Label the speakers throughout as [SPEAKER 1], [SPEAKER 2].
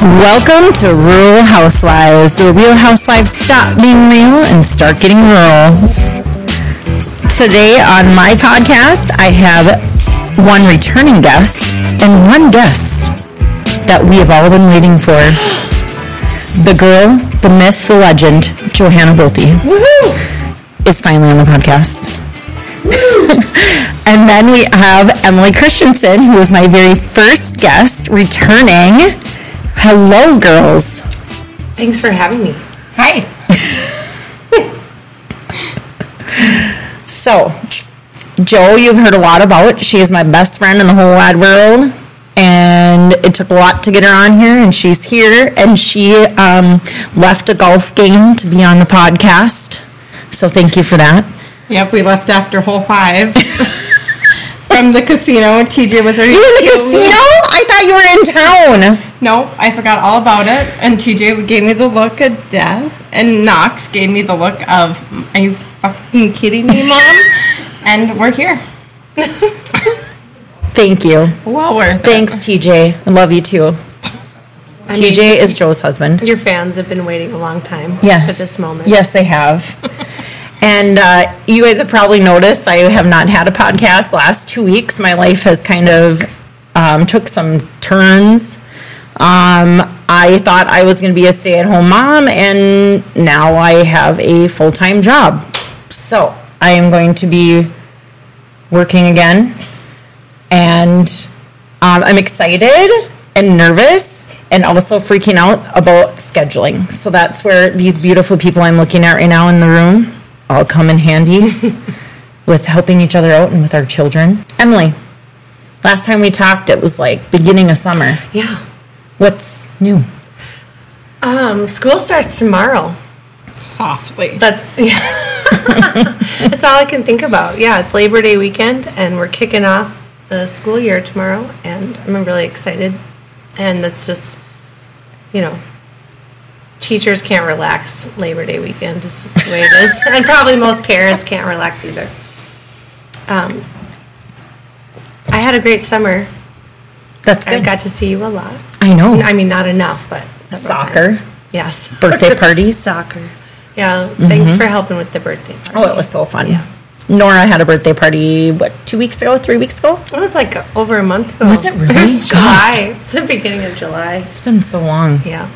[SPEAKER 1] Welcome to Rural Housewives, where real housewives stop being real and start getting rural. Today on my podcast, I have one returning guest and one guest that we have all been waiting for. The girl, the myth, the legend, Johanna Bolte. Is finally on the podcast. and then we have Emily Christensen, who was my very first guest returning. Hello, girls.
[SPEAKER 2] Thanks for having me.
[SPEAKER 3] Hi.
[SPEAKER 1] So, Joe, you've heard a lot about. She is my best friend in the whole wide world. And it took a lot to get her on here, and she's here. And she um, left a golf game to be on the podcast. So, thank you for that.
[SPEAKER 3] Yep, we left after hole five from the casino. TJ was already.
[SPEAKER 1] You were in the casino? I thought you were in town.
[SPEAKER 3] No, I forgot all about it. And TJ gave me the look of death, and Knox gave me the look of, "Are you fucking kidding me, mom?" and we're here.
[SPEAKER 1] Thank you.
[SPEAKER 3] Well, we're
[SPEAKER 1] Thanks, TJ. I love you too. TJ is Joe's husband.
[SPEAKER 2] Your fans have been waiting a long time
[SPEAKER 1] Yes.
[SPEAKER 2] for this moment.
[SPEAKER 1] Yes, they have. and uh, you guys have probably noticed I have not had a podcast last two weeks. My life has kind of um, took some turns. Um, I thought I was going to be a stay-at-home mom, and now I have a full-time job. So I am going to be working again, and um, I'm excited and nervous and also freaking out about scheduling. So that's where these beautiful people I'm looking at right now in the room all come in handy with helping each other out and with our children. Emily, last time we talked, it was like beginning of summer.
[SPEAKER 2] Yeah.
[SPEAKER 1] What's new?
[SPEAKER 2] Um, school starts tomorrow.
[SPEAKER 3] softly.
[SPEAKER 2] That's yeah. That's all I can think about. Yeah, it's Labor Day weekend, and we're kicking off the school year tomorrow, and I'm really excited. And that's just, you know, teachers can't relax Labor Day weekend. It's just the way it is, and probably most parents can't relax either. Um, I had a great summer.
[SPEAKER 1] That's
[SPEAKER 2] I
[SPEAKER 1] good.
[SPEAKER 2] got to see you a lot.
[SPEAKER 1] I know.
[SPEAKER 2] I mean, not enough, but several
[SPEAKER 1] Soccer.
[SPEAKER 2] times. Yes.
[SPEAKER 1] Birthday parties.
[SPEAKER 2] Soccer. Yeah.
[SPEAKER 1] Mm-hmm.
[SPEAKER 2] Thanks for helping with the birthday. Party.
[SPEAKER 1] Oh, it was so fun.
[SPEAKER 2] Yeah.
[SPEAKER 1] Nora had a birthday party, what, two weeks ago, three weeks ago?
[SPEAKER 2] It was like over a month ago.
[SPEAKER 1] Was it really?
[SPEAKER 2] was
[SPEAKER 1] God.
[SPEAKER 2] July. It was the beginning of July.
[SPEAKER 1] It's been so long.
[SPEAKER 2] Yeah.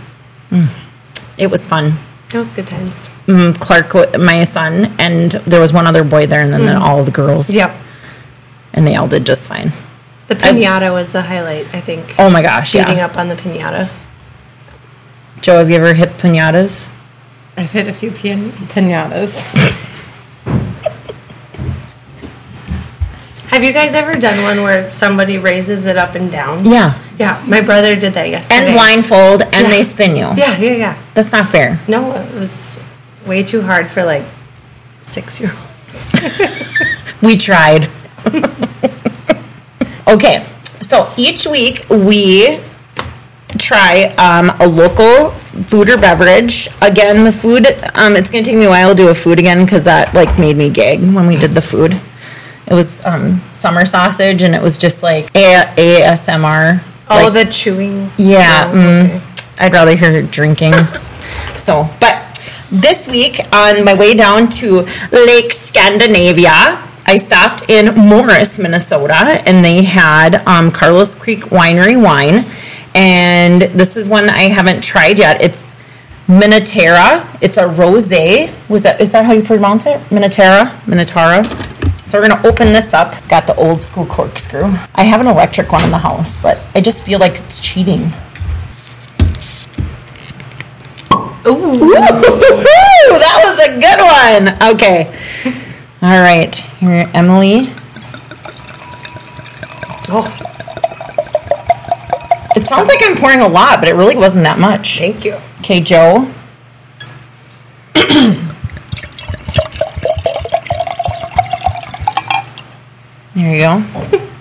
[SPEAKER 1] It was fun.
[SPEAKER 2] It was good times.
[SPEAKER 1] Mm, Clark, wa- my son, and there was one other boy there, and then, then all the girls.
[SPEAKER 2] Mm. Yep.
[SPEAKER 1] And they all did just fine.
[SPEAKER 2] The pinata was the highlight, I think.
[SPEAKER 1] Oh my gosh,
[SPEAKER 2] Beating
[SPEAKER 1] yeah.
[SPEAKER 2] up on the pinata.
[SPEAKER 1] Joe, have you ever hit pinatas?
[SPEAKER 3] I've hit a few pin- pinatas.
[SPEAKER 2] Have you guys ever done one where somebody raises it up and down?
[SPEAKER 1] Yeah.
[SPEAKER 2] Yeah. My brother did that yesterday.
[SPEAKER 1] And blindfold, and
[SPEAKER 2] Yeah.
[SPEAKER 1] they spin you.
[SPEAKER 2] Yeah, yeah, yeah.
[SPEAKER 1] That's not fair.
[SPEAKER 2] No, it was way too hard for like six year olds.
[SPEAKER 1] We tried. okay, so each week we try um, a local food or beverage. Again, the food, um, it's going to take me a while to do a food again because that like made me gag when we did the food. It was um, summer sausage and it was just like a- ASMR.
[SPEAKER 2] Oh,
[SPEAKER 1] like-
[SPEAKER 2] the chewing.
[SPEAKER 1] Yeah,
[SPEAKER 2] Oh,
[SPEAKER 1] mm,
[SPEAKER 2] okay.
[SPEAKER 1] I'd rather hear her drinking. so, but this week on my way down to Lake Scandinavia, I stopped in Morris, Minnesota, and they had um, Carlos Creek Winery wine. And this is one I haven't tried yet. It's Minotera. It's a rosé. Was that is that how you pronounce it? Minotera, Minotara. So we're gonna open this up. Got the old school corkscrew. I have an electric one in the house, but I just feel like it's cheating. Ooh, that was a good one. Okay. All right. Here, Emily.
[SPEAKER 2] Oh,
[SPEAKER 1] It sounds like I'm pouring a lot, but it really wasn't that much.
[SPEAKER 2] thank you.
[SPEAKER 1] Okay, Joe. there you go.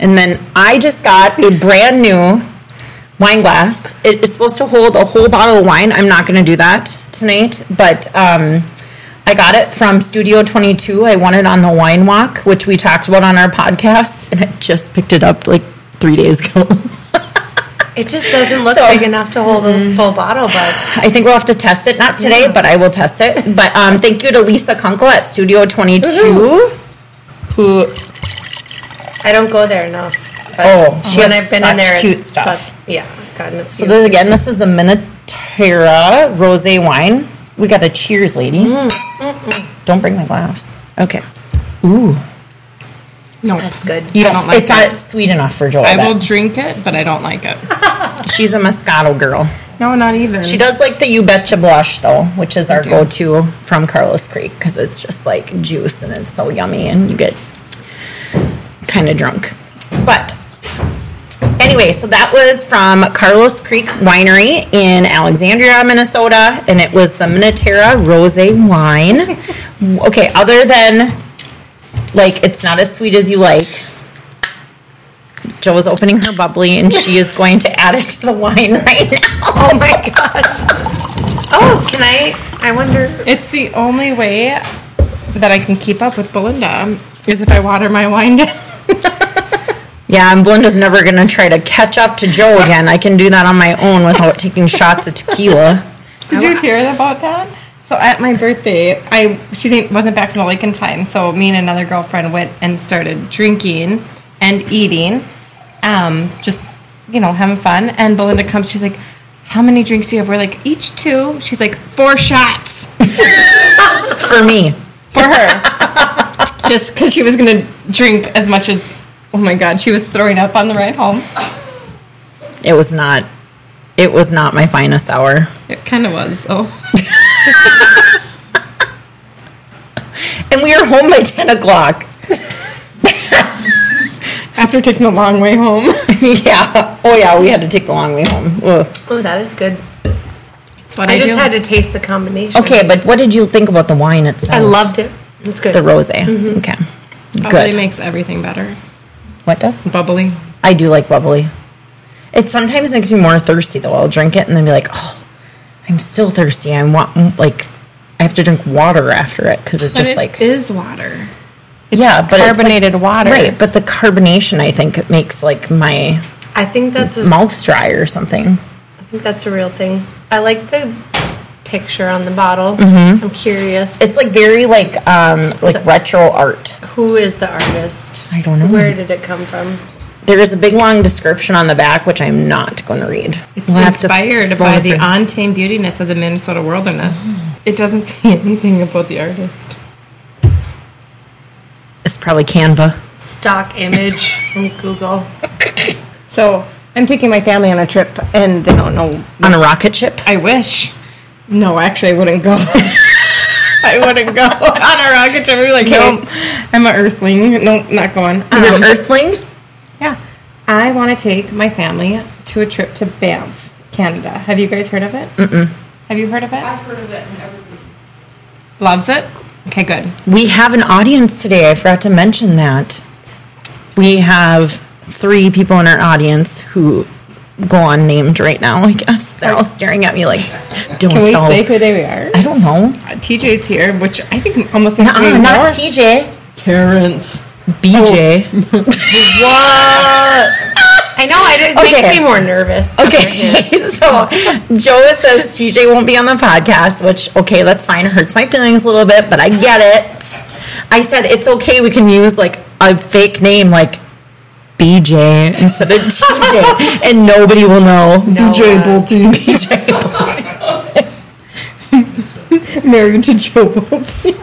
[SPEAKER 1] And then I just got a brand new wine glass. It is supposed to hold a whole bottle of wine. I'm not going to do that tonight, but um, I got it from Studio 22. I won it on the wine walk, which we talked about on our podcast, and I just picked it up like three days ago.
[SPEAKER 2] It just doesn't look
[SPEAKER 1] So-
[SPEAKER 2] big enough to hold a full bottle, but
[SPEAKER 1] I think we'll have to test it. Not today,
[SPEAKER 2] Yeah.
[SPEAKER 1] but I will test it. But um, thank you to Lisa Kunkel at Studio 22,
[SPEAKER 3] Mm-hmm.
[SPEAKER 1] who
[SPEAKER 2] I don't go there enough. But
[SPEAKER 1] Oh, she
[SPEAKER 2] when
[SPEAKER 1] has
[SPEAKER 2] I've been in
[SPEAKER 1] such
[SPEAKER 2] there,
[SPEAKER 1] cute
[SPEAKER 2] it's
[SPEAKER 1] stuff.
[SPEAKER 2] such- yeah, I've gotten a
[SPEAKER 1] So
[SPEAKER 2] few.
[SPEAKER 1] this, again, this is the Minotera rosé wine. We got a cheers, ladies.
[SPEAKER 3] Mm.
[SPEAKER 1] Don't bring my glass. Okay. Ooh,
[SPEAKER 3] No,
[SPEAKER 2] That's good.
[SPEAKER 1] you
[SPEAKER 3] I
[SPEAKER 1] don't,
[SPEAKER 3] don't like
[SPEAKER 1] it's
[SPEAKER 3] that.
[SPEAKER 1] not sweet enough for Joel.
[SPEAKER 3] I
[SPEAKER 1] but
[SPEAKER 3] will drink it, but I don't like it.
[SPEAKER 1] She's a Moscato girl.
[SPEAKER 3] No, not even.
[SPEAKER 1] She does like the You Betcha blush though, which is our
[SPEAKER 3] do.
[SPEAKER 1] go-to from Carlos Creek because it's just like juice and it's so yummy and you get kind of drunk. But anyway, so that was from Carlos Creek Winery in Alexandria, Minnesota, and it was the Minotera Rosé wine. okay, other than like it's not as sweet as you like. Joe is opening her bubbly and she is going to add it to the wine right now.
[SPEAKER 2] Oh my gosh. Oh, can I? I wonder.
[SPEAKER 3] It's the only way that I can keep up with Belinda is if I water my wine down.
[SPEAKER 1] Yeah, and Belinda's never gonna try to catch up to Joe again. I can do that on my own without taking shots of tequila.
[SPEAKER 3] Did you hear about that? So at my birthday, I she didn't, wasn't back from the lake in time. So me and another girlfriend went and started drinking and eating, um, just you know having fun. And Belinda comes, she's like, "How many drinks do you have?" We're like, "Each two. She's like, four shots
[SPEAKER 1] For me,
[SPEAKER 3] for her, just because she was gonna drink as much as. Oh my God, she was throwing up on the ride home.
[SPEAKER 1] it was not. It was not my finest hour.
[SPEAKER 3] It kind of was. Oh.
[SPEAKER 1] And we were home by ten o'clock.
[SPEAKER 3] After taking a long way home.
[SPEAKER 1] yeah. Oh yeah, we had to take the long way home. Ugh.
[SPEAKER 2] Oh, that is good.
[SPEAKER 3] That's what
[SPEAKER 2] I,
[SPEAKER 3] I,
[SPEAKER 2] just
[SPEAKER 3] do.
[SPEAKER 2] had to taste the combination.
[SPEAKER 1] Okay, but what did you think about the wine itself? Mm-hmm.
[SPEAKER 2] I loved it. It's good.
[SPEAKER 1] the rose. Okay.
[SPEAKER 3] Bubbly
[SPEAKER 1] Good.
[SPEAKER 3] makes everything better.
[SPEAKER 1] what does?
[SPEAKER 3] Bubbly.
[SPEAKER 1] I do like bubbly. It sometimes makes me more thirsty though. I'll drink it and then be like, oh, I'm still thirsty. I want like I have to drink water after it because it's
[SPEAKER 3] But
[SPEAKER 1] just
[SPEAKER 3] it
[SPEAKER 1] like
[SPEAKER 3] is water.
[SPEAKER 1] yeah, but it's like-
[SPEAKER 3] carbonated water.
[SPEAKER 1] Right, but the carbonation I think it makes like my
[SPEAKER 2] I think that's a,
[SPEAKER 1] mouth dry or something.
[SPEAKER 2] I think that's a real thing. I like the picture on the bottle. I'm curious.
[SPEAKER 1] Mm-hmm. It's like very like um like retro art.
[SPEAKER 2] who is the artist?
[SPEAKER 1] I don't know.
[SPEAKER 2] Where did it come from?
[SPEAKER 1] There is a big long description on the back which I'm not going to read.
[SPEAKER 3] It's
[SPEAKER 1] We'll have to
[SPEAKER 3] inspired
[SPEAKER 1] phone
[SPEAKER 3] by
[SPEAKER 1] a
[SPEAKER 3] the
[SPEAKER 1] friend.
[SPEAKER 3] untamed beautiness of the Minnesota wilderness.
[SPEAKER 1] Mm.
[SPEAKER 3] It doesn't say anything about the artist.
[SPEAKER 1] It's probably Canva.
[SPEAKER 2] Stock image from Google.
[SPEAKER 3] So I'm taking my family on a trip, and they don't know.
[SPEAKER 1] On a rocket ship?
[SPEAKER 3] I wish. No, actually, I wouldn't go. I wouldn't go on a rocket trip. I'd be like, no, I'm an earthling. No, not going.
[SPEAKER 1] You're
[SPEAKER 3] Um,
[SPEAKER 1] an earthling?
[SPEAKER 3] Yeah. I want to take my family to a trip to Banff, Canada. Have you guys heard of it? Mm-mm. Have you heard of it? I've heard of it. And Loves it? Okay, good.
[SPEAKER 1] We have an audience today. I forgot to mention that. We have three people in our audience who go unnamed right now, I guess. They're all staring at me like, don't
[SPEAKER 3] Can we
[SPEAKER 1] tell.
[SPEAKER 3] say who they are?
[SPEAKER 1] I don't know.
[SPEAKER 3] Uh, TJ's here, which I think almost makes me
[SPEAKER 1] Uh-uh,
[SPEAKER 3] more- Oh,
[SPEAKER 1] not TJ.
[SPEAKER 3] Terrence.
[SPEAKER 1] BJ.
[SPEAKER 2] I know. I, it
[SPEAKER 1] Okay.
[SPEAKER 2] makes me more nervous.
[SPEAKER 1] Okay, so Joe says TJ won't be on the podcast, which okay, that's fine. It hurts my feelings a little bit, but I get it. I said it's okay. We can use like a fake name, like BJ instead of TJ, and nobody will know.
[SPEAKER 2] uh,
[SPEAKER 1] BJ Bolton. BJ Bolton.
[SPEAKER 3] Married to Joe Bolton.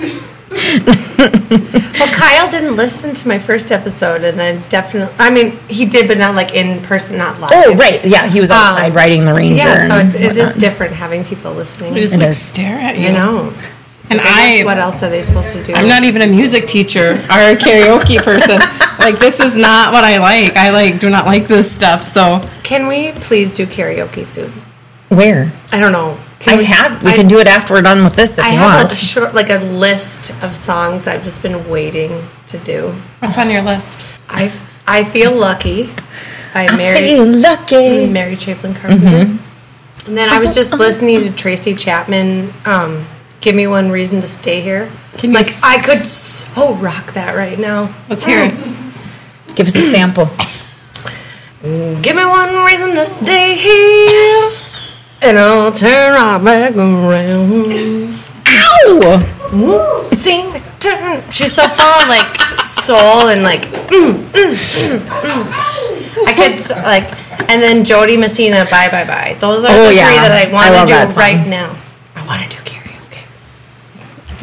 [SPEAKER 2] Well, Kyle didn't listen to my first episode, and I definitely. I mean, he did, but not like in person, not live.
[SPEAKER 1] Oh right, yeah, he was outside
[SPEAKER 2] Um,
[SPEAKER 1] riding the ranger.
[SPEAKER 2] Yeah, so
[SPEAKER 1] and
[SPEAKER 2] it, it is
[SPEAKER 1] whatnot.
[SPEAKER 2] different having people listening.
[SPEAKER 3] just
[SPEAKER 1] It
[SPEAKER 3] like
[SPEAKER 1] is.
[SPEAKER 3] stare at you.
[SPEAKER 2] You know,
[SPEAKER 3] And I,
[SPEAKER 2] what else are they supposed to do?
[SPEAKER 3] I'm not even a music teacher or a karaoke person. like, this is not what I like. I like do not like this stuff. So
[SPEAKER 2] Can we please do karaoke soon?
[SPEAKER 1] Where
[SPEAKER 2] I don't know. Can
[SPEAKER 1] I have, we
[SPEAKER 2] I-
[SPEAKER 1] can do it after we're done with this if
[SPEAKER 2] I
[SPEAKER 1] you
[SPEAKER 2] have
[SPEAKER 1] want.
[SPEAKER 2] a short, like a list of songs I've just been waiting to do.
[SPEAKER 3] what's on your list?
[SPEAKER 2] I I feel lucky. by
[SPEAKER 1] Feel
[SPEAKER 2] Mary
[SPEAKER 3] Mm-hmm.
[SPEAKER 1] lucky.
[SPEAKER 2] Mary Chaplin Carpenter. And then I was just listening to Tracy Chapman. Um, Give me one reason to stay here.
[SPEAKER 3] Can you
[SPEAKER 2] like
[SPEAKER 3] s-
[SPEAKER 2] I could
[SPEAKER 3] Oh.
[SPEAKER 2] so rock that right now.
[SPEAKER 3] Let's hear it.
[SPEAKER 1] Give us a sample.
[SPEAKER 2] Give me one reason to stay here, and I'll turn right back around.
[SPEAKER 1] Ow!
[SPEAKER 2] Whoop, Sing, turn. She's so full of like soul and like. Mm, mm, mm, mm. I could s- like, and then Jody Messina, bye bye bye. Those are
[SPEAKER 1] Oh,
[SPEAKER 2] the
[SPEAKER 1] yeah.
[SPEAKER 2] three that I
[SPEAKER 1] I
[SPEAKER 2] want
[SPEAKER 1] love
[SPEAKER 2] to
[SPEAKER 1] that
[SPEAKER 2] do
[SPEAKER 1] song.
[SPEAKER 2] right now. I want to do karaoke.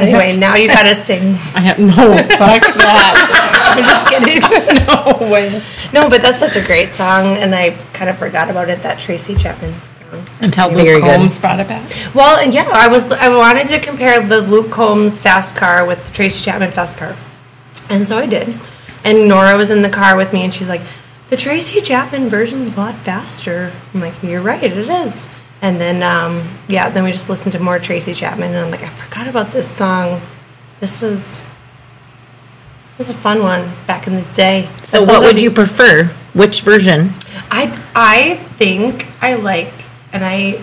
[SPEAKER 2] Anyway, now you gotta sing.
[SPEAKER 3] I have no fuck that.
[SPEAKER 2] I'm just kidding.
[SPEAKER 3] No way.
[SPEAKER 2] No, but that's such a great song, and I kind of forgot about it. That Tracy Chapman song.
[SPEAKER 3] Until
[SPEAKER 1] Very
[SPEAKER 3] Luke
[SPEAKER 1] good.
[SPEAKER 3] Combs brought it back.
[SPEAKER 2] Well, and yeah, I was I wanted to compare the Luke Combs fast car with the Tracy Chapman fast car, and so I did. And Nora was in the car with me, and she's like, "The Tracy Chapman version's a lot faster." I'm like, "You're right, it is." And then um, yeah, then we just listened to more Tracy Chapman, and I'm like, "I forgot about this song. This was." This was a fun one back in the day.
[SPEAKER 1] So,
[SPEAKER 2] But those
[SPEAKER 1] what
[SPEAKER 2] are
[SPEAKER 1] would
[SPEAKER 2] the-
[SPEAKER 1] you prefer? Which version?
[SPEAKER 2] I I think I like, and I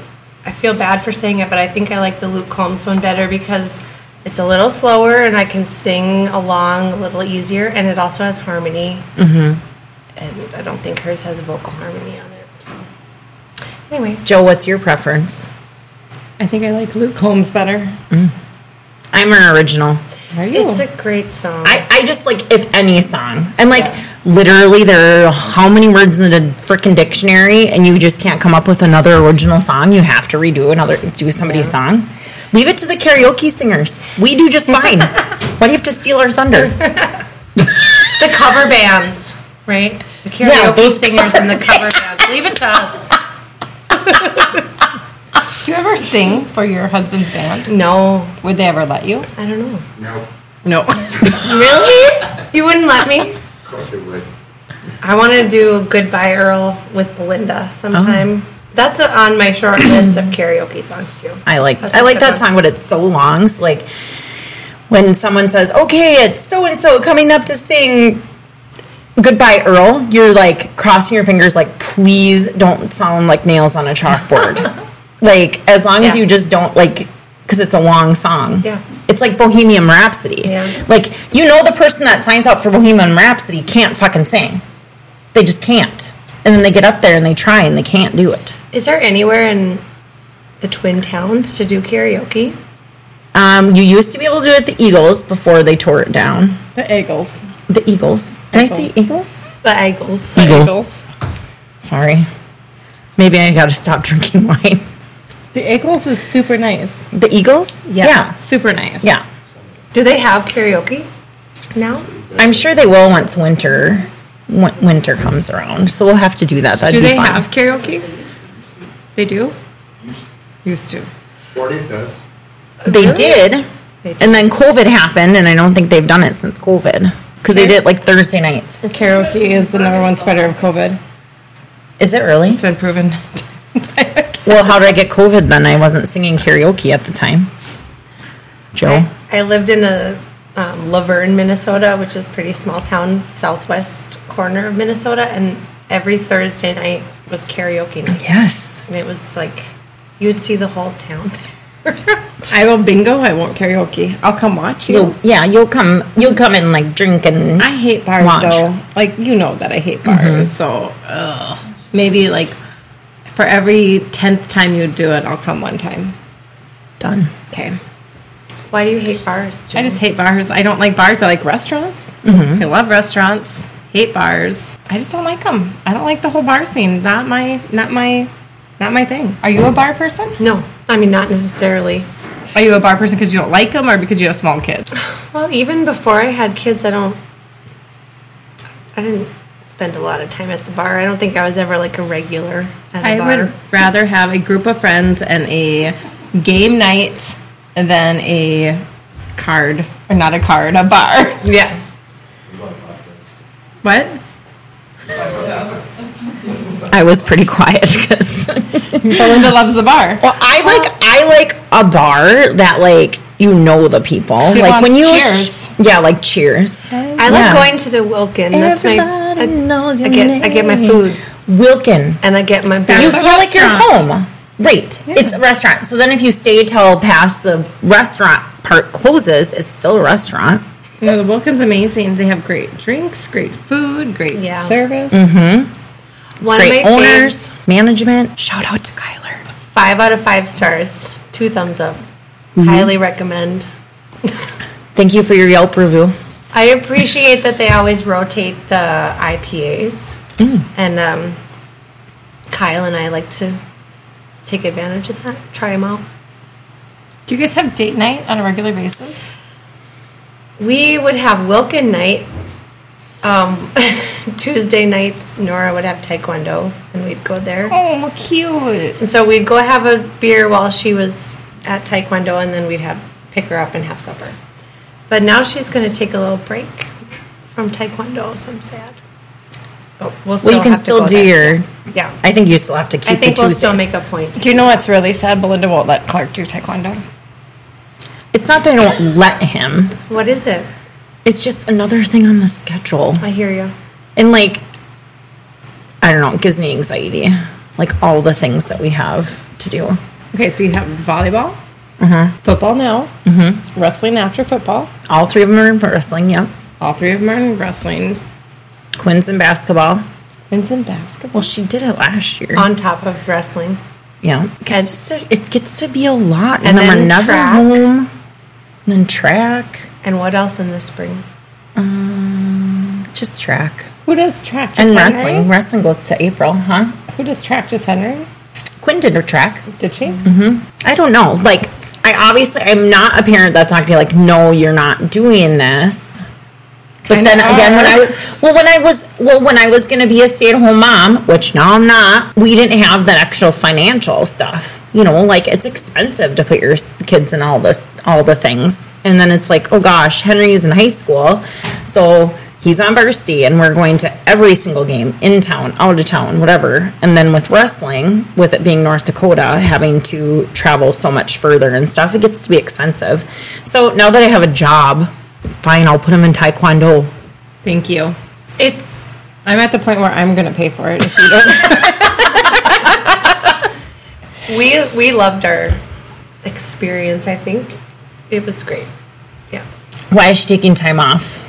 [SPEAKER 2] I feel bad for saying it, but I think I like the Luke Combs one better because it's a little slower and I can sing along a little easier, and it also has harmony. Mm-hmm. And I don't think hers has vocal harmony on it. So. Anyway,
[SPEAKER 1] Joe, what's your preference?
[SPEAKER 3] I think I like Luke Combs better.
[SPEAKER 1] I'm an original.
[SPEAKER 3] Are you?
[SPEAKER 2] it's a great song.
[SPEAKER 1] I, I just like if any song. I'm like literally there are how many words in the freaking dictionary and you just can't come up with another original song. You have to redo another do somebody's song. Leave it to the karaoke singers. We do just fine. Why do you have to steal our thunder?
[SPEAKER 2] the cover bands, right? The karaoke
[SPEAKER 1] Yeah, those
[SPEAKER 2] singers and the cover bands. Leave it to us.
[SPEAKER 3] Do you ever sing for your husband's band?
[SPEAKER 2] No,
[SPEAKER 3] Would they ever let you?
[SPEAKER 2] I don't know.
[SPEAKER 4] No,
[SPEAKER 3] No.
[SPEAKER 2] Really? You wouldn't let me?
[SPEAKER 4] of course it would.
[SPEAKER 2] I want to do Goodbye Earl with Belinda sometime. That's uh on my short list of karaoke songs too.
[SPEAKER 1] I like
[SPEAKER 2] That's
[SPEAKER 1] I like
[SPEAKER 2] a good
[SPEAKER 1] that
[SPEAKER 2] one.
[SPEAKER 1] song, but it's so long. So like when someone says, "Okay, it's so and so coming up to sing Goodbye Earl," you're like crossing your fingers, like please don't sound like nails on a chalkboard. like as long as
[SPEAKER 2] Yeah.
[SPEAKER 1] you just don't like because it's a long song.
[SPEAKER 2] Yeah.
[SPEAKER 1] it's like Bohemian Rhapsody.
[SPEAKER 2] Yeah.
[SPEAKER 1] like you know the person that signs up for Bohemian Rhapsody can't fucking sing. They just can't, and then they get up there and they try and they can't do it.
[SPEAKER 2] Is there anywhere in the Twin Towns to do karaoke?
[SPEAKER 1] Um, you used to be able to do it at the Eagles before they tore it down.
[SPEAKER 3] The Eagles.
[SPEAKER 1] The Eagles. Did I say Eagles?
[SPEAKER 2] The Eagles.
[SPEAKER 1] Eagles. Sorry. Maybe I gotta stop drinking wine.
[SPEAKER 3] The Eagles is super nice.
[SPEAKER 1] The Eagles? Yeah.
[SPEAKER 3] Super nice.
[SPEAKER 1] Yeah.
[SPEAKER 2] Do they have karaoke now?
[SPEAKER 1] I'm sure they will once winter w- winter comes around. So we'll have to do that. That'd
[SPEAKER 3] do
[SPEAKER 1] be
[SPEAKER 3] they
[SPEAKER 1] fun.
[SPEAKER 3] have karaoke? They do? Used to.
[SPEAKER 4] Sporties does.
[SPEAKER 1] They
[SPEAKER 2] Really?
[SPEAKER 1] did.
[SPEAKER 2] They did.
[SPEAKER 1] And then COVID happened, and I don't think they've done it since COVID because they
[SPEAKER 2] Okay.
[SPEAKER 1] did it like Thursday nights.
[SPEAKER 3] Karaoke is the number one spreader of COVID.
[SPEAKER 1] Is it really?
[SPEAKER 3] It's been proven.
[SPEAKER 1] Well, how did I get COVID then? I wasn't singing karaoke at the time. Joe?
[SPEAKER 2] I lived in a um, Laverne, Minnesota, which is a pretty small town, southwest corner of Minnesota, and every Thursday night was karaoke night,
[SPEAKER 1] Yes.
[SPEAKER 2] and it was like you would see the whole town.
[SPEAKER 3] I will bingo, I won't karaoke. I'll come watch you.
[SPEAKER 1] You'll, yeah, you'll come. You'll come and like drink and
[SPEAKER 3] I hate bars
[SPEAKER 1] Watch. Mm-hmm.
[SPEAKER 3] though. Like you know that I hate bars, so ugh. maybe like for every tenth time you do it, I'll come one time.
[SPEAKER 1] done.
[SPEAKER 3] Okay.
[SPEAKER 2] Why do you hate bars?
[SPEAKER 3] I
[SPEAKER 2] Jen?
[SPEAKER 3] just hate bars. I don't like bars. I like restaurants. I love restaurants. Hate bars. I just don't like them. I don't like the whole bar scene. Not my. Not my. Not my thing. Are you a bar person?
[SPEAKER 2] No, I mean not necessarily.
[SPEAKER 3] Are you a bar person because you don't like them or because you have small kids?
[SPEAKER 2] Well, even before I had kids, I don't. I didn't spend a lot of time at the bar. I don't think I was ever like a regular at a
[SPEAKER 3] I
[SPEAKER 2] bar.
[SPEAKER 3] would rather have a group of friends and a game night than a card or not a card, a bar.
[SPEAKER 2] Yeah.
[SPEAKER 3] What?
[SPEAKER 1] I was pretty quiet because.
[SPEAKER 3] Belinda loves the bar.
[SPEAKER 1] well, I like I like a bar that like you know the people.
[SPEAKER 3] She
[SPEAKER 1] like
[SPEAKER 3] wants
[SPEAKER 1] when you
[SPEAKER 3] Cheers.
[SPEAKER 1] yeah, like Cheers.
[SPEAKER 2] I like
[SPEAKER 1] Yeah.
[SPEAKER 2] going to the Wilkin. That's my. I,
[SPEAKER 1] knows
[SPEAKER 2] I
[SPEAKER 1] your
[SPEAKER 2] get I get my
[SPEAKER 1] name.
[SPEAKER 2] food
[SPEAKER 1] Wilkin.
[SPEAKER 2] and I get my
[SPEAKER 1] You
[SPEAKER 2] beer.
[SPEAKER 3] a
[SPEAKER 1] feel like you're
[SPEAKER 3] restaurant.
[SPEAKER 1] home. Right. It's a restaurant. So then if you stay till past the restaurant part closes, it's still a restaurant.
[SPEAKER 3] You know, the Wilkins amazing. They have great drinks, great food, great
[SPEAKER 2] Yeah.
[SPEAKER 3] service.
[SPEAKER 2] One of
[SPEAKER 1] great
[SPEAKER 2] my
[SPEAKER 1] owners, management. Shout out to Kyler.
[SPEAKER 2] Five out of five stars. Two thumbs up.
[SPEAKER 1] Mm-hmm.
[SPEAKER 2] Highly recommend.
[SPEAKER 1] Thank you for your Yelp review.
[SPEAKER 2] I appreciate that they always rotate the IPAs, and um, Kyle and I like to take advantage of that. Try them out.
[SPEAKER 3] Do you guys have date night on a regular basis?
[SPEAKER 2] We would have Wilkin night. Um, Tuesday nights, Nora would have Taekwondo, and we'd go there.
[SPEAKER 3] Oh, cute.
[SPEAKER 2] And so we'd go have a beer while she was at Taekwondo, and then we'd have pick her up and have supper. But now she's going to take a little break from Taekwondo, so I'm sad. But we'll still
[SPEAKER 1] Well, you can
[SPEAKER 2] have to
[SPEAKER 1] still
[SPEAKER 2] go
[SPEAKER 1] do
[SPEAKER 2] there.
[SPEAKER 1] your.
[SPEAKER 2] Yeah.
[SPEAKER 1] I think you still have to keep
[SPEAKER 2] I think
[SPEAKER 1] the
[SPEAKER 2] we'll
[SPEAKER 1] Tuesdays.
[SPEAKER 2] still make a point.
[SPEAKER 3] Do you know what's really sad? Belinda won't let Clark do taekwondo.
[SPEAKER 1] it's not that I don't let him.
[SPEAKER 2] What is it?
[SPEAKER 1] It's just another thing on the schedule,
[SPEAKER 2] I hear you.
[SPEAKER 1] and like, I don't know, it gives me anxiety. Like all the things that we have to do.
[SPEAKER 3] Okay, so you have volleyball, football now, wrestling after football.
[SPEAKER 1] All three of them are in wrestling. Yep.
[SPEAKER 3] All three of them are in wrestling.
[SPEAKER 1] Quinn's in basketball.
[SPEAKER 3] Quinn's in basketball.
[SPEAKER 1] Well, she did it last year.
[SPEAKER 2] On top of wrestling.
[SPEAKER 1] Yeah,
[SPEAKER 2] And-
[SPEAKER 1] it's just a, it gets to be a lot, and,
[SPEAKER 2] And
[SPEAKER 1] then,
[SPEAKER 2] then
[SPEAKER 1] another
[SPEAKER 2] track.
[SPEAKER 1] home, and then track,
[SPEAKER 2] And what else in the spring?
[SPEAKER 1] just track,
[SPEAKER 3] Who does track? Just
[SPEAKER 1] and
[SPEAKER 3] Henry?
[SPEAKER 1] wrestling. Wrestling goes to April, huh?
[SPEAKER 3] Who does track? Just Henry?
[SPEAKER 1] Quinn did her track.
[SPEAKER 3] Did she?
[SPEAKER 1] I don't know. Like, I obviously I'm not a parent that's not gonna be like, no, you're not doing this. But
[SPEAKER 3] Kinda
[SPEAKER 1] then again, when
[SPEAKER 3] are.
[SPEAKER 1] I was well, when I was well, when I was gonna be a stay-at-home mom, which now I'm not, we didn't have that extra financial stuff. You know, like it's expensive to put your s- kids in all the all the things, and then it's like, oh gosh, Henry's in high school, so he's on varsity, and we're going to every single game in town, out of town, whatever. And then with wrestling, with it being North Dakota, having to travel so much further and stuff, it gets to be expensive. So now that I have a job fine, I'll put him in taekwondo.
[SPEAKER 3] Thank you.
[SPEAKER 2] It's
[SPEAKER 3] I'm at the point where I'm going to pay for it. If you
[SPEAKER 2] we we loved our experience, I think. It was great. Yeah.
[SPEAKER 1] Why is she taking time off?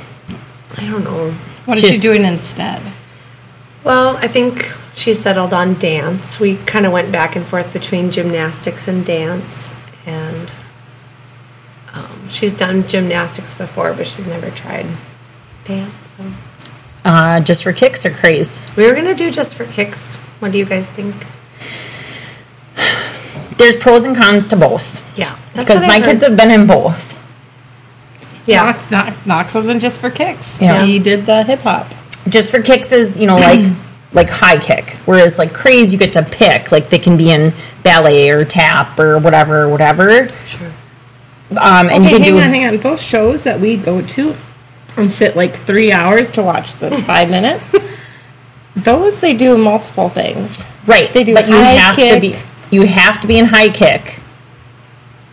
[SPEAKER 2] I don't know.
[SPEAKER 3] what is
[SPEAKER 1] She's-
[SPEAKER 3] she doing instead?
[SPEAKER 2] Well, I think she settled on dance. We kind of went back and forth between gymnastics and dance, and um, she's done gymnastics before, but she's never tried dance. So
[SPEAKER 1] Uh, just for kicks or craze?
[SPEAKER 2] we were gonna do just for kicks. What do you guys think?
[SPEAKER 1] There's pros and cons to both
[SPEAKER 2] Yeah, that's
[SPEAKER 1] because
[SPEAKER 2] what I
[SPEAKER 1] my
[SPEAKER 2] heard.
[SPEAKER 1] kids have been in both.
[SPEAKER 2] Yeah,
[SPEAKER 3] Knox, Knox, Knox wasn't just for kicks.
[SPEAKER 1] Yeah.
[SPEAKER 3] He did the hip hop.
[SPEAKER 1] Just for kicks is you know like like high kick, whereas like craze you get to pick. Like they can be in ballet or tap or whatever, whatever.
[SPEAKER 2] sure.
[SPEAKER 1] Um, and you
[SPEAKER 3] Okay,
[SPEAKER 1] can
[SPEAKER 3] hang
[SPEAKER 1] do
[SPEAKER 3] on, hang on. Those shows that we go to and sit like three hours to watch the five minutes, those they do multiple things.
[SPEAKER 1] right,
[SPEAKER 3] They do
[SPEAKER 1] but you
[SPEAKER 3] high
[SPEAKER 1] have to
[SPEAKER 3] kick.
[SPEAKER 1] be you have to be in high kick.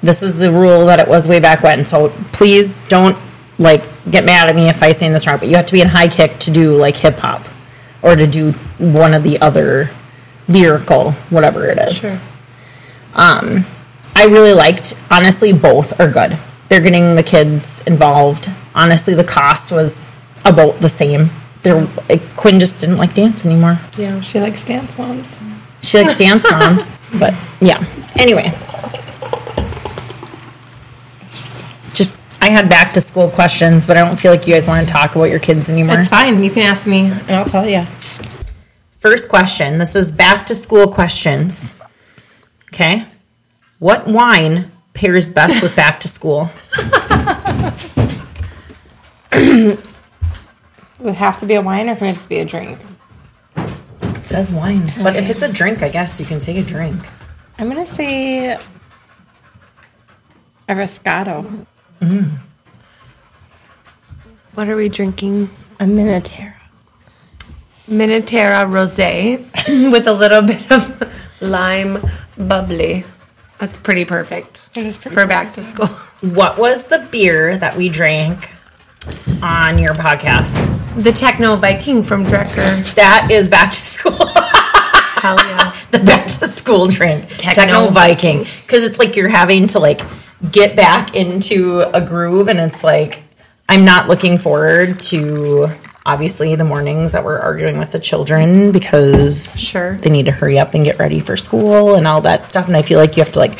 [SPEAKER 1] This is the rule that it was way back when. So please don't like get mad at me if I say this wrong, but you have to be in high kick to do like hip hop or to do one of the other lyrical whatever it is. Um,
[SPEAKER 2] Sure.
[SPEAKER 1] I really liked. Honestly, both are good. They're getting the kids involved. Honestly, the cost was about the same. There, Quinn just didn't like dance anymore.
[SPEAKER 2] Yeah,
[SPEAKER 3] She likes dance moms.
[SPEAKER 1] She likes dance moms, but yeah. Anyway, just I had back to school questions, but I don't feel like you guys want to talk about your kids anymore.
[SPEAKER 3] It's fine. You can ask me, and I'll tell you.
[SPEAKER 1] First question. This is back to school questions. Okay. What wine pairs best with back to school?
[SPEAKER 3] Does it have to be a wine, or can it just be a drink?
[SPEAKER 1] It says wine, but if it's a drink, I guess you can take a drink.
[SPEAKER 3] I'm gonna say a Riscato.
[SPEAKER 2] what are we drinking?
[SPEAKER 3] A Minotera.
[SPEAKER 2] Minotera rosé with a little bit of lime bubbly. That's pretty perfect
[SPEAKER 3] It is pretty
[SPEAKER 2] for back to school.
[SPEAKER 1] What was the beer that we drank on your podcast?
[SPEAKER 2] The Techno Viking from Drecker.
[SPEAKER 1] That is back to school.
[SPEAKER 2] Hell yeah.
[SPEAKER 1] the back to school drink,
[SPEAKER 2] Techno
[SPEAKER 1] Techno, Viking, because it's like you're having to like get back into a groove, and it's like I'm not looking forward to obviously the mornings that we're arguing with the children because
[SPEAKER 2] Sure.
[SPEAKER 1] they need to hurry up and get ready for school and all that stuff. And I feel like you have to like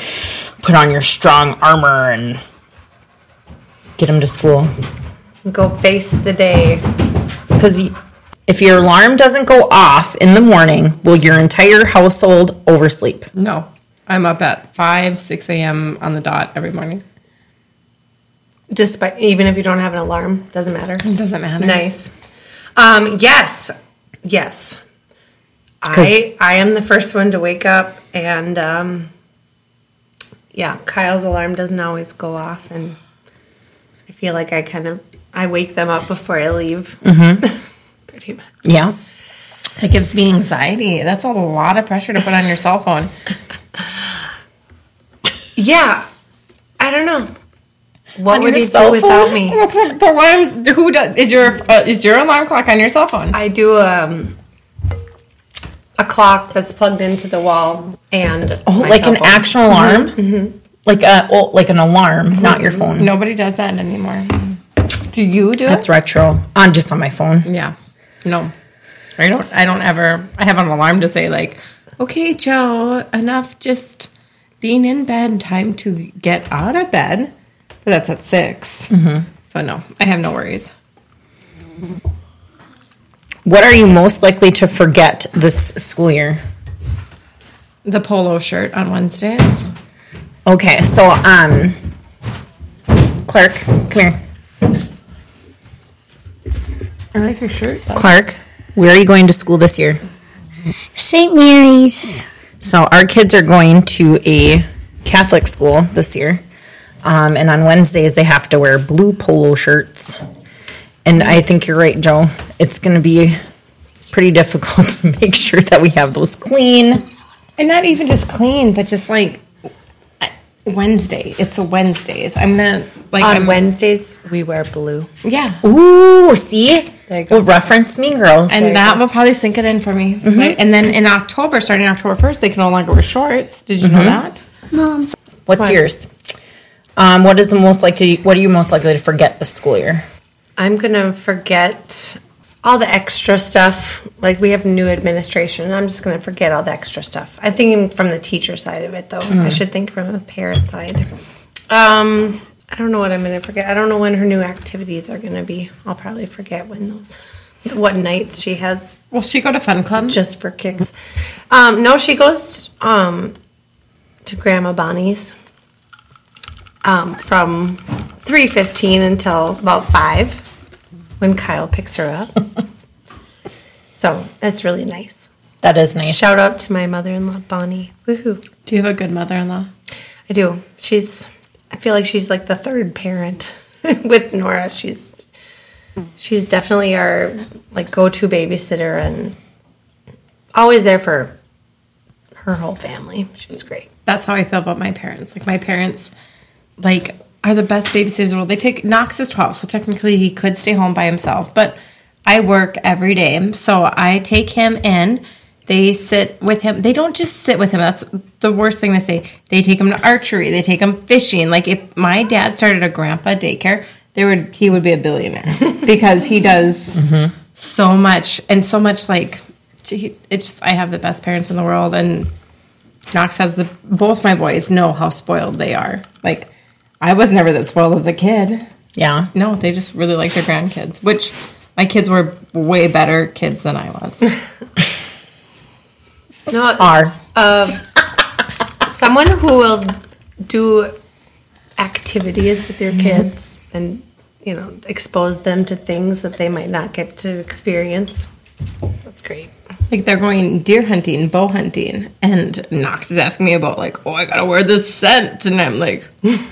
[SPEAKER 1] put on your strong armor and get them to school
[SPEAKER 2] Go face the day.
[SPEAKER 1] because if your alarm doesn't go off in the morning, will your entire household oversleep?
[SPEAKER 3] No, I'm up at five, six a.m. on the dot every morning.
[SPEAKER 2] Just by even if you don't have an alarm, doesn't matter.
[SPEAKER 3] Doesn't matter.
[SPEAKER 2] Nice. Um, yes, yes. I I am the first one to wake up, and um, yeah, Kyle's alarm doesn't always go off, and I feel like I kind of I wake them up before I leave.
[SPEAKER 1] Mm-hmm.
[SPEAKER 2] Pretty much.
[SPEAKER 1] Yeah.
[SPEAKER 3] That gives me anxiety. That's a lot of pressure to put on your cell phone.
[SPEAKER 2] Yeah, I don't know. What
[SPEAKER 1] On
[SPEAKER 2] would
[SPEAKER 1] your
[SPEAKER 2] you
[SPEAKER 1] cell
[SPEAKER 2] do without
[SPEAKER 1] phone?
[SPEAKER 2] me?
[SPEAKER 3] That's what, but why? I'm- Who does, is your uh, is your alarm clock on your cell phone?
[SPEAKER 2] I do um, a clock that's plugged into the wall and
[SPEAKER 1] Oh,
[SPEAKER 2] my
[SPEAKER 1] like
[SPEAKER 2] cell
[SPEAKER 1] an
[SPEAKER 2] phone.
[SPEAKER 1] actual alarm? Like a oh, like an alarm, not your phone.
[SPEAKER 3] Nobody does that anymore. Do you do
[SPEAKER 1] That's retro. On just on my phone.
[SPEAKER 3] it? Yeah. No, I don't. I don't ever. I have an alarm to say like, okay, Joe, enough just being in bed. Time to get out of bed. But that's at 6 So no, I have no worries.
[SPEAKER 1] What are you most likely to forget this school year?
[SPEAKER 3] The polo shirt on Wednesdays.
[SPEAKER 1] Okay, so um Clark, come here.
[SPEAKER 3] I like your shirt.
[SPEAKER 1] Clark, where are you going to school this year?
[SPEAKER 5] St. Mary's.
[SPEAKER 1] So our kids are going to a Catholic school this year, um, and on Wednesdays they have to wear blue polo shirts. And I think you're right, Joe. It's going to be pretty difficult to make sure that we have those clean.
[SPEAKER 3] And not even just clean, but just like I- Wednesday. It's a Wednesdays. I'm not like
[SPEAKER 2] On
[SPEAKER 3] I'm,
[SPEAKER 2] Wednesdays, we wear blue.
[SPEAKER 3] yeah.
[SPEAKER 1] Ooh, see,
[SPEAKER 2] There you go.
[SPEAKER 1] will reference Mean Girls.
[SPEAKER 3] And that will probably sink it in for me. Like, and then in October, starting October 1st, they can no longer wear shorts. Did you know that?
[SPEAKER 5] Mom,
[SPEAKER 1] What's yours? Um, what is the most likely? What are you most likely to forget this school year?
[SPEAKER 2] I'm gonna forget all the extra stuff. Like we have new administration. I'm just gonna forget all the extra stuff. I'm thinking from the teacher side of it though. I should think from the parent side. Um, I don't know what I'm gonna forget. I don't know when her new activities are gonna be. I'll probably forget when those what nights she has
[SPEAKER 3] Will she go to fun club?
[SPEAKER 2] just for kicks. Um, no, she goes um, to Grandma Bonnie's um, from three fifteen until about five when Kyle picks her up. so that's really nice.
[SPEAKER 1] That is nice.
[SPEAKER 2] Shout out to my mother-in-law Bonnie. Woohoo!
[SPEAKER 3] Do you have a good mother-in-law?
[SPEAKER 2] I do. She's. I feel like she's like the third parent with Nora. She's. She's definitely our like go-to babysitter and always there for her whole family. She's great.
[SPEAKER 3] That's how I feel about my parents. Like my parents, like are the best babysitters in the world. They take Knox is twelve, so technically he could stay home by himself. But I work every day, so I take him in. They sit with him. They don't just sit with him. That's the worst thing to say. They take him to archery. They take him fishing. Like if my dad started a grandpa daycare, there would he would be a billionaire because he does so much and so much like he- it's just, I have the best parents in the world and Knox has the both my boys know how spoiled they are. Like I was never that spoiled as a kid.
[SPEAKER 1] Yeah.
[SPEAKER 3] No, they just really like their grandkids, which my kids were way better kids than I was.
[SPEAKER 2] No,
[SPEAKER 1] Are
[SPEAKER 2] someone who will do activities with
[SPEAKER 3] Mm-hmm.
[SPEAKER 2] your kids and you know expose them to things that they might not get to experience. That's great.
[SPEAKER 3] like they're going deer hunting, bow hunting, and Knox is asking me about like, "Oh, I got to wear this scent." And I'm like,
[SPEAKER 1] just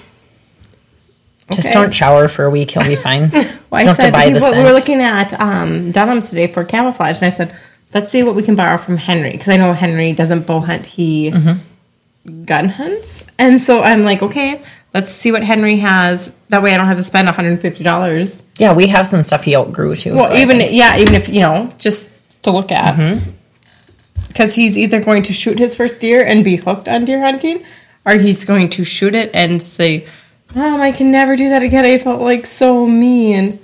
[SPEAKER 3] Okay.
[SPEAKER 1] don't shower for a week. He'll be fine.
[SPEAKER 3] Well, I
[SPEAKER 1] Don't have to
[SPEAKER 3] said
[SPEAKER 1] buy
[SPEAKER 3] "Hey,
[SPEAKER 1] the
[SPEAKER 3] what we were
[SPEAKER 1] scent."
[SPEAKER 3] looking at um, Dunham's today for camouflage, and I said, "Let's see what we can borrow from Henry," because I know Henry doesn't bow hunt; he
[SPEAKER 1] Mm-hmm.
[SPEAKER 3] gun hunts. And so I'm like, "Okay, let's see what Henry has. That way, I don't have to spend 150 dollars.
[SPEAKER 1] yeah, we have some stuff he outgrew too.
[SPEAKER 3] Well,
[SPEAKER 1] so I
[SPEAKER 3] even
[SPEAKER 1] think- Mm-hmm.
[SPEAKER 3] yeah, even if you know, just to look at, because he's either going to shoot his first deer and be hooked on deer hunting, or he's going to shoot it and say." Mom, I can never do that again. I felt like so mean.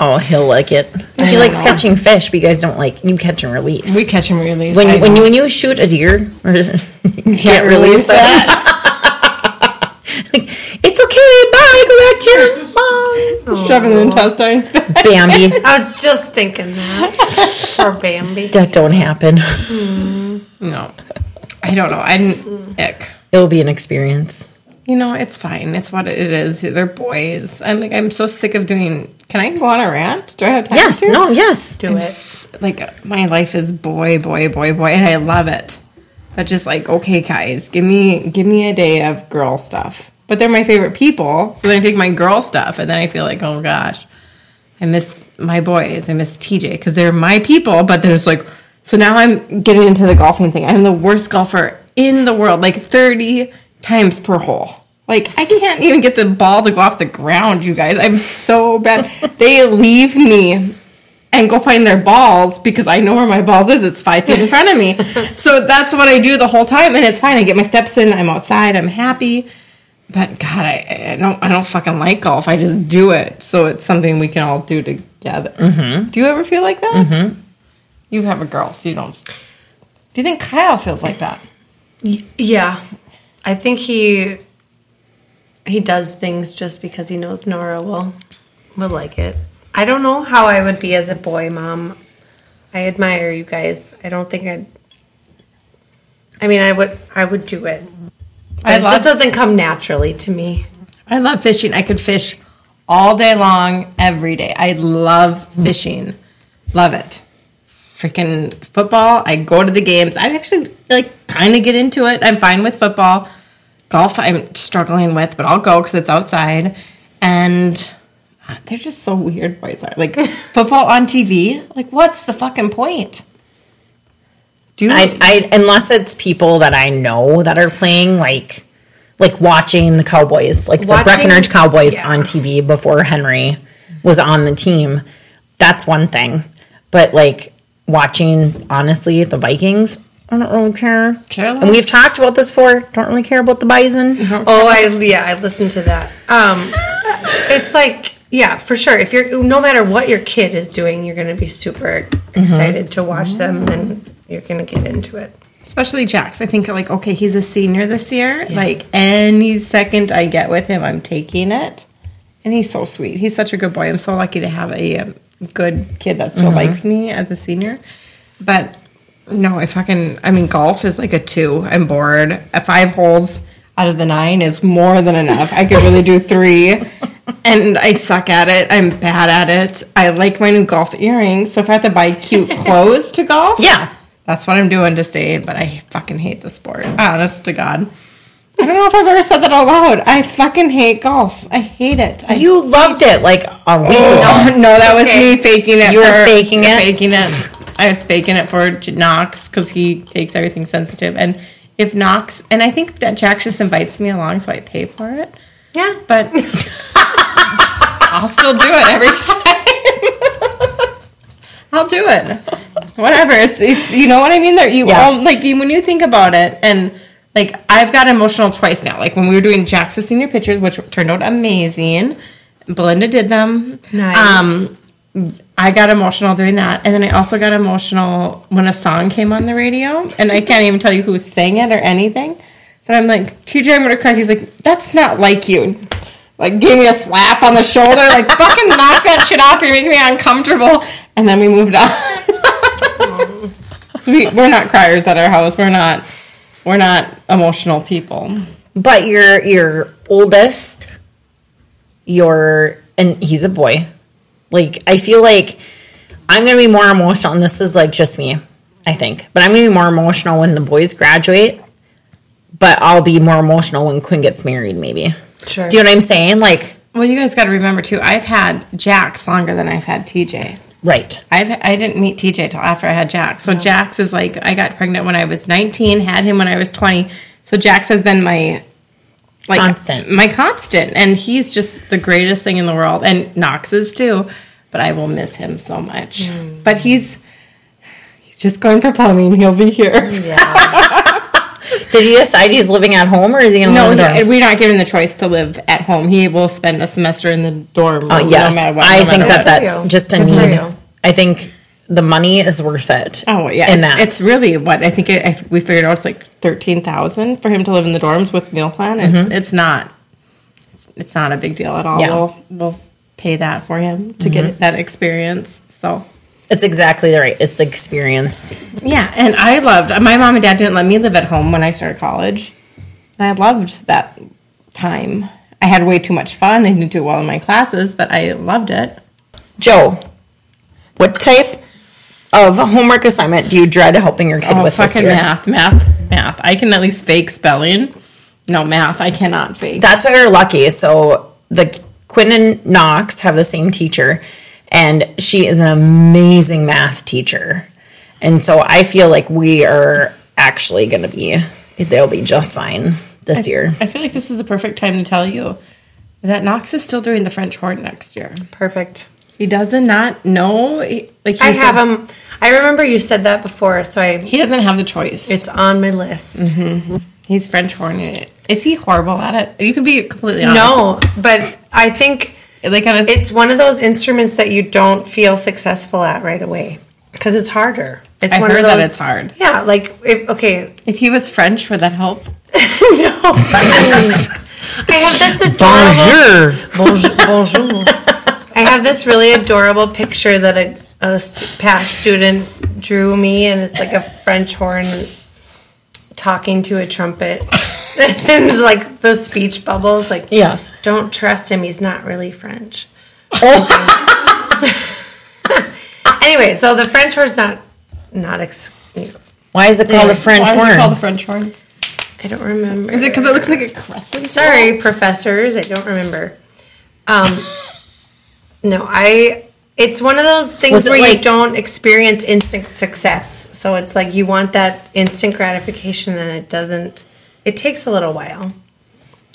[SPEAKER 1] Oh, he'll like it. He likes catching fish, but you guys don't like you catch and release.
[SPEAKER 6] We catch and release.
[SPEAKER 1] when
[SPEAKER 6] I
[SPEAKER 1] you, when
[SPEAKER 6] don't-
[SPEAKER 1] you when you shoot a deer, you can't, release that.
[SPEAKER 6] that.
[SPEAKER 1] It's okay. Bye, go back to your mom.
[SPEAKER 3] Shoving the intestines.
[SPEAKER 1] Bambi,
[SPEAKER 2] I was just thinking that. Poor Bambi.
[SPEAKER 1] that don't happen.
[SPEAKER 6] No,
[SPEAKER 3] I don't know. I'm ick.
[SPEAKER 1] It'll be an experience.
[SPEAKER 3] You know, it's fine. It's what it is. They're boys. I'm like, I'm so sick of doing. Can I go on a rant? Do I have time?
[SPEAKER 1] Yes.
[SPEAKER 3] to?
[SPEAKER 1] No. Yes.
[SPEAKER 2] Do it.
[SPEAKER 3] It's like my life is boy, boy, boy, boy, and I love it. But just like, okay, guys, give me give me a day of girl stuff. But they're my favorite people, so then I take my girl stuff, and then I feel like, oh gosh, I miss my boys. I miss TJ because they're my people. But there's like, so now I'm getting into the golfing thing. I'm the worst golfer in the world, like 30 times per hole. Like I can't even get the ball to go off the ground, you guys. I'm so bad. they leave me and go find their balls because I know where my balls is. It's five feet in front of me. so that's what I do the whole time, and it's fine. I get my steps in. I'm outside. I'm happy. But God, I, I don't. I don't fucking like golf. I just do it. So it's something we can all do together. Do you ever feel like that? You have a girl, so you don't. Do you think Kyle feels like that?
[SPEAKER 2] Yeah. I think he he does things just because he knows Nora will will like it. I don't know how I would be as a boy mom. I admire you guys. I don't think I'd I mean I would I would do it. But
[SPEAKER 3] I
[SPEAKER 2] it
[SPEAKER 3] love-
[SPEAKER 2] just doesn't come naturally to me.
[SPEAKER 3] I love fishing. I could fish all day long, every day. I love fishing. Love it. Freaking football. I go to the games. I actually like kind of get into it. I'm fine with football. Golf, I'm struggling with, but I'll go because it's outside. And uh, they're just so weird, boys are. Like football on TV. Like, what's the fucking point? Do you?
[SPEAKER 1] I, I unless it's people that I know that are playing, like like watching the Cowboys, like the
[SPEAKER 2] Watching-
[SPEAKER 1] Breckenridge Cowboys
[SPEAKER 2] yeah.
[SPEAKER 1] on TV before Henry was on the team. That's one thing, but like watching honestly the Vikings. I don't really care.
[SPEAKER 3] Care less.
[SPEAKER 1] And we've talked about this before. Don't really care about the bison.
[SPEAKER 2] Oh, I yeah, I listened to that. Um, it's like yeah, for sure. If you're no matter what your kid is doing, you're going to be super
[SPEAKER 3] Mm-hmm.
[SPEAKER 2] excited to watch them, and you're going to get into it.
[SPEAKER 3] especially Jax. I think like okay, he's a senior this year. Like any second I get with him, I'm taking it. And he's so sweet. He's such a good boy. I'm so lucky to have a, um good kid that still likes me as a senior. But no, I fucking I mean golf is like a two. I'm bored. A five holes out of the nine is more than enough. I could really do three. And I suck at it. I'm bad at it. I like my new golf earrings. So if I have to buy cute clothes to golf,
[SPEAKER 1] Yeah.
[SPEAKER 3] that's what I'm doing to stay, but I fucking hate the sport. Honest to God. I don't know if I've ever said that out loud. I fucking hate golf. I hate it. I
[SPEAKER 1] You loved it like a week
[SPEAKER 2] Oh,
[SPEAKER 1] ago.
[SPEAKER 3] no, no, that was me
[SPEAKER 2] Okay.
[SPEAKER 3] faking it.
[SPEAKER 1] You were
[SPEAKER 3] for-
[SPEAKER 1] faking it?
[SPEAKER 3] Faking it. I was faking it for J- Knox because he takes everything sensitive. And if Knox, and I think that Jack just invites me along, so I pay for it.
[SPEAKER 2] Yeah,
[SPEAKER 3] But I'll still do it every time. I'll do it. Whatever. It's it's you know what I mean? There you
[SPEAKER 1] Yeah.
[SPEAKER 3] all like you- when you think about it and like I've got emotional twice now. Like when we were doing Jack's senior pictures, which turned out amazing. Belinda did them.
[SPEAKER 2] Nice.
[SPEAKER 3] Um I got emotional doing that. And then I also got emotional when a song came on the radio. And I can't even tell you who sang it or anything. But I'm like, TJ, I'm going to cry. He's like, that's not like you. Like, gave me a slap on the shoulder. Like, fucking knock that shit off. You're making me uncomfortable. And then we moved on. So we, we're not criers at our house. We're not. We're not emotional people.
[SPEAKER 1] But your your oldest, your and he's a boy. Like I feel like I'm gonna be more emotional, and this is like just me, I think. But I'm gonna be more emotional when the boys graduate. But I'll be more emotional when Quinn gets married, maybe.
[SPEAKER 2] sure.
[SPEAKER 1] Do you know what I'm saying? Like,
[SPEAKER 3] Well, you guys got to remember too. I've had Jax longer than I've had TJ.
[SPEAKER 1] right?
[SPEAKER 3] I've I didn't meet TJ till after I had Jax. So Jax is like I got pregnant when I was 19, had him when I was 20. So Jax has been my like
[SPEAKER 1] Constant.
[SPEAKER 3] my constant, and he's just the greatest thing in the world, and Knox is too. But I will miss him so much.
[SPEAKER 1] Hmm.
[SPEAKER 3] But he's he's just going for plumbing. He'll be here.
[SPEAKER 1] Did he decide he's living at home or is he going to
[SPEAKER 3] No,
[SPEAKER 1] live in
[SPEAKER 3] he-
[SPEAKER 1] dorms?
[SPEAKER 3] we're not given the choice to live at home. He will spend a semester in the dorm room
[SPEAKER 1] Oh, yes,
[SPEAKER 3] no matter what.
[SPEAKER 1] I
[SPEAKER 3] no
[SPEAKER 1] think
[SPEAKER 3] matter
[SPEAKER 1] that
[SPEAKER 3] what.
[SPEAKER 2] Good for
[SPEAKER 1] that's
[SPEAKER 2] you.
[SPEAKER 1] just a
[SPEAKER 2] Good for
[SPEAKER 1] need.
[SPEAKER 2] you.
[SPEAKER 1] I think the money is worth it.
[SPEAKER 3] Oh yeah,
[SPEAKER 1] in
[SPEAKER 3] it's,
[SPEAKER 1] that
[SPEAKER 3] it's really what I think it, I, we figured out. It's like thirteen thousand for him to live in the dorms with meal plan. It's it's not it's, it's not a big deal at all.
[SPEAKER 1] Yeah.
[SPEAKER 3] We'll we'll pay that for him to get that experience. So
[SPEAKER 1] it's exactly right. It's the experience.
[SPEAKER 3] yeah, and I loved my mom and dad didn't let me live at home when I started college, and I loved that time. I had way too much fun. I didn't do well in my classes, but I loved it.
[SPEAKER 1] Joe, what type of homework assignment do you dread helping your kid
[SPEAKER 3] Oh,
[SPEAKER 1] with this
[SPEAKER 3] fucking
[SPEAKER 1] year?
[SPEAKER 3] math, math, math. I can at least fake spelling. No math, I cannot fake.
[SPEAKER 1] That's why we're lucky. So the Quinn and Knox have the same teacher, and she is an amazing math teacher. And so I feel like we are actually going to be they'll be just fine this year.
[SPEAKER 3] I feel like this is the perfect time to tell you that Knox is still doing the French horn next year.
[SPEAKER 2] Perfect.
[SPEAKER 3] He doesn't not know. he- Like he
[SPEAKER 2] I
[SPEAKER 3] said,
[SPEAKER 2] have them. I remember you said that before, so I.
[SPEAKER 3] He doesn't have the choice.
[SPEAKER 2] It's on my list.
[SPEAKER 3] Mm-hmm. He's French horn. it. Is he horrible at it? You can be completely honest.
[SPEAKER 2] No, but I think
[SPEAKER 3] like on a,
[SPEAKER 2] it's one of those instruments that you don't feel successful at right away because it's harder. It's
[SPEAKER 3] I
[SPEAKER 2] one
[SPEAKER 3] heard
[SPEAKER 2] of those.
[SPEAKER 3] that it's hard.
[SPEAKER 2] Yeah, like if okay,
[SPEAKER 3] If he was French, would that help?
[SPEAKER 2] I have this adorable. Bonjour. Bonjour. I have this really adorable picture that a, a stu- past student drew me, and it's like a French horn talking to a trumpet. and it's like those speech bubbles, like,
[SPEAKER 1] Yeah.
[SPEAKER 2] don't trust him, he's not really French. anyway, so the French horn's not, not, ex- you know,
[SPEAKER 1] Why is it called a French
[SPEAKER 3] Why Is it called the
[SPEAKER 1] horn?
[SPEAKER 3] French horn?
[SPEAKER 2] I don't remember.
[SPEAKER 3] Is it because it looks like a crescent?
[SPEAKER 2] Sorry, professors. I don't remember. Um, no, I. It's one of those things
[SPEAKER 1] Was it
[SPEAKER 2] where you
[SPEAKER 1] like-
[SPEAKER 2] don't experience instant success. So it's like you want that instant gratification, and it doesn't. It takes a little while.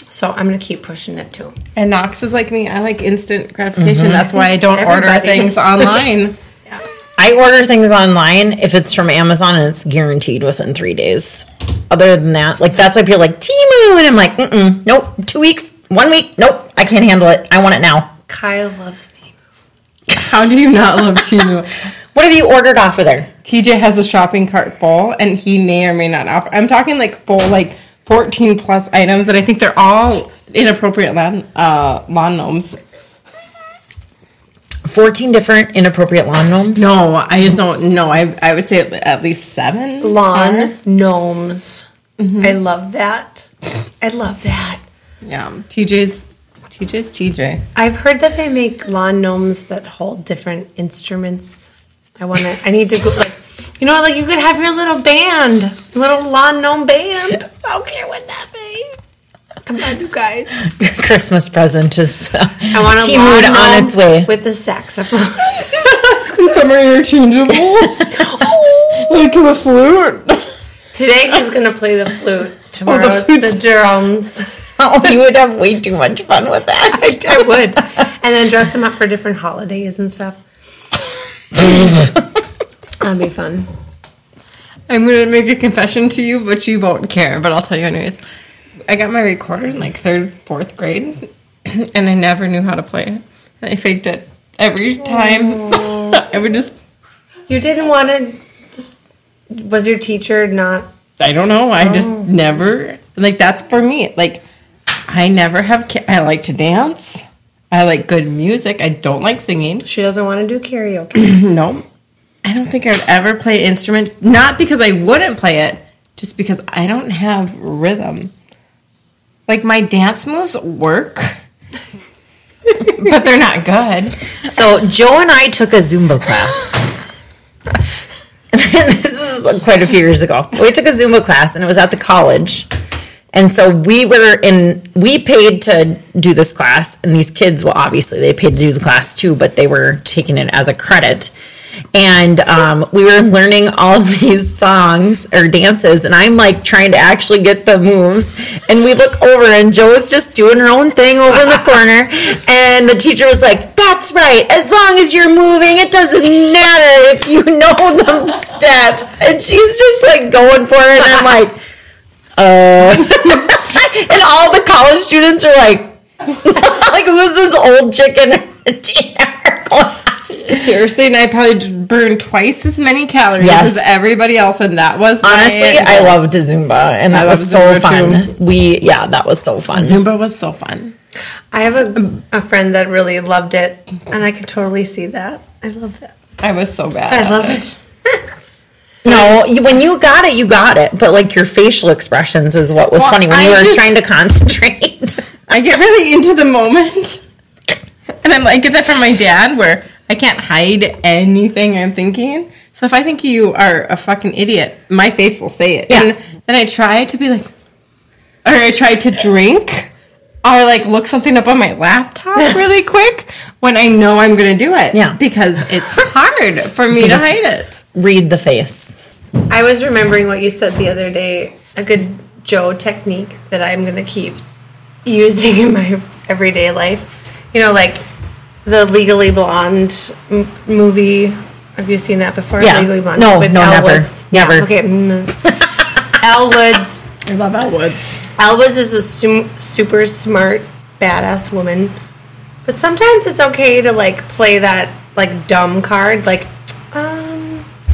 [SPEAKER 2] So I'm gonna keep pushing it too.
[SPEAKER 3] And Knox is like me. I like instant gratification. That's why I don't order
[SPEAKER 2] Everybody.
[SPEAKER 3] things online.
[SPEAKER 1] I order things online if it's from Amazon and it's guaranteed within three days. Other than that, like that's why people are like Timu, and I'm like, Mm-mm, nope, two weeks, one week, nope, I can't handle it. I want it now.
[SPEAKER 2] Kyle loves Team.
[SPEAKER 3] How do you not love Tinu?
[SPEAKER 1] What have you ordered off of there?
[SPEAKER 3] TJ has a shopping cart full, and he may or may not offer. I'm talking like full, like 14 plus items that I think they're all inappropriate lawn, uh, lawn gnomes.
[SPEAKER 1] 14 different inappropriate lawn gnomes?
[SPEAKER 3] No, I just don't know. I, I would say at least seven.
[SPEAKER 2] Lawn gnomes.
[SPEAKER 1] Mm-hmm.
[SPEAKER 2] I love that. I love that.
[SPEAKER 3] Yeah. TJ's TJ's TJ.
[SPEAKER 2] I've heard that they make lawn gnomes that hold different instruments. I want to. I need to go. Like, you know, like you could have your little band, little lawn gnome band. I don't care what that be. Come on, you guys.
[SPEAKER 1] Christmas present is uh,
[SPEAKER 2] I want a
[SPEAKER 1] Tea
[SPEAKER 2] lawn
[SPEAKER 1] mood
[SPEAKER 2] gnome
[SPEAKER 1] on its way.
[SPEAKER 2] with a saxophone.
[SPEAKER 3] Some are interchangeable. like the flute.
[SPEAKER 2] Oh.
[SPEAKER 3] Oh,
[SPEAKER 2] Today he's gonna play the flute. Tomorrow it's the drums.
[SPEAKER 1] Oh, you would have way too much fun with that.
[SPEAKER 2] I, I would, and then dress him up for different holidays and stuff. That'd be fun.
[SPEAKER 3] I'm gonna make a confession to you, but you won't care. But I'll tell you anyways. I got my recorder in like third, fourth grade, and I never knew how to play it. And I faked it every time. I would just.
[SPEAKER 2] You didn't want to. Was your teacher not?
[SPEAKER 3] I don't know. I just never like that's for me. Like I never have. Ki- I like to dance. I like good music. I don't like singing.
[SPEAKER 2] She doesn't want to do karaoke.
[SPEAKER 3] No, I don't think I would ever play an instrument. Not because I wouldn't play it, just because I don't have rhythm. Like my dance moves work, but they're not good.
[SPEAKER 1] So, Joe and I took a Zumba class. and this is quite a few years ago. We took a Zumba class and it was at the college. And so we were in, we paid to do this class. And these kids, well, obviously they paid to do the class too, but they were taking it as a credit. And um, we were learning all of these songs or dances. And I'm like trying to actually get the moves. And we look over and Joe's just doing her own thing over in the corner. And the teacher was like, that's right. As long as you're moving, it doesn't matter if you know the steps. And she's just like going for it. And I'm like, uh, and all the college students are like, like who's this old chicken in our class?
[SPEAKER 3] Seriously, and I probably d- burned twice as many calories
[SPEAKER 1] Yes.
[SPEAKER 3] as everybody else, and that was my-
[SPEAKER 1] Honestly, I loved Zumba, and that
[SPEAKER 3] I
[SPEAKER 1] was
[SPEAKER 3] loved
[SPEAKER 1] so
[SPEAKER 3] Zumba
[SPEAKER 1] fun. We, yeah, that was so fun.
[SPEAKER 6] Zumba was so fun.
[SPEAKER 2] I have a, a friend that really loved it, and I can totally see that. I love that.
[SPEAKER 3] I was so bad.
[SPEAKER 2] I
[SPEAKER 3] at
[SPEAKER 2] love it.
[SPEAKER 1] No, you, when you got it, you got it. But like your facial expressions is what was
[SPEAKER 3] Well,
[SPEAKER 1] funny when
[SPEAKER 3] I
[SPEAKER 1] you were
[SPEAKER 3] just-
[SPEAKER 1] trying to concentrate.
[SPEAKER 3] I get really into the moment, and I'm, I get that from my dad, where I can't hide anything I'm thinking. So if I think you are a fucking idiot, my face will say it.
[SPEAKER 1] Yeah.
[SPEAKER 3] And then I try to be like, or I try to drink, or like look something up on my laptop really quick when I know I'm going to do it.
[SPEAKER 1] Yeah.
[SPEAKER 3] because it's hard for me to
[SPEAKER 1] Because-
[SPEAKER 3] hide it.
[SPEAKER 1] Read the face.
[SPEAKER 2] I was remembering what you said the other day a good Joe technique that I'm going to keep using in my everyday life. You know, like the Legally Blonde m- movie. Have you seen that before?
[SPEAKER 1] Yeah.
[SPEAKER 2] Legally Blonde.
[SPEAKER 1] No, no,
[SPEAKER 2] Elle
[SPEAKER 1] never.
[SPEAKER 2] Woods.
[SPEAKER 1] Never.
[SPEAKER 2] Yeah, okay. mm. Elle Woods.
[SPEAKER 6] I love Elwoods.
[SPEAKER 2] Elvis is a su- super smart, badass woman. But sometimes it's okay to like play that like dumb card, like, um,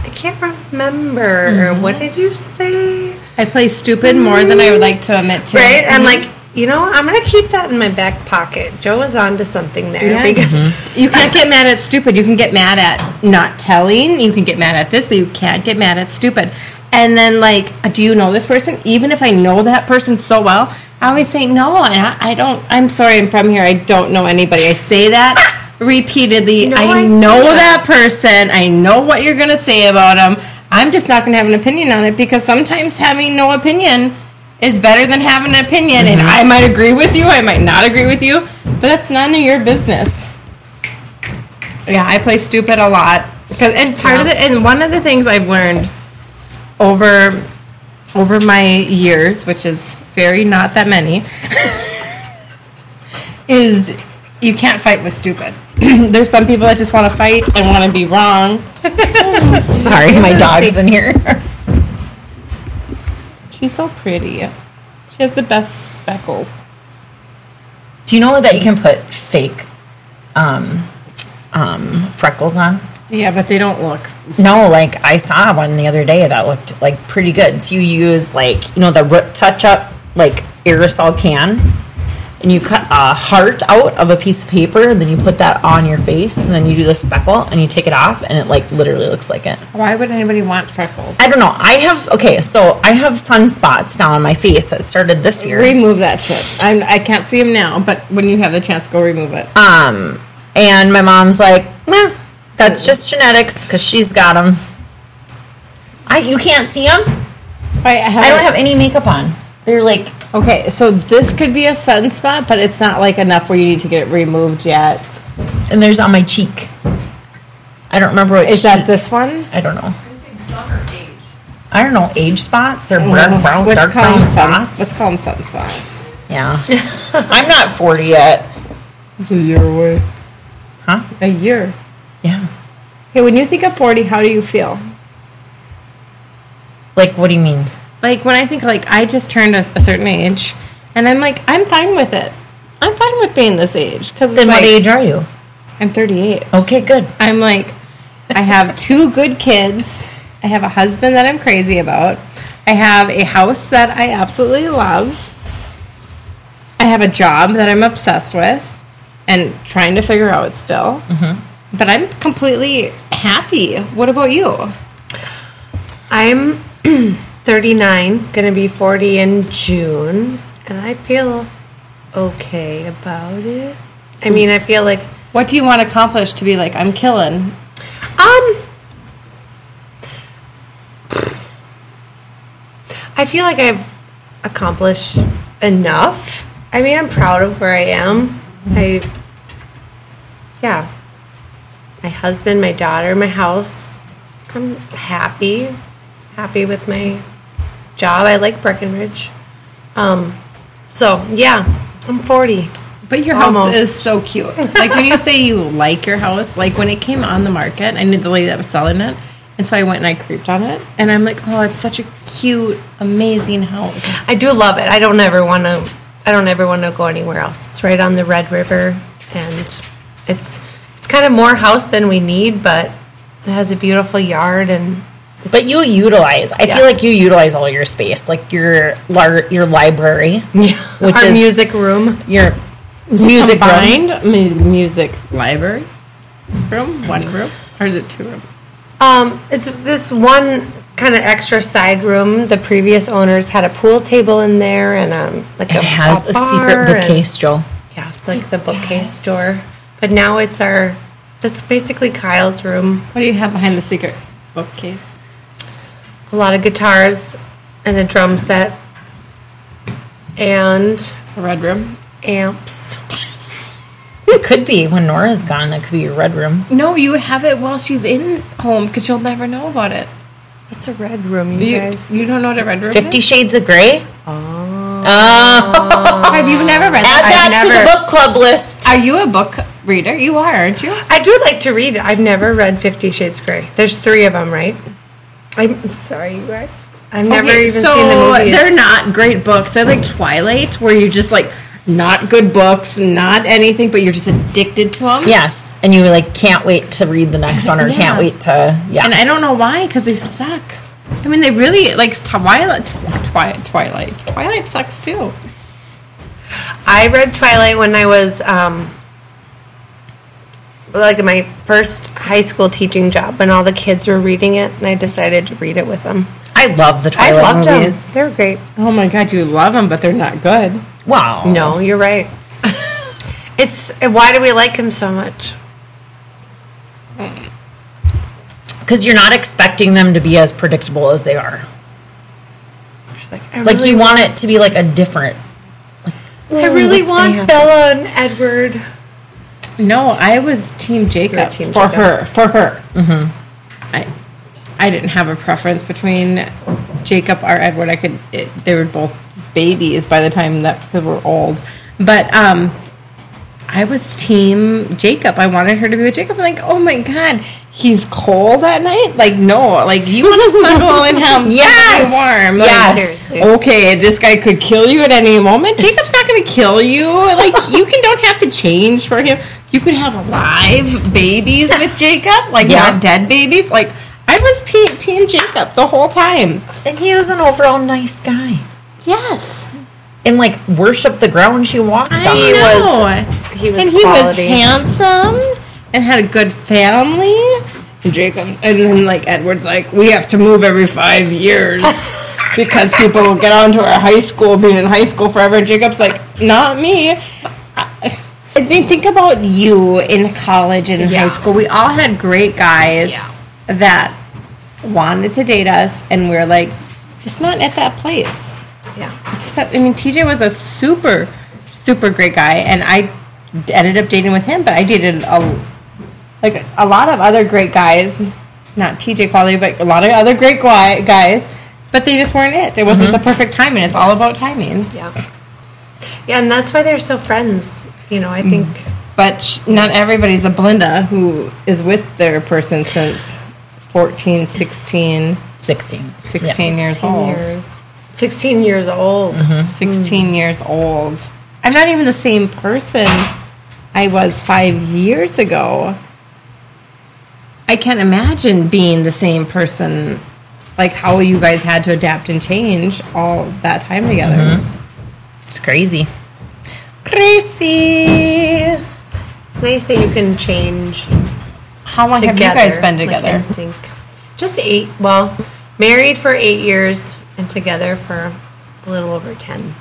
[SPEAKER 2] I can't remember. What did you say?
[SPEAKER 3] I play stupid more than I would like to admit to.
[SPEAKER 2] Right? I'm like, you know, I'm gonna keep that in my back pocket. Joe is onto something there
[SPEAKER 3] Yeah. Mm-hmm.
[SPEAKER 2] because
[SPEAKER 3] You can't get mad at stupid. You can get mad at not telling. You can get mad at this, but you can't get mad at stupid. And then, like, do you know this person? Even if I know that person so well, I always say no. And I, I don't. I'm sorry. I'm from here. I don't know anybody. I say that repeatedly.
[SPEAKER 2] No,
[SPEAKER 3] I
[SPEAKER 2] I
[SPEAKER 3] know
[SPEAKER 2] don't.
[SPEAKER 3] that person. I know what you're gonna say about them. I'm just not gonna have an opinion on it because sometimes having no opinion is better than having an opinion.
[SPEAKER 2] Mm-hmm.
[SPEAKER 3] And I might agree with you. I might not agree with you. But that's none of your business. Yeah, I play stupid a lot because and part of the and one of the things I've learned over over my years, which is very not that many, is you can't fight with stupid. There's some people that just want to fight and want to be wrong.
[SPEAKER 1] Sorry, my dog's in here.
[SPEAKER 3] She's so pretty. She has the best speckles.
[SPEAKER 1] Do you know that you can put fake um, um, freckles on?
[SPEAKER 3] Yeah, but they don't look.
[SPEAKER 1] No, like I saw one the other day that looked like pretty good. So you use like you know the root touch up like aerosol can, and you cut a heart out of a piece of paper, and then you put that on your face, and then you do the speckle, and you take it off, and it like literally looks like it.
[SPEAKER 3] Why would anybody want freckles?
[SPEAKER 1] I don't know. I have okay, so I have sunspots now on my face that started this year.
[SPEAKER 3] Remove that shit. I'm, I can't see them now, but when you have the chance, go remove it.
[SPEAKER 1] Um, and my mom's like, "Meh, that's just genetics because she's got them." I you can't see them.
[SPEAKER 3] I,
[SPEAKER 1] I don't have any makeup on. They're like
[SPEAKER 3] Okay, so this could be a sunspot, but it's not like enough where you need to get it removed yet.
[SPEAKER 1] and there's on my cheek. I don't remember what
[SPEAKER 3] Is
[SPEAKER 1] cheek.
[SPEAKER 3] that this one?
[SPEAKER 1] I don't know. I don't know age spots or dark brown,
[SPEAKER 3] Let's
[SPEAKER 1] dark
[SPEAKER 3] call 'em
[SPEAKER 1] brown
[SPEAKER 3] suns-
[SPEAKER 1] spots.
[SPEAKER 3] Let's call them sunspots.
[SPEAKER 1] Yeah, I'm not 40 yet.
[SPEAKER 3] It's a year away.
[SPEAKER 1] Huh?
[SPEAKER 3] A year.
[SPEAKER 1] Yeah.
[SPEAKER 3] Okay, when you think of forty, how do you feel?
[SPEAKER 1] Like, what do you mean?
[SPEAKER 3] Like when I think like I just turned a, a certain age, and I'm like I'm fine with it. I'm fine with being this age because
[SPEAKER 1] Then what age are you?
[SPEAKER 3] I'm 38.
[SPEAKER 1] Okay, good.
[SPEAKER 3] I'm like, I have two good kids. I have a husband that I'm crazy about. I have a house that I absolutely love. I have a job that I'm obsessed with and trying to figure out still. But I'm completely happy. What about you?
[SPEAKER 2] I'm 39, gonna be 40 in June, and I feel okay about it. I mean, I feel like
[SPEAKER 3] What do you want to accomplish to be like, I'm killing?
[SPEAKER 2] Um, I feel like I've accomplished enough. I mean, I'm proud of where I am. I, yeah, my husband, my daughter, my house. I'm happy, happy with my job. I like Breckenridge. Um, so yeah, I'm 40.
[SPEAKER 3] But your
[SPEAKER 2] house
[SPEAKER 3] house is
[SPEAKER 2] is
[SPEAKER 3] so cute. Like when you say you like your house, like when it came on the market, I knew the lady that was selling it, and And so I went and I creeped on it, and I'm like, oh, it's such a cute, amazing house.
[SPEAKER 2] I do love it. I don't ever want to. I don't ever want to go anywhere else. It's right on the Red River, and it's it's kind of more house than we need, but it has a beautiful yard and
[SPEAKER 1] But you utilize. I
[SPEAKER 2] Yeah.
[SPEAKER 1] feel like you utilize all your space, like your lar- your library, which
[SPEAKER 2] our
[SPEAKER 1] is
[SPEAKER 2] music room.
[SPEAKER 1] your music room.
[SPEAKER 3] Combined mu- music library room, one room, or is it two rooms?
[SPEAKER 2] Um, it's this one kind of extra side room. The previous owners had a pool table in there, and um, like
[SPEAKER 1] It
[SPEAKER 2] a,
[SPEAKER 1] has a
[SPEAKER 2] bar
[SPEAKER 1] secret
[SPEAKER 2] and-
[SPEAKER 1] bookcase, Joel.
[SPEAKER 2] yeah, it's like the bookcase door. But now it's our. That's basically Kyle's room.
[SPEAKER 3] What do you have behind the secret bookcase?
[SPEAKER 2] a lot of guitars and a drum set and
[SPEAKER 3] A red room?
[SPEAKER 2] amps.
[SPEAKER 1] It could be when Nora's gone. That could be your red room.
[SPEAKER 3] No, you have it while she's in home because you'll never know about it.
[SPEAKER 2] What's a red room, you,
[SPEAKER 3] You,
[SPEAKER 2] guys?
[SPEAKER 3] you don't know what a red room
[SPEAKER 1] Fifty
[SPEAKER 3] is?
[SPEAKER 1] Shades of Grey. Oh.
[SPEAKER 3] Have you never read
[SPEAKER 1] Add
[SPEAKER 3] that?
[SPEAKER 1] that to
[SPEAKER 2] never-
[SPEAKER 1] the book club list.
[SPEAKER 3] Are you a book reader? You are, aren't you?
[SPEAKER 2] I do like to read. I've never read Fifty Shades Grey. There's three of them, right? I'm sorry, you guys. I've never
[SPEAKER 3] Okay,
[SPEAKER 2] even
[SPEAKER 3] so
[SPEAKER 2] seen the movies.
[SPEAKER 3] they're not great books. They're like Twilight, where you're just like not good books, not anything, but you're just addicted to them.
[SPEAKER 1] Yes, and you like can't wait to read the next one, or
[SPEAKER 3] Yeah.
[SPEAKER 1] can't wait to yeah.
[SPEAKER 3] And I don't know why, because they suck. I mean, they really like Twilight. Twilight. Twilight. Twilight sucks too.
[SPEAKER 2] I read Twilight when I was um, like in my first high school teaching job when all the kids were reading it, and I decided to read it with them.
[SPEAKER 1] I love the
[SPEAKER 2] I,
[SPEAKER 1] Twilight
[SPEAKER 2] loved
[SPEAKER 1] movies.
[SPEAKER 2] them. They were great.
[SPEAKER 3] Oh my god, you love them, but they're not good.
[SPEAKER 1] Wow.
[SPEAKER 2] No, you're right. it's why do we like him so much?
[SPEAKER 1] because you're not expecting them to be as predictable as they are.
[SPEAKER 2] She's like, I
[SPEAKER 1] Like
[SPEAKER 2] really,
[SPEAKER 1] you want it to be like a different.
[SPEAKER 2] I really
[SPEAKER 1] what's gonna
[SPEAKER 2] want Bella and Edward.
[SPEAKER 3] No, I was Team Jacob
[SPEAKER 2] Team
[SPEAKER 3] for
[SPEAKER 2] Jacob.
[SPEAKER 3] her. For her. Mm-hmm. I, I didn't have a preference between Jacob or Edward. I could. It, they were both just babies by the time that they were old. But um, I was Team Jacob. I wanted her to be with Jacob. I'm like, oh my god, he's cold at night. Like, no, like you want to snuggle in him.
[SPEAKER 1] Yes!
[SPEAKER 3] something warm. Like,
[SPEAKER 1] Yes.
[SPEAKER 2] Seriously.
[SPEAKER 3] okay, this guy could kill you at any moment. Jacob's not going to kill you. Like you can don't have to change for him. You could have live babies with Jacob, like
[SPEAKER 1] Yeah.
[SPEAKER 3] not dead babies. Like I was pe- team Jacob the whole time.
[SPEAKER 1] And he is an overall nice guy.
[SPEAKER 3] Yes,
[SPEAKER 1] And like worship the ground she walked
[SPEAKER 3] I
[SPEAKER 1] on.
[SPEAKER 3] he know. Was,
[SPEAKER 2] he was
[SPEAKER 3] and he
[SPEAKER 2] quality.
[SPEAKER 3] was handsome and had a good family. And Jacob, and then like Edward's like, we have to move every five years. Because people will get onto our high school, being in high school forever. And Jacob's like, not me. I think think about you in college and in
[SPEAKER 2] Yeah.
[SPEAKER 3] high school. We all had great guys
[SPEAKER 2] Yeah.
[SPEAKER 3] that wanted to date us, and we're like, just not at that place.
[SPEAKER 2] Yeah,
[SPEAKER 3] Just that- I mean, TJ was a super, super great guy, and I d- ended up dating with him. But I dated a like a lot of other great guys, not TJ quality, but a lot of other great gui- guys. But they just weren't it. It wasn't the perfect timing. It's all about timing.
[SPEAKER 2] yeah, yeah, and that's why they're still friends. You know,
[SPEAKER 3] Mm.
[SPEAKER 2] I think
[SPEAKER 3] But sh- not everybody's a Belinda who is with their person since 14, 16,
[SPEAKER 1] Sixteen.
[SPEAKER 3] 16 years
[SPEAKER 2] 16
[SPEAKER 3] old.
[SPEAKER 2] years, sixteen years old.
[SPEAKER 3] Mm-hmm. 16 years old. I'm not even the same person I was five years ago. I can't imagine being the same person, like how you guys had to adapt and change all that time together.
[SPEAKER 1] Yeah. It's crazy.
[SPEAKER 3] Crazy.
[SPEAKER 2] It's nice that you can change
[SPEAKER 3] How long
[SPEAKER 2] together.
[SPEAKER 3] have you guys been
[SPEAKER 2] like,
[SPEAKER 3] together?
[SPEAKER 2] in sync. Just eight. Well, married for eight years and together for a little over ten.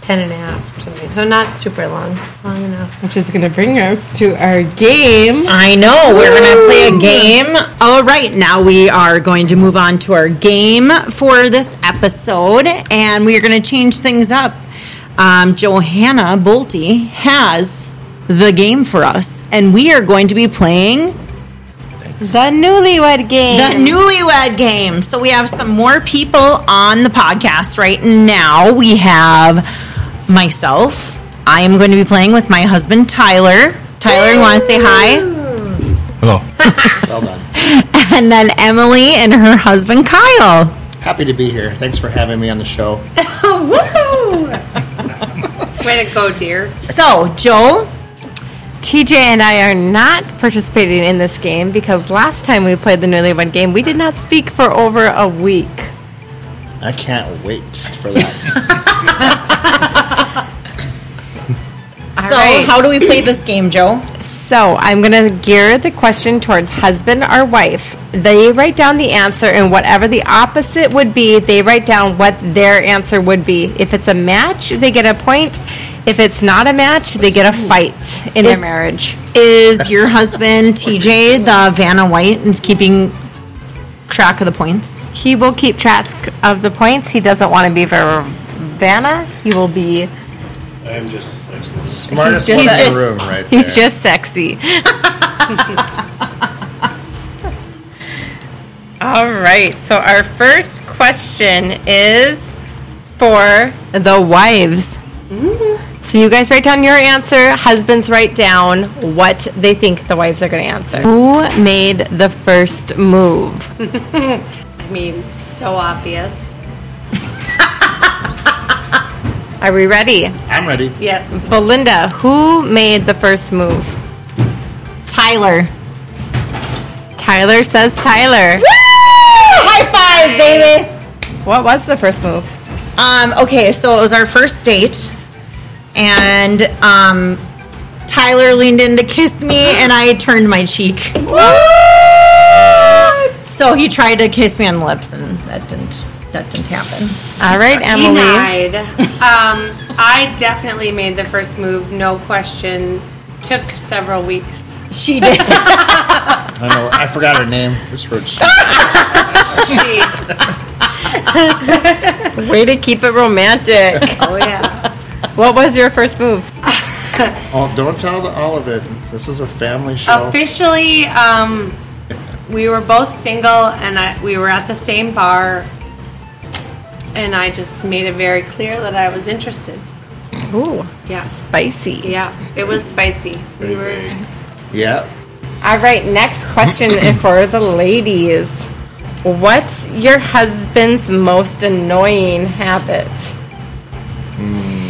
[SPEAKER 2] Ten and a half or something. So not super long. Long enough.
[SPEAKER 3] Which is going to bring us to our game.
[SPEAKER 1] I know. We're going to play a game. All right. Now we are going to move on to our game for this episode, and we are going to change things up. Um, Johanna Bolte has the game for us, and we are going to be playing
[SPEAKER 3] The newlywed game.
[SPEAKER 1] The newlywed game. So we have some more people on the podcast right now. We have myself. I am going to be playing with my husband Tyler. Tyler, you want to say hi?
[SPEAKER 7] Hello.
[SPEAKER 4] Well done.
[SPEAKER 1] and then Emily and her husband Kyle.
[SPEAKER 4] Happy to be here. Thanks for having me on the show.
[SPEAKER 2] Way to go, dear.
[SPEAKER 1] So, Joel,
[SPEAKER 3] TJ and I are not participating in this game because last time we played the Newlywed game, we did not speak for over a week.
[SPEAKER 4] I can't wait for that.
[SPEAKER 1] so how do we play this game, Joe?
[SPEAKER 3] So I'm going to gear the question towards husband or wife. They write down the answer, and whatever the opposite would be, they write down what their answer would be. If it's a match, they get a point. If it's not a match, they get a fight in
[SPEAKER 1] Is-
[SPEAKER 3] their marriage.
[SPEAKER 1] Is your husband TJ the Vanna White and is keeping track of the points?
[SPEAKER 3] He will keep track of the points. He doesn't want to be Ver- Vanna. He will be.
[SPEAKER 7] I'm just a sexist.
[SPEAKER 4] Smartest
[SPEAKER 3] He's
[SPEAKER 4] one in
[SPEAKER 3] just-
[SPEAKER 4] the room, right there.
[SPEAKER 3] He's just sexy. All right. So our first question is for the wives. So you guys write down your answer. Husbands write down what they think the wives are going to answer. Who made the first move?
[SPEAKER 2] I mean, so obvious.
[SPEAKER 3] Are we ready?
[SPEAKER 4] I'm ready.
[SPEAKER 2] Yes.
[SPEAKER 3] Belinda, who made the first move?
[SPEAKER 1] Tyler.
[SPEAKER 3] Tyler says Tyler.
[SPEAKER 1] High five, baby.
[SPEAKER 3] What was the first move?
[SPEAKER 1] Um, okay, so it was our first date, and um, Tyler leaned in to kiss me, and I turned my cheek. So he tried to kiss me on the lips, and that didn't that didn't happen.
[SPEAKER 3] All right, Emily.
[SPEAKER 2] Denied. um, I definitely made the first move, no question. Took several weeks.
[SPEAKER 1] She did.
[SPEAKER 4] I know. I forgot her name. Just wrote sh-
[SPEAKER 2] She,
[SPEAKER 3] Way to keep it romantic.
[SPEAKER 2] oh yeah.
[SPEAKER 3] what was your first move?
[SPEAKER 4] Oh, don't tell the, all of it. This is a family show.
[SPEAKER 2] Officially, um, we were both single, and I, we were at the same bar, and I just made it very clear that I was interested.
[SPEAKER 3] Ooh,
[SPEAKER 2] Yeah,
[SPEAKER 3] spicy.
[SPEAKER 2] yeah. It was spicy. We were.
[SPEAKER 4] yeah.
[SPEAKER 3] All right, next question is for the ladies. What's your husband's most annoying habit?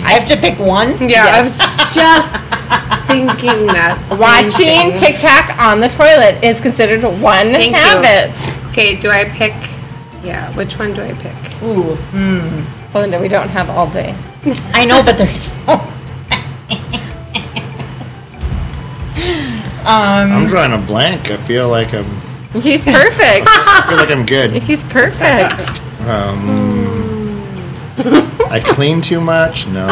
[SPEAKER 1] I have to pick one.
[SPEAKER 2] Yeah, I was just thinking that. same
[SPEAKER 3] Watching
[SPEAKER 2] thing.
[SPEAKER 3] TikTok on the toilet is considered one
[SPEAKER 2] Thank you.
[SPEAKER 3] habit.
[SPEAKER 2] Okay, do I pick? Yeah, which one do I pick?
[SPEAKER 3] Belinda, we don't have all day.
[SPEAKER 1] I know, but there's.
[SPEAKER 3] Um,
[SPEAKER 4] I'm drawing a blank. I feel like I'm.
[SPEAKER 3] He's perfect.
[SPEAKER 4] I feel like I'm good.
[SPEAKER 3] He's perfect.
[SPEAKER 4] I clean too much. No.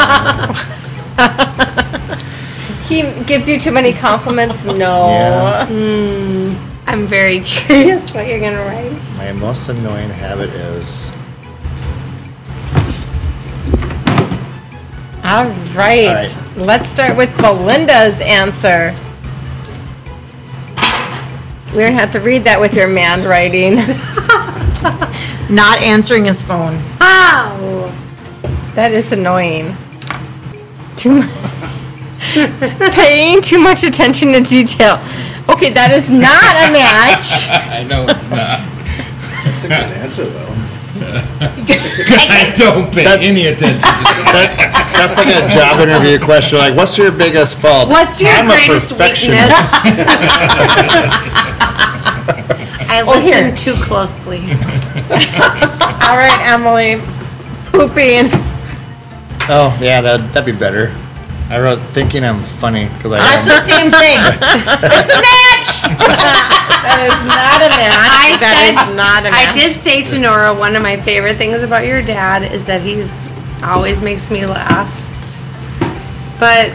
[SPEAKER 3] He gives you too many compliments. No.
[SPEAKER 4] Yeah.
[SPEAKER 2] I'm very curious what you're gonna write.
[SPEAKER 4] My most annoying habit is
[SPEAKER 3] All right.
[SPEAKER 4] All right.
[SPEAKER 3] Let's start with Belinda's answer. We're going to have to read that with your man writing.
[SPEAKER 1] Not answering his phone.
[SPEAKER 3] That is annoying. Too much. Paying too much attention to detail. Okay, that is not a match.
[SPEAKER 8] I know it's not.
[SPEAKER 7] That's a good answer, though.
[SPEAKER 8] I don't pay any attention to that.
[SPEAKER 4] That- that's like a job interview question. Like, what's your biggest fault?
[SPEAKER 2] What's your
[SPEAKER 4] I'm
[SPEAKER 2] greatest
[SPEAKER 4] a perfectionist.
[SPEAKER 2] weakness? I listen too closely.
[SPEAKER 3] Oh, All right, Emily. Pooping.
[SPEAKER 4] Oh yeah, that that'd be better. I wrote thinking I'm funny because I
[SPEAKER 1] That's
[SPEAKER 4] am.
[SPEAKER 1] the same thing. It's a match.
[SPEAKER 3] That is not a match.
[SPEAKER 2] I
[SPEAKER 3] That
[SPEAKER 2] said,
[SPEAKER 3] is not a match.
[SPEAKER 2] I did say to Nora, one of my favorite things about your dad is that he's always makes me laugh. But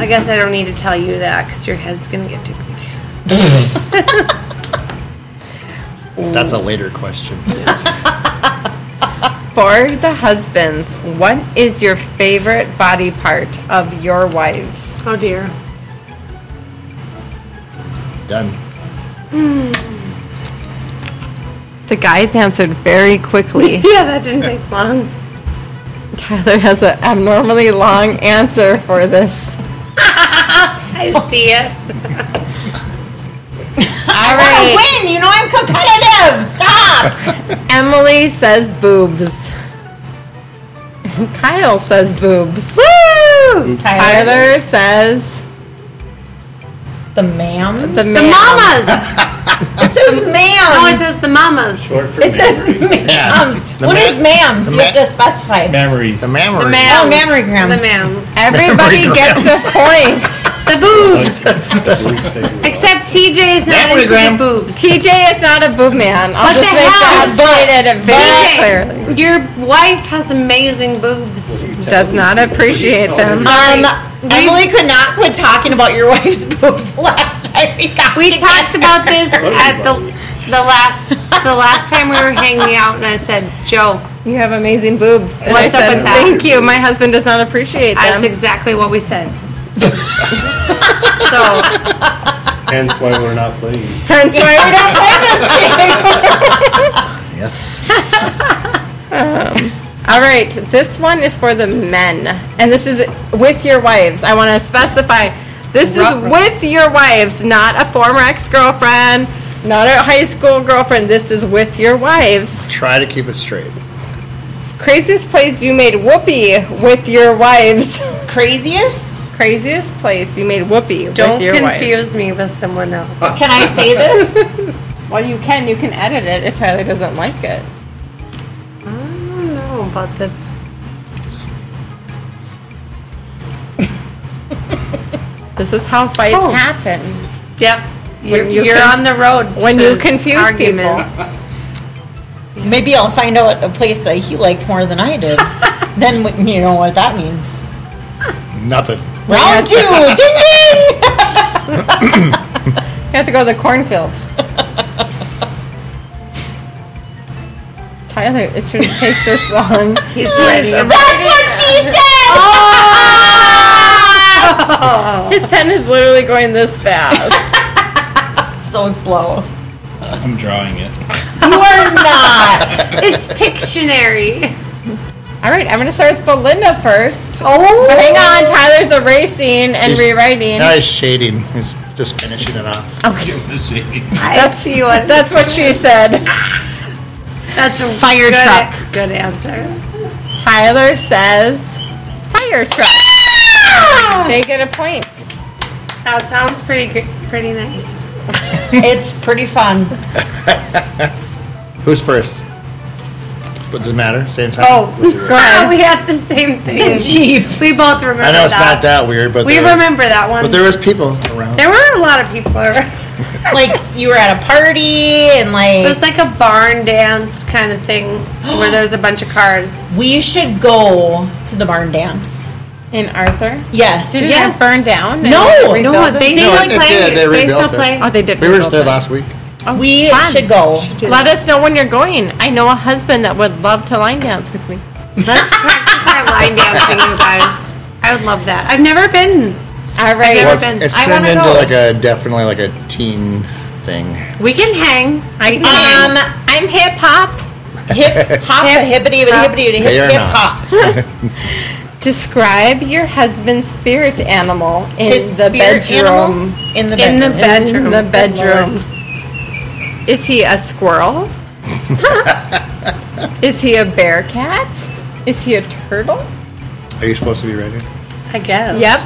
[SPEAKER 2] I guess I don't need to tell you that because your head's gonna get too big.
[SPEAKER 4] That's a later question.
[SPEAKER 3] For the husbands, what is your favorite body part of your wife?
[SPEAKER 2] Oh dear.
[SPEAKER 4] Done.
[SPEAKER 3] The guys answered very quickly.
[SPEAKER 2] Yeah, that didn't take long.
[SPEAKER 3] Tyler has an abnormally long answer for this.
[SPEAKER 2] I see it.
[SPEAKER 1] All right. win. You know I'm competitive. Stop. Emily says boobs. Kyle says boobs. Woo! Tyler, says the ma'am. The
[SPEAKER 2] The mamas.
[SPEAKER 1] It says ma'am.
[SPEAKER 2] No, it says the mamas.
[SPEAKER 7] Short for
[SPEAKER 1] It says
[SPEAKER 4] Yeah.
[SPEAKER 1] mams.
[SPEAKER 4] The
[SPEAKER 1] What
[SPEAKER 4] ma-
[SPEAKER 1] is mams?
[SPEAKER 4] the
[SPEAKER 1] You
[SPEAKER 4] ma-
[SPEAKER 1] have to specify.
[SPEAKER 8] Memories.
[SPEAKER 4] The mammary.
[SPEAKER 1] Oh, mammograms.
[SPEAKER 2] The mams.
[SPEAKER 1] Everybody gets a point.
[SPEAKER 2] The boobs.
[SPEAKER 7] Mammary.
[SPEAKER 2] Except TJ is not into the
[SPEAKER 4] Mammogram.
[SPEAKER 2] boobs.
[SPEAKER 1] TJ is not a boob man. I'll
[SPEAKER 2] What
[SPEAKER 1] just
[SPEAKER 2] the
[SPEAKER 1] make
[SPEAKER 2] hell?
[SPEAKER 1] that stated very clearly.
[SPEAKER 2] TJ, your wife has amazing boobs.
[SPEAKER 1] Does not appreciate
[SPEAKER 3] Um,
[SPEAKER 1] them.
[SPEAKER 2] Sorry.
[SPEAKER 1] Emily could not quit talking about your wife's boobs last time we got
[SPEAKER 2] We
[SPEAKER 1] together.
[SPEAKER 2] talked about this at the the last the last time we were hanging out, and I said, Joe,
[SPEAKER 3] You have amazing boobs. And
[SPEAKER 2] What's
[SPEAKER 3] I
[SPEAKER 2] up
[SPEAKER 3] said,
[SPEAKER 2] with that?
[SPEAKER 3] Thank you. My husband does not appreciate
[SPEAKER 2] that's
[SPEAKER 3] them.
[SPEAKER 2] exactly what we said. so
[SPEAKER 7] Hence why we're not playing.
[SPEAKER 3] Hence why we don't play
[SPEAKER 4] Yes.
[SPEAKER 3] All right, this one is for the men, and this is with your wives. I want to specify this is with your wives, not a former ex girlfriend, not a high school girlfriend. This is with your wives.
[SPEAKER 4] Try to keep it straight.
[SPEAKER 3] Craziest place you made whoopee with your wives.
[SPEAKER 1] craziest.
[SPEAKER 3] Craziest place you made whoopee
[SPEAKER 2] don't
[SPEAKER 3] with your
[SPEAKER 2] confuse
[SPEAKER 3] wives.
[SPEAKER 2] me with someone else.
[SPEAKER 1] Can I say this?
[SPEAKER 3] Well, you can. You can edit it if Tyler doesn't like it.
[SPEAKER 2] I don't know about this.
[SPEAKER 3] This is how fights
[SPEAKER 2] Oh.
[SPEAKER 3] happen.
[SPEAKER 2] Yep. You're,
[SPEAKER 3] you
[SPEAKER 2] you're
[SPEAKER 3] con-
[SPEAKER 2] on the road
[SPEAKER 3] when
[SPEAKER 2] to
[SPEAKER 3] you confuse
[SPEAKER 2] arguments.
[SPEAKER 1] Maybe I'll find out a place that he liked more than I did. then we- you know what that means.
[SPEAKER 4] Nothing.
[SPEAKER 1] Round two. ding ding.
[SPEAKER 3] You have to go to the cornfield. Tyler, it shouldn't take this long.
[SPEAKER 2] He's ready.
[SPEAKER 1] That's what she said.
[SPEAKER 3] Oh. His pen is literally going this fast.
[SPEAKER 1] So slow.
[SPEAKER 8] I'm drawing it.
[SPEAKER 1] You are not.
[SPEAKER 2] It's Pictionary.
[SPEAKER 3] All right, I'm going to start with Belinda first.
[SPEAKER 1] Oh.
[SPEAKER 3] But hang on, Tyler's erasing and
[SPEAKER 4] He's-
[SPEAKER 3] rewriting.
[SPEAKER 4] Now he's shading. He's just finishing it off.
[SPEAKER 2] I see what.
[SPEAKER 3] That's what she said.
[SPEAKER 2] That's a
[SPEAKER 1] Fire
[SPEAKER 2] good,
[SPEAKER 1] truck.
[SPEAKER 2] Good answer.
[SPEAKER 3] Tyler says, fire truck. They get a point.
[SPEAKER 2] That sounds pretty gr- pretty nice.
[SPEAKER 1] It's pretty fun.
[SPEAKER 4] Who's first? What does it matter? Same time.
[SPEAKER 2] Oh, we had the same thing. We both remember
[SPEAKER 4] I know it's
[SPEAKER 2] that.
[SPEAKER 4] not that weird, but
[SPEAKER 2] We
[SPEAKER 4] there-
[SPEAKER 2] remember that one.
[SPEAKER 4] But there was people around.
[SPEAKER 2] There were a lot of people around.
[SPEAKER 1] Like you were at a party and
[SPEAKER 2] It
[SPEAKER 1] like
[SPEAKER 2] was like a barn dance kind of thing where there's a bunch of cars.
[SPEAKER 1] we should go to the barn dance.
[SPEAKER 3] In Arthur?
[SPEAKER 1] Yes.
[SPEAKER 3] Did
[SPEAKER 2] Yes.
[SPEAKER 3] it burn down?
[SPEAKER 1] No.
[SPEAKER 3] and
[SPEAKER 1] No,
[SPEAKER 3] rebuild it?
[SPEAKER 2] They
[SPEAKER 4] No,
[SPEAKER 2] still
[SPEAKER 4] it- it
[SPEAKER 2] play
[SPEAKER 4] did.
[SPEAKER 2] it.
[SPEAKER 4] They
[SPEAKER 2] They
[SPEAKER 4] rebuilt
[SPEAKER 2] still
[SPEAKER 4] it.
[SPEAKER 2] play.
[SPEAKER 3] Oh, they did.
[SPEAKER 4] we were
[SPEAKER 3] rebuild
[SPEAKER 4] just there
[SPEAKER 3] it.
[SPEAKER 4] last week.
[SPEAKER 1] We should go.
[SPEAKER 3] Let us know when you're going. I know a husband that would love to line dance with me.
[SPEAKER 2] Let's practice our line dancing, you guys. I would love that. I've never been.
[SPEAKER 3] All right.
[SPEAKER 2] Never
[SPEAKER 4] Well, it's,
[SPEAKER 2] been.
[SPEAKER 4] it's
[SPEAKER 2] I
[SPEAKER 4] turned
[SPEAKER 2] wanna
[SPEAKER 4] into
[SPEAKER 2] go.
[SPEAKER 4] like a definitely like a teen thing.
[SPEAKER 2] We can hang. I can
[SPEAKER 1] Um,
[SPEAKER 2] hang.
[SPEAKER 1] I'm hip hop. Hip hop, hippity, hippity,
[SPEAKER 4] They are
[SPEAKER 1] hip
[SPEAKER 4] not.
[SPEAKER 1] hop.
[SPEAKER 3] Describe your husband's spirit animal in
[SPEAKER 1] His
[SPEAKER 3] the
[SPEAKER 1] spirit
[SPEAKER 3] bedroom.
[SPEAKER 1] animal in the
[SPEAKER 2] In the
[SPEAKER 1] bedroom.
[SPEAKER 3] In the bedroom. Is he a squirrel? Is he a bear cat? Is he a turtle?
[SPEAKER 4] Are you supposed to be ready?
[SPEAKER 2] I guess.
[SPEAKER 3] Yep.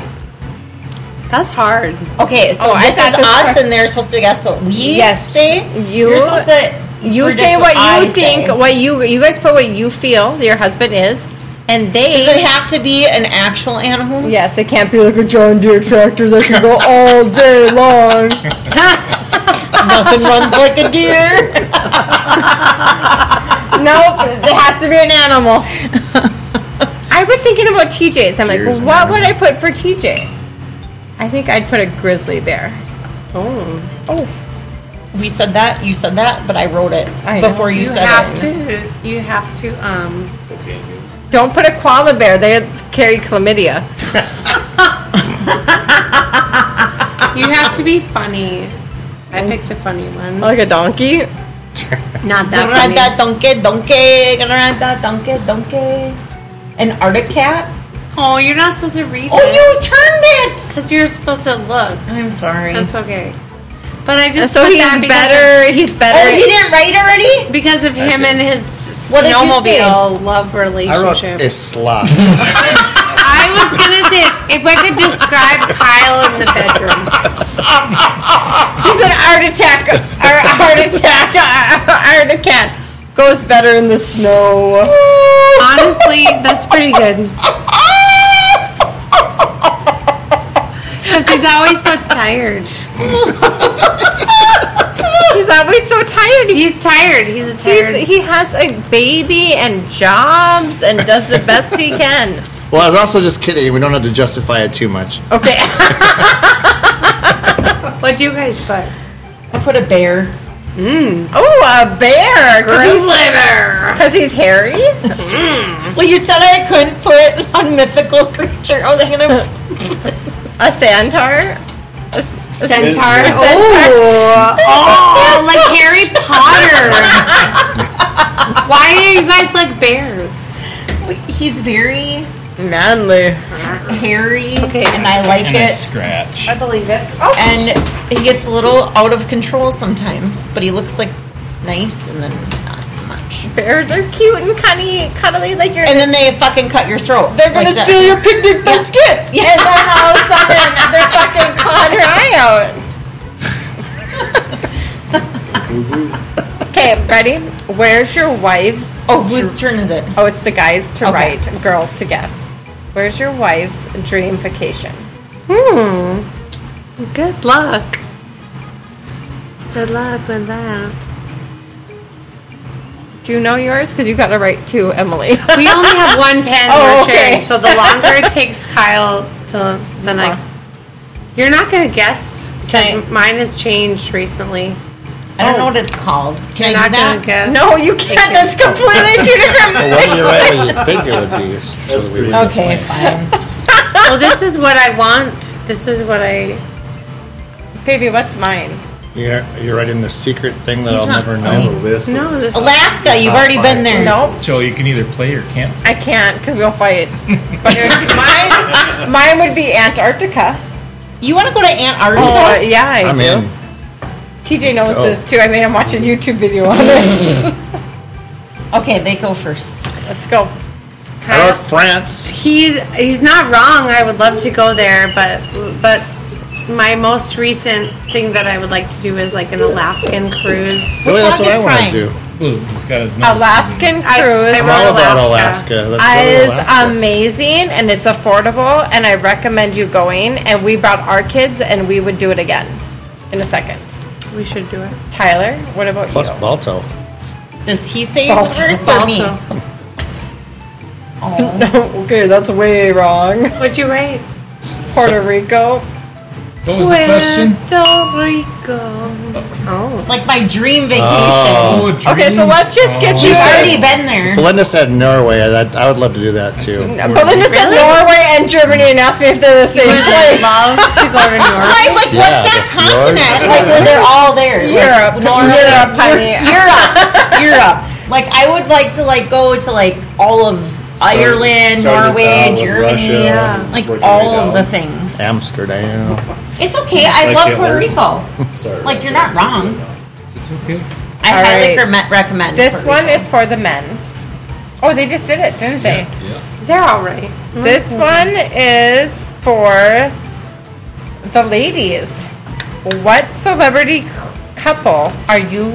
[SPEAKER 2] That's hard.
[SPEAKER 1] Okay, so
[SPEAKER 3] Oh, I
[SPEAKER 1] this is
[SPEAKER 3] thought this
[SPEAKER 1] us,
[SPEAKER 3] question-
[SPEAKER 1] and they're supposed to guess what we
[SPEAKER 3] Yes.
[SPEAKER 1] say.
[SPEAKER 3] You-
[SPEAKER 1] You're supposed to.
[SPEAKER 3] You
[SPEAKER 1] predict
[SPEAKER 3] say what you
[SPEAKER 1] I
[SPEAKER 3] think,
[SPEAKER 1] say.
[SPEAKER 3] what you you guys put what you feel your husband is, and they
[SPEAKER 1] Does it have to be an actual animal?
[SPEAKER 3] Yes, it can't be like a John Deere tractor that can go all day long.
[SPEAKER 1] Nothing runs like a deer.
[SPEAKER 3] nope, it has to be an animal. I was thinking about TJ's. I'm like,
[SPEAKER 4] Deer's an
[SPEAKER 3] what would I put for TJ? I think I'd put a grizzly bear.
[SPEAKER 1] We said that. You said that, but I wrote it
[SPEAKER 3] I know.
[SPEAKER 1] before you,
[SPEAKER 2] You
[SPEAKER 1] said
[SPEAKER 2] have
[SPEAKER 1] it.
[SPEAKER 2] to. You have to. Um.
[SPEAKER 3] Don't put a koala bear. They carry chlamydia.
[SPEAKER 2] You have to be funny. I picked a funny one.
[SPEAKER 3] Like a donkey.
[SPEAKER 2] Not
[SPEAKER 1] Gonna ride that donkey, donkey. Gonna ride that donkey, donkey. An Arctic cat.
[SPEAKER 2] Oh, you're not supposed to read.
[SPEAKER 1] Oh, you turned it.
[SPEAKER 2] Because you're supposed to look.
[SPEAKER 1] I'm sorry.
[SPEAKER 2] That's okay.
[SPEAKER 6] But I just
[SPEAKER 3] So
[SPEAKER 6] put
[SPEAKER 3] he's
[SPEAKER 6] that because
[SPEAKER 3] better. He's better.
[SPEAKER 1] Oh, didn't write already?
[SPEAKER 6] because of him and his
[SPEAKER 1] What did you say?
[SPEAKER 6] snowmobile love
[SPEAKER 4] I wrote
[SPEAKER 6] relationship.
[SPEAKER 4] a slop.
[SPEAKER 6] I was gonna say if I could describe Kyle in the bedroom.
[SPEAKER 1] He's an art attack. Our art attack. Art attack goes better in the snow.
[SPEAKER 6] Honestly, that's pretty good. Because he's always so tired.
[SPEAKER 1] He's always so tired.
[SPEAKER 6] He's tired. He's a tired.
[SPEAKER 1] He's, he has a baby and jobs and does the best he can.
[SPEAKER 4] well, I was also just kidding. We don't have to justify it too much.
[SPEAKER 1] Okay.
[SPEAKER 6] What'd you guys put?
[SPEAKER 1] I put a bear. Mm. Oh, a bear. Grizzly bear. Because he's hairy?
[SPEAKER 6] Mm-hmm.
[SPEAKER 1] Well, you said I couldn't put a mythical creature. I was gonna... a centaur? A s-
[SPEAKER 6] Centaur.
[SPEAKER 1] a
[SPEAKER 6] Oh,
[SPEAKER 1] centaur?
[SPEAKER 6] oh, like Harry Potter. Why are you guys like bears?
[SPEAKER 9] He's very
[SPEAKER 1] Manly.
[SPEAKER 9] hairy,
[SPEAKER 1] And I like
[SPEAKER 8] And I
[SPEAKER 1] it.
[SPEAKER 8] scratch.
[SPEAKER 1] And he gets a little out of control sometimes, but he looks like nice and then not so much.
[SPEAKER 3] Bears are cute and cuddly, cuddly like your.
[SPEAKER 1] And then they fucking cut your throat.
[SPEAKER 9] They're gonna steal your picnic basket.
[SPEAKER 1] And then all of a sudden, they're fucking clawing her eye out.
[SPEAKER 3] Okay, ready? Where's your wife's?
[SPEAKER 1] Oh, whose turn is it?
[SPEAKER 3] Oh, it's the guys to
[SPEAKER 1] Okay.
[SPEAKER 3] write, girls to guess. Where's your wife's dream vacation?
[SPEAKER 6] Good luck. Good luck with that.
[SPEAKER 3] Do you know yours? Because you got to write to Emily.
[SPEAKER 6] We only have one pen
[SPEAKER 3] Oh,
[SPEAKER 6] we're
[SPEAKER 3] okay.
[SPEAKER 6] sharing, so the longer it takes Kyle, the then I. You're not gonna guess
[SPEAKER 1] Can
[SPEAKER 6] because mine has changed recently.
[SPEAKER 1] I don't know
[SPEAKER 3] Oh.
[SPEAKER 1] what it's called. Can
[SPEAKER 6] You're
[SPEAKER 1] I
[SPEAKER 6] not
[SPEAKER 1] do
[SPEAKER 6] gonna
[SPEAKER 1] that?
[SPEAKER 6] guess.
[SPEAKER 3] no, you can't. That's completely two different.
[SPEAKER 4] Well, what do you write what you think it would be?
[SPEAKER 10] That's pretty
[SPEAKER 1] Okay, fine.
[SPEAKER 6] Well, this is what I want. This is what I.
[SPEAKER 3] Baby, what's mine?
[SPEAKER 4] You're, you're writing the secret thing that I'll
[SPEAKER 1] not
[SPEAKER 4] never
[SPEAKER 10] I have
[SPEAKER 4] know.
[SPEAKER 10] a list.
[SPEAKER 6] No, this.
[SPEAKER 1] Alaska, you've already been there.
[SPEAKER 3] Nope,
[SPEAKER 8] So you can either play or camp.
[SPEAKER 3] I can't because we'll fight. But mine, mine would be Antarctica.
[SPEAKER 1] You want to go to
[SPEAKER 3] Oh,
[SPEAKER 1] Antarctica?
[SPEAKER 3] yeah, I
[SPEAKER 4] I'm
[SPEAKER 3] do.
[SPEAKER 4] in.
[SPEAKER 3] TJ knows
[SPEAKER 4] go.
[SPEAKER 3] this too. I mean, I'm watching YouTube video on it.
[SPEAKER 1] Okay, they go first.
[SPEAKER 3] Let's go.
[SPEAKER 4] I wrote France.
[SPEAKER 6] He he's not wrong. I would love to go there, but but my most recent thing that I would like to do is like an Alaskan cruise.
[SPEAKER 4] Really, that's
[SPEAKER 1] dog
[SPEAKER 4] what
[SPEAKER 1] is
[SPEAKER 4] I want
[SPEAKER 1] crying?
[SPEAKER 4] to do.
[SPEAKER 8] Ooh, he's got his nose.
[SPEAKER 3] Alaskan
[SPEAKER 6] I-
[SPEAKER 3] cruise.
[SPEAKER 6] I
[SPEAKER 4] I'm
[SPEAKER 6] wrote
[SPEAKER 4] all about
[SPEAKER 6] Alaska.
[SPEAKER 4] Alaska. Let's
[SPEAKER 3] I-
[SPEAKER 4] go
[SPEAKER 3] is
[SPEAKER 4] to Alaska.
[SPEAKER 3] um, amazing and it's affordable and I recommend you going and we brought our kids and we would do it again in a second.
[SPEAKER 6] We should do it.
[SPEAKER 3] Tyler, what about
[SPEAKER 4] Plus
[SPEAKER 3] you?
[SPEAKER 4] Balto.
[SPEAKER 1] Does he say
[SPEAKER 3] Balto-
[SPEAKER 1] first or me?
[SPEAKER 6] Balto.
[SPEAKER 3] okay, that's way wrong.
[SPEAKER 6] What'd you write?
[SPEAKER 3] Puerto Rico.
[SPEAKER 8] What was the question?
[SPEAKER 6] Puerto Rico. Oh.
[SPEAKER 1] Like my dream vacation.
[SPEAKER 8] Oh,
[SPEAKER 3] Okay, so
[SPEAKER 8] dream.
[SPEAKER 3] let's just get you
[SPEAKER 1] You've already been there.
[SPEAKER 4] Belinda said Norway. I, I would love to do that too.
[SPEAKER 3] Belinda said Norway and Germany and asked me if they're the same place.
[SPEAKER 6] Love to go to Norway.
[SPEAKER 1] I'm like,
[SPEAKER 4] Yeah,
[SPEAKER 1] what's that
[SPEAKER 4] that's yours.
[SPEAKER 1] continent? Like, where they're all there. Like,
[SPEAKER 3] Europe.
[SPEAKER 1] Norway,
[SPEAKER 3] Europe, honey.
[SPEAKER 1] Eu- Europe. Europe. Like, I would like to, like, go to, like, all of Ireland,
[SPEAKER 10] Southern
[SPEAKER 1] Norway,
[SPEAKER 10] Italy,
[SPEAKER 1] Germany.
[SPEAKER 10] Russia,
[SPEAKER 6] yeah.
[SPEAKER 1] Like,
[SPEAKER 10] working
[SPEAKER 1] all
[SPEAKER 10] way
[SPEAKER 1] of the
[SPEAKER 10] down.
[SPEAKER 1] things.
[SPEAKER 4] Amsterdam.
[SPEAKER 1] It's okay.
[SPEAKER 10] I
[SPEAKER 1] I love
[SPEAKER 10] can't
[SPEAKER 1] Puerto
[SPEAKER 10] learn.
[SPEAKER 1] Rico.
[SPEAKER 10] Sorry.
[SPEAKER 1] Like, you're not wrong.
[SPEAKER 8] Oh, It's okay.
[SPEAKER 1] I
[SPEAKER 3] All
[SPEAKER 1] highly
[SPEAKER 3] right.
[SPEAKER 1] recommend recommend.
[SPEAKER 3] This
[SPEAKER 1] Puerto
[SPEAKER 3] one
[SPEAKER 1] Rico.
[SPEAKER 3] is for the men. Oh, they just did it, didn't they?
[SPEAKER 6] They're all right. Mm-hmm.
[SPEAKER 3] This one is for the ladies. What celebrity c- couple are you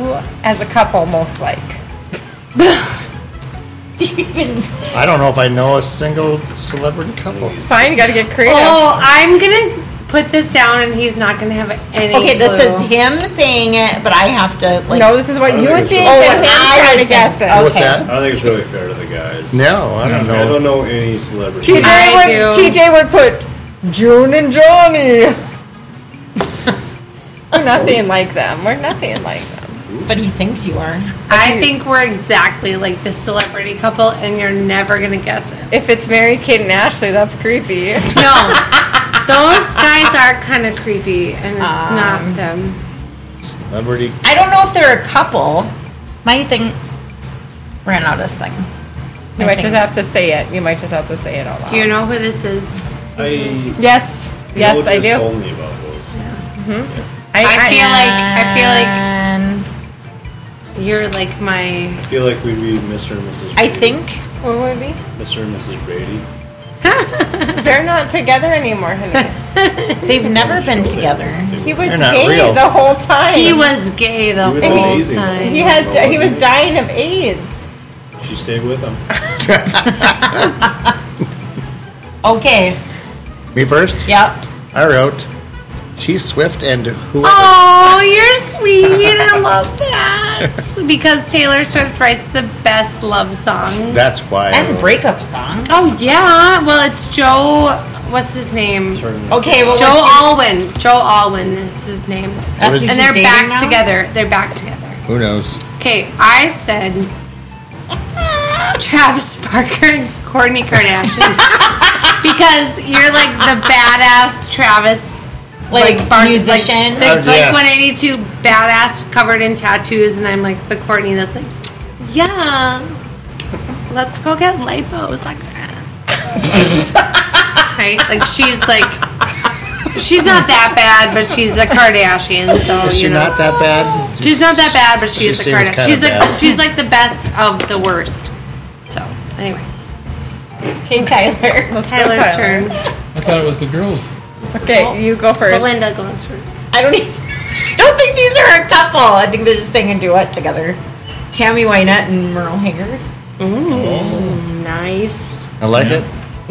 [SPEAKER 3] as a couple most like?
[SPEAKER 1] Do you even-
[SPEAKER 4] I don't know if I know a single celebrity couple.
[SPEAKER 3] Fine, you gotta get creative.
[SPEAKER 6] Oh, I'm gonna put this down, and he's not gonna have any.
[SPEAKER 1] Okay, this
[SPEAKER 6] clue.
[SPEAKER 1] is him saying it, but I have to like.
[SPEAKER 3] no, this is what you
[SPEAKER 10] think
[SPEAKER 3] would
[SPEAKER 10] it's
[SPEAKER 3] think,
[SPEAKER 10] a-
[SPEAKER 1] Oh,
[SPEAKER 3] and
[SPEAKER 1] what I
[SPEAKER 3] I'm trying to
[SPEAKER 1] would
[SPEAKER 3] guess
[SPEAKER 6] Oh,
[SPEAKER 1] think.
[SPEAKER 3] it.
[SPEAKER 4] What's
[SPEAKER 1] Okay.
[SPEAKER 4] that?
[SPEAKER 10] I don't think it's really fair to the guys.
[SPEAKER 4] No, I don't
[SPEAKER 10] I
[SPEAKER 4] know.
[SPEAKER 10] don't know any celebrities.
[SPEAKER 3] TJ
[SPEAKER 6] I
[SPEAKER 3] would,
[SPEAKER 6] do.
[SPEAKER 3] TJ would put June and Johnny. We're nothing like them. We're nothing like them.
[SPEAKER 1] But he thinks you are.
[SPEAKER 6] I think we're exactly like the celebrity couple, and you're never gonna guess it.
[SPEAKER 3] If it's Mary Kate and Ashley, that's creepy.
[SPEAKER 6] No, those guys are kind of creepy, and it's not them.
[SPEAKER 4] Celebrity.
[SPEAKER 1] I don't know if they're a couple. My thing ran out of thing.
[SPEAKER 3] You
[SPEAKER 1] My
[SPEAKER 3] might
[SPEAKER 1] thing.
[SPEAKER 3] just have to say it. You might just have to say it out loud.
[SPEAKER 6] Do you know who this is?
[SPEAKER 10] I
[SPEAKER 3] Yes, yes,
[SPEAKER 10] Joe
[SPEAKER 3] I
[SPEAKER 10] just
[SPEAKER 3] do.
[SPEAKER 10] told me about those.
[SPEAKER 3] Mm-hmm.
[SPEAKER 6] I feel like- I feel like- You're like my.
[SPEAKER 7] I feel like we'd be Mr. and Mrs.
[SPEAKER 1] I
[SPEAKER 7] Brady.
[SPEAKER 1] think
[SPEAKER 3] What would we be?
[SPEAKER 7] Mr. and Mrs. Brady.
[SPEAKER 3] They're not together anymore, honey.
[SPEAKER 1] they've never been together.
[SPEAKER 3] He was
[SPEAKER 4] They're not
[SPEAKER 3] gay
[SPEAKER 4] real.
[SPEAKER 3] the whole time.
[SPEAKER 6] He was gay the
[SPEAKER 7] He was
[SPEAKER 6] whole
[SPEAKER 7] amazing.
[SPEAKER 6] time.
[SPEAKER 3] He had. He was dying of AIDS.
[SPEAKER 7] She stayed with him.
[SPEAKER 1] Okay.
[SPEAKER 4] Me first?
[SPEAKER 1] Yep.
[SPEAKER 4] I wrote T Swift and whoever.
[SPEAKER 6] Oh, you're sweet. I love that. Because Taylor Swift writes the best love songs.
[SPEAKER 4] That's why. I
[SPEAKER 1] And
[SPEAKER 4] wrote-
[SPEAKER 1] breakup song.
[SPEAKER 6] Oh, yeah. Well, it's Joe. What's his name? Joe
[SPEAKER 1] Okay, well, what's
[SPEAKER 6] Alwyn. Joe Alwyn is his name.
[SPEAKER 1] That's who
[SPEAKER 6] and
[SPEAKER 1] she's
[SPEAKER 6] they're
[SPEAKER 1] dating
[SPEAKER 6] back
[SPEAKER 1] now?
[SPEAKER 6] together. They're back together.
[SPEAKER 4] Who knows?
[SPEAKER 6] Okay, I said Travis Barker and Courtney Kardashian because you're like the badass Travis,
[SPEAKER 1] Like,
[SPEAKER 6] Bark-
[SPEAKER 1] musician?
[SPEAKER 6] like,
[SPEAKER 4] Oh, yeah.
[SPEAKER 6] like, like 182 badass covered in tattoos, and I'm like the Courtney that's like, yeah, let's go get lipos, like that. right? Like she's like. She's not that bad, but she's a Kardashian, so
[SPEAKER 4] Is she
[SPEAKER 6] Oh, you know.
[SPEAKER 4] not that bad?
[SPEAKER 6] She's not that bad, but
[SPEAKER 4] She
[SPEAKER 6] she's a
[SPEAKER 4] seems
[SPEAKER 6] Kardashian.
[SPEAKER 4] kinda
[SPEAKER 6] She's like
[SPEAKER 4] bad.
[SPEAKER 6] she's like the best of the worst. So anyway,
[SPEAKER 3] King Tyler. Let's go,
[SPEAKER 6] Tyler's turn.
[SPEAKER 8] I thought it was the girls.
[SPEAKER 3] Okay, you go first.
[SPEAKER 6] Belinda goes first.
[SPEAKER 1] I don't even, I don't think these are a couple. I think they're just singing a duet together. Tammy Wynette and Merle Hanger.
[SPEAKER 6] Nice.
[SPEAKER 4] I like it.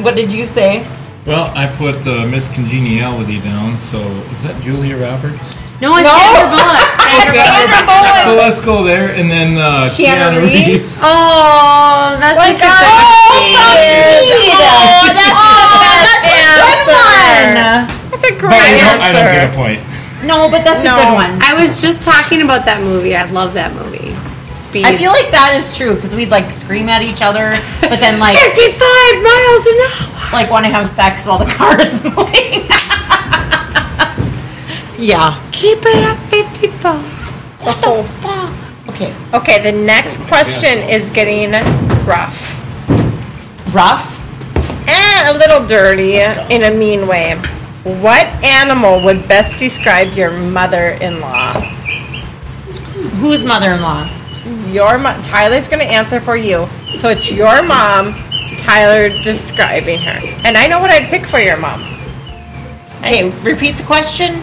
[SPEAKER 1] What did you say?
[SPEAKER 8] Well, I put uh, Miss Congeniality down, so is that Julia Roberts?
[SPEAKER 6] No, it's Sandra Bullock. Sandra Bullock.
[SPEAKER 8] So let's go there, and then uh,
[SPEAKER 1] Keanu
[SPEAKER 8] Keanu,
[SPEAKER 1] Reeves?
[SPEAKER 8] Reeves.
[SPEAKER 6] Oh, that's a good
[SPEAKER 1] Oh, that's a
[SPEAKER 3] That's a great
[SPEAKER 8] But I don't,
[SPEAKER 3] answer.
[SPEAKER 8] I don't get a point.
[SPEAKER 1] good one. No, but that's a good one.
[SPEAKER 6] I was just talking about that movie. I love that movie. Speed.
[SPEAKER 1] I feel like that is true because we'd like scream at each other, but then like
[SPEAKER 6] 55 miles an hour.
[SPEAKER 1] like want to have sex while the car is moving. yeah.
[SPEAKER 6] Keep it up, 55.
[SPEAKER 1] Okay.
[SPEAKER 3] Okay, the next question is getting rough
[SPEAKER 1] Rough.
[SPEAKER 3] and a little dirty in a mean way. What animal would best describe your mother-in-law?
[SPEAKER 1] Who's mother-in-law?
[SPEAKER 3] Your mo- Tyler's going to answer for you. So it's your mom, Tyler describing her. And I know what I'd pick for your mom.
[SPEAKER 1] Okay, repeat the question.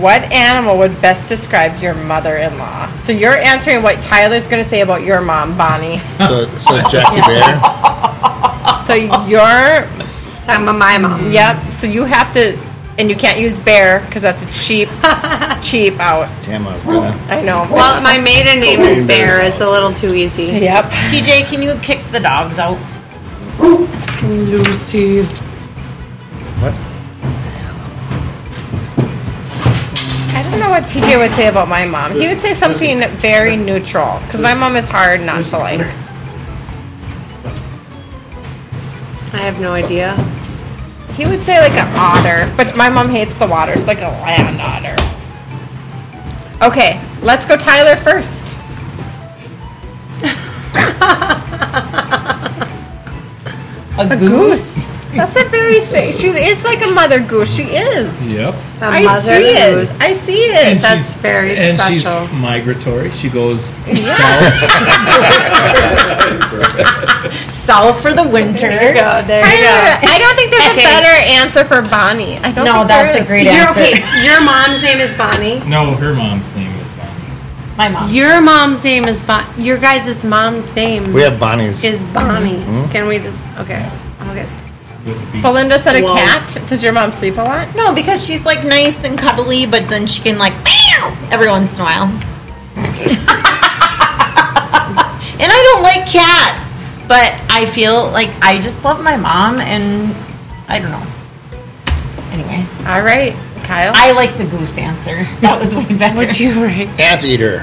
[SPEAKER 3] What animal would best describe your mother-in-law? So you're answering what Tyler's going to say about your mom, Bonnie.
[SPEAKER 4] So, so Jackie Bear.
[SPEAKER 3] So your
[SPEAKER 6] I'm a my mom.
[SPEAKER 3] Yep. So you have to, and you can't use bear because that's a cheap, cheap out.
[SPEAKER 4] Damn, I was gonna.
[SPEAKER 3] I know.
[SPEAKER 6] Well, my maiden name is Bear. It's a little too easy.
[SPEAKER 3] yep.
[SPEAKER 1] TJ, can you kick the dogs out?
[SPEAKER 4] What?
[SPEAKER 3] I don't know what TJ would say about my mom. He would say something very neutral because my mom is hard not to like.
[SPEAKER 6] I have no idea.
[SPEAKER 3] He would say like an otter, but my mom hates the water, so like a land otter. Okay, let's go Tyler first.
[SPEAKER 1] A goose.
[SPEAKER 3] That's a very safe. She's it's like a mother goose. She is.
[SPEAKER 8] Yep.
[SPEAKER 6] A
[SPEAKER 3] I
[SPEAKER 6] mother
[SPEAKER 3] see it.
[SPEAKER 6] goose.
[SPEAKER 3] I see it.
[SPEAKER 6] That's
[SPEAKER 8] she's-
[SPEAKER 6] very
[SPEAKER 8] and
[SPEAKER 6] special.
[SPEAKER 8] she's migratory. She goes
[SPEAKER 1] South for the winter.
[SPEAKER 6] Go, there you go.
[SPEAKER 3] Tyler, I don't think there's
[SPEAKER 6] Okay.
[SPEAKER 3] a better answer for Bonnie. I don't
[SPEAKER 1] No,
[SPEAKER 3] think there
[SPEAKER 1] that's a
[SPEAKER 3] is.
[SPEAKER 1] great
[SPEAKER 6] Your,
[SPEAKER 1] answer.
[SPEAKER 6] okay, your mom's name is Bonnie.
[SPEAKER 8] south. No, her mom's name is Bonnie.
[SPEAKER 1] My mom.
[SPEAKER 6] Your mom's name is Bonnie. Your guys' mom's name
[SPEAKER 4] We have Bonnie's.
[SPEAKER 6] is Bonnie.
[SPEAKER 3] Mm-hmm.
[SPEAKER 6] Can we just okay? Okay.
[SPEAKER 8] With a B.
[SPEAKER 3] Belinda said a
[SPEAKER 6] Whoa.
[SPEAKER 3] cat. Does your mom sleep a lot?
[SPEAKER 1] No, because she's like nice and cuddly, but then she can like meow every once in a while. and I don't like cats, but I feel like I just love my mom, and I don't know. Anyway,
[SPEAKER 3] All right, Kyle.
[SPEAKER 1] I like the goose answer. That was way better. Would you right?
[SPEAKER 4] Anteater.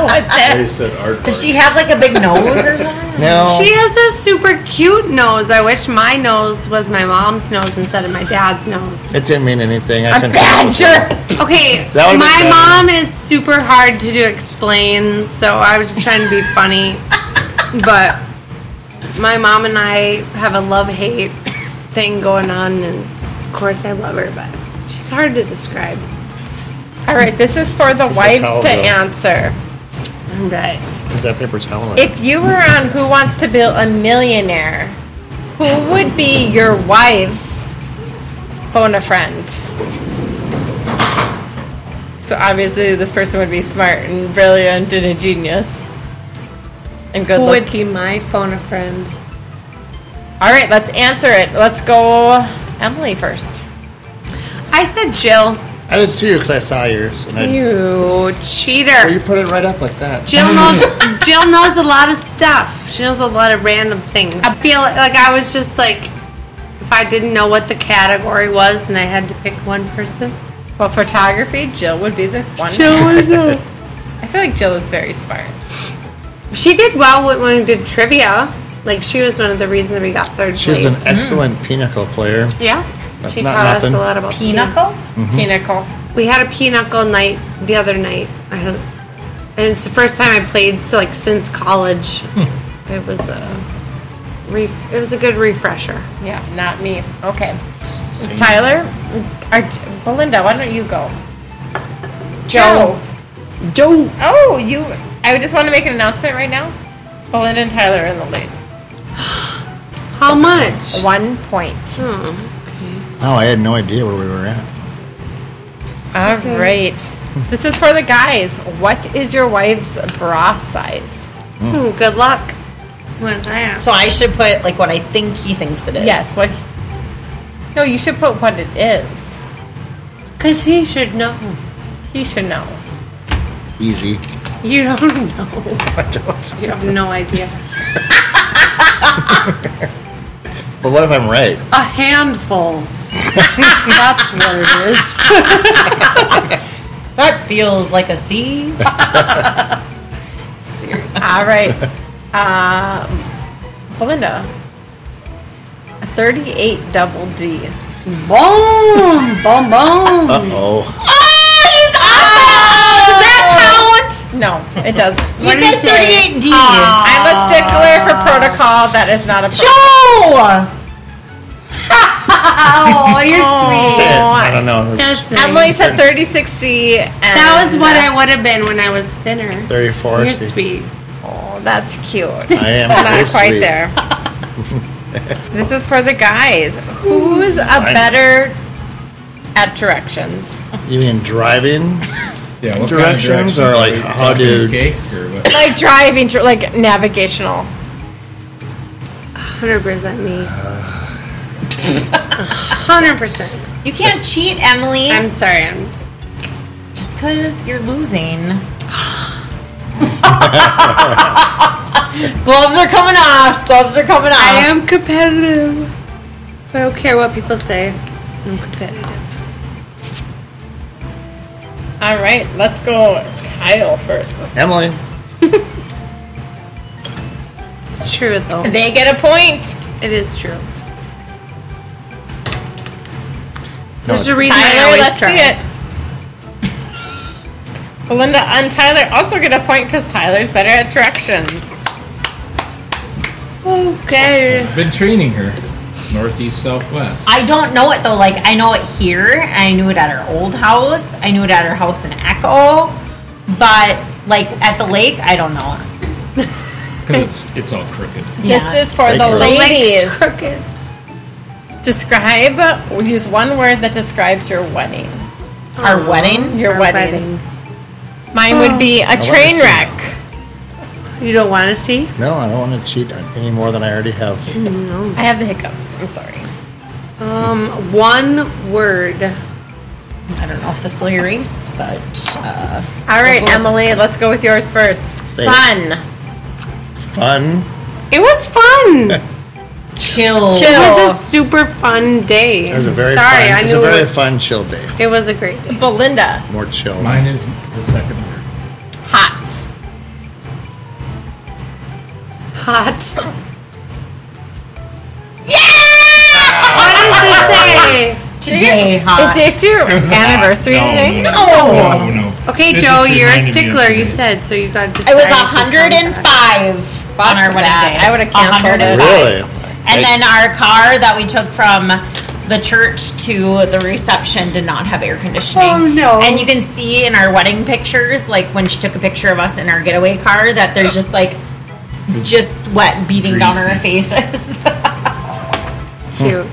[SPEAKER 7] They said art.
[SPEAKER 1] Oh, Does she have like a big nose or something?
[SPEAKER 4] No.
[SPEAKER 6] She has a super cute nose. I wish my nose was my mom's nose instead of my dad's nose.
[SPEAKER 4] it didn't mean anything. I
[SPEAKER 1] A
[SPEAKER 4] couldn't-
[SPEAKER 1] badger.
[SPEAKER 6] Okay,
[SPEAKER 4] That would've been
[SPEAKER 6] my
[SPEAKER 4] better.
[SPEAKER 6] mom is super hard to do explain, so I was just trying to be funny. but my mom and I have a love hate thing going on, and of course I love her, but
[SPEAKER 2] She's hard to describe.
[SPEAKER 3] All right, this is for the wives
[SPEAKER 4] towel,
[SPEAKER 3] to
[SPEAKER 4] though.
[SPEAKER 3] answer.
[SPEAKER 2] All right.
[SPEAKER 4] Is that paper towel? like?
[SPEAKER 3] If you were on Who Wants to Be a Millionaire, who would be your wife's phone a friend? So obviously, this person would be smart and brilliant and a genius and good
[SPEAKER 2] Who
[SPEAKER 3] looking.
[SPEAKER 2] would be my phone a friend?
[SPEAKER 3] All right, let's answer it. Let's go, Emily first.
[SPEAKER 2] I said Jill.
[SPEAKER 4] I did too because I saw yours. And I,
[SPEAKER 2] You
[SPEAKER 4] Oh, you
[SPEAKER 2] cheater.
[SPEAKER 4] put it right up like that.
[SPEAKER 2] Jill knows Jill knows a lot of stuff. She knows a lot of random things. I feel like I was just like if I didn't know what the category was and I had to pick one person.
[SPEAKER 3] Well, photography, Jill would be the one. I feel like Jill is very smart.
[SPEAKER 2] She did well when we did trivia. Like she was one of the reasons we got third
[SPEAKER 4] She's an
[SPEAKER 2] place.
[SPEAKER 4] excellent pinnacle player.
[SPEAKER 2] yeah.
[SPEAKER 4] That's
[SPEAKER 2] she
[SPEAKER 4] not
[SPEAKER 2] taught
[SPEAKER 4] nothing.
[SPEAKER 2] us a lot about
[SPEAKER 1] Pinochle?
[SPEAKER 3] Pinnacle.
[SPEAKER 2] We had a pinochle night the other night. I had, and it's the first time I played so like since college. It was a ref, it was a good refresher.
[SPEAKER 3] Yeah, not me. Okay. Tyler, or Belinda, why don't you go? Joe. Joe. Oh, you. I just want to make an announcement right now. Belinda and Tyler are in the lead.
[SPEAKER 2] How much?
[SPEAKER 3] One point.
[SPEAKER 4] Oh, I had no idea where we were at.
[SPEAKER 3] All right. This is for the guys. What is your wife's bra size?
[SPEAKER 2] Hmm, good luck. What's that?
[SPEAKER 1] So I should put like what I think he thinks it is.
[SPEAKER 3] Yes. What? No, you should put what it is.
[SPEAKER 2] Cause he should know.
[SPEAKER 3] He should know.
[SPEAKER 4] Easy.
[SPEAKER 2] You don't know. You have no idea.
[SPEAKER 4] But what if I'm right?
[SPEAKER 2] A handful. That's what it is.
[SPEAKER 1] That feels like a C.
[SPEAKER 3] All right. Um, Belinda. A 38 double D.
[SPEAKER 2] Boom, boom, boom.
[SPEAKER 4] Uh oh.
[SPEAKER 3] No, it doesn't.
[SPEAKER 1] He said 38D. Oh.
[SPEAKER 3] I'm a stickler for protocol. That is not a protocol.
[SPEAKER 2] Oh, you're sweet.
[SPEAKER 4] I don't know.
[SPEAKER 2] That's nice.
[SPEAKER 3] Emily says 36C. And
[SPEAKER 2] That was what I would have been when I was thinner.
[SPEAKER 4] 34.
[SPEAKER 2] You're
[SPEAKER 4] see.
[SPEAKER 2] sweet.
[SPEAKER 3] Oh, that's cute.
[SPEAKER 4] I am very
[SPEAKER 3] not quite
[SPEAKER 4] sweet.
[SPEAKER 3] there. this is for the guys. Who's a
[SPEAKER 4] Fine.
[SPEAKER 3] better at directions?
[SPEAKER 4] You mean driving?
[SPEAKER 8] Yeah,
[SPEAKER 4] what kind of Directions are like, directions are we how talking, do-
[SPEAKER 8] Cake
[SPEAKER 4] cake
[SPEAKER 8] or what?
[SPEAKER 3] Like driving, dr- like navigational.
[SPEAKER 2] 100% me. 100%.
[SPEAKER 1] You can't cheat, Emily.
[SPEAKER 2] I'm sorry. I'm,
[SPEAKER 1] just because you're losing. Gloves are coming off. Gloves are coming off.
[SPEAKER 2] I am competitive. I don't care what people say. I'm competitive.
[SPEAKER 3] All right, let's go Kyle first.
[SPEAKER 4] Emily.
[SPEAKER 2] It's true, though.
[SPEAKER 3] They get a point.
[SPEAKER 2] It is true.
[SPEAKER 4] No,
[SPEAKER 2] There's
[SPEAKER 4] it's-
[SPEAKER 2] a reason I
[SPEAKER 3] Tyler,
[SPEAKER 2] always
[SPEAKER 3] let's
[SPEAKER 2] try.
[SPEAKER 3] see it. Belinda and Tyler also get a point because Tyler's better at directions.
[SPEAKER 2] Okay.
[SPEAKER 8] I've been training her. Northeast, southwest.
[SPEAKER 1] I don't know it though. Like I know it here. I knew it at our old house. I knew it at our house in Echo, but like at the lake, I don't know. it.
[SPEAKER 8] Because it's, it's all crooked.
[SPEAKER 1] Yeah.
[SPEAKER 3] This is for the
[SPEAKER 4] Thank you. The
[SPEAKER 3] ladies.
[SPEAKER 2] Legs crooked.
[SPEAKER 3] Describe. Use one word that describes your wedding.
[SPEAKER 1] our wedding.
[SPEAKER 3] Your wedding. Mine would be a
[SPEAKER 4] to
[SPEAKER 3] train
[SPEAKER 4] see
[SPEAKER 3] wreck.
[SPEAKER 2] You don't want to see?
[SPEAKER 4] No, I don't want to cheat any more than I already have.
[SPEAKER 3] I have the hiccups. I'm sorry.
[SPEAKER 2] Um, one word.
[SPEAKER 1] I don't know if this will erase, but uh,
[SPEAKER 3] All right, Emily. Let's go with yours first.
[SPEAKER 4] Say it.
[SPEAKER 3] Fun.
[SPEAKER 4] Fun.
[SPEAKER 2] It was fun.
[SPEAKER 1] chill.
[SPEAKER 2] It was a super fun day.
[SPEAKER 4] It was a very
[SPEAKER 2] Sorry,
[SPEAKER 4] fun.
[SPEAKER 2] I
[SPEAKER 4] it was
[SPEAKER 2] knew
[SPEAKER 4] a very
[SPEAKER 2] it, was,
[SPEAKER 4] fun chill day.
[SPEAKER 2] it was a great day.
[SPEAKER 3] Belinda.
[SPEAKER 4] More chill.
[SPEAKER 8] Mine is the second word.
[SPEAKER 3] Hot.
[SPEAKER 2] Hot. Yeah! What does it say?
[SPEAKER 1] Today, hot.
[SPEAKER 3] Is it your anniversary
[SPEAKER 8] no,
[SPEAKER 3] today?
[SPEAKER 8] No, no, no, no.
[SPEAKER 2] Okay,
[SPEAKER 8] It
[SPEAKER 2] Joe,
[SPEAKER 8] just
[SPEAKER 2] you're a
[SPEAKER 8] reminded me of
[SPEAKER 2] stickler. You
[SPEAKER 8] today.
[SPEAKER 2] said so. You got.
[SPEAKER 1] It was
[SPEAKER 2] decided to come
[SPEAKER 1] 105
[SPEAKER 2] back.
[SPEAKER 1] on our wedding day.
[SPEAKER 3] that. I would've canceled
[SPEAKER 1] 105.
[SPEAKER 3] it.
[SPEAKER 4] Really?
[SPEAKER 1] And then our car that we took from the church to the reception did not have air conditioning.
[SPEAKER 6] Oh, no.
[SPEAKER 1] And you can see in our wedding pictures, like when she took a picture of us in our getaway car, that there's just like just sweat beating down our faces.
[SPEAKER 2] Cute.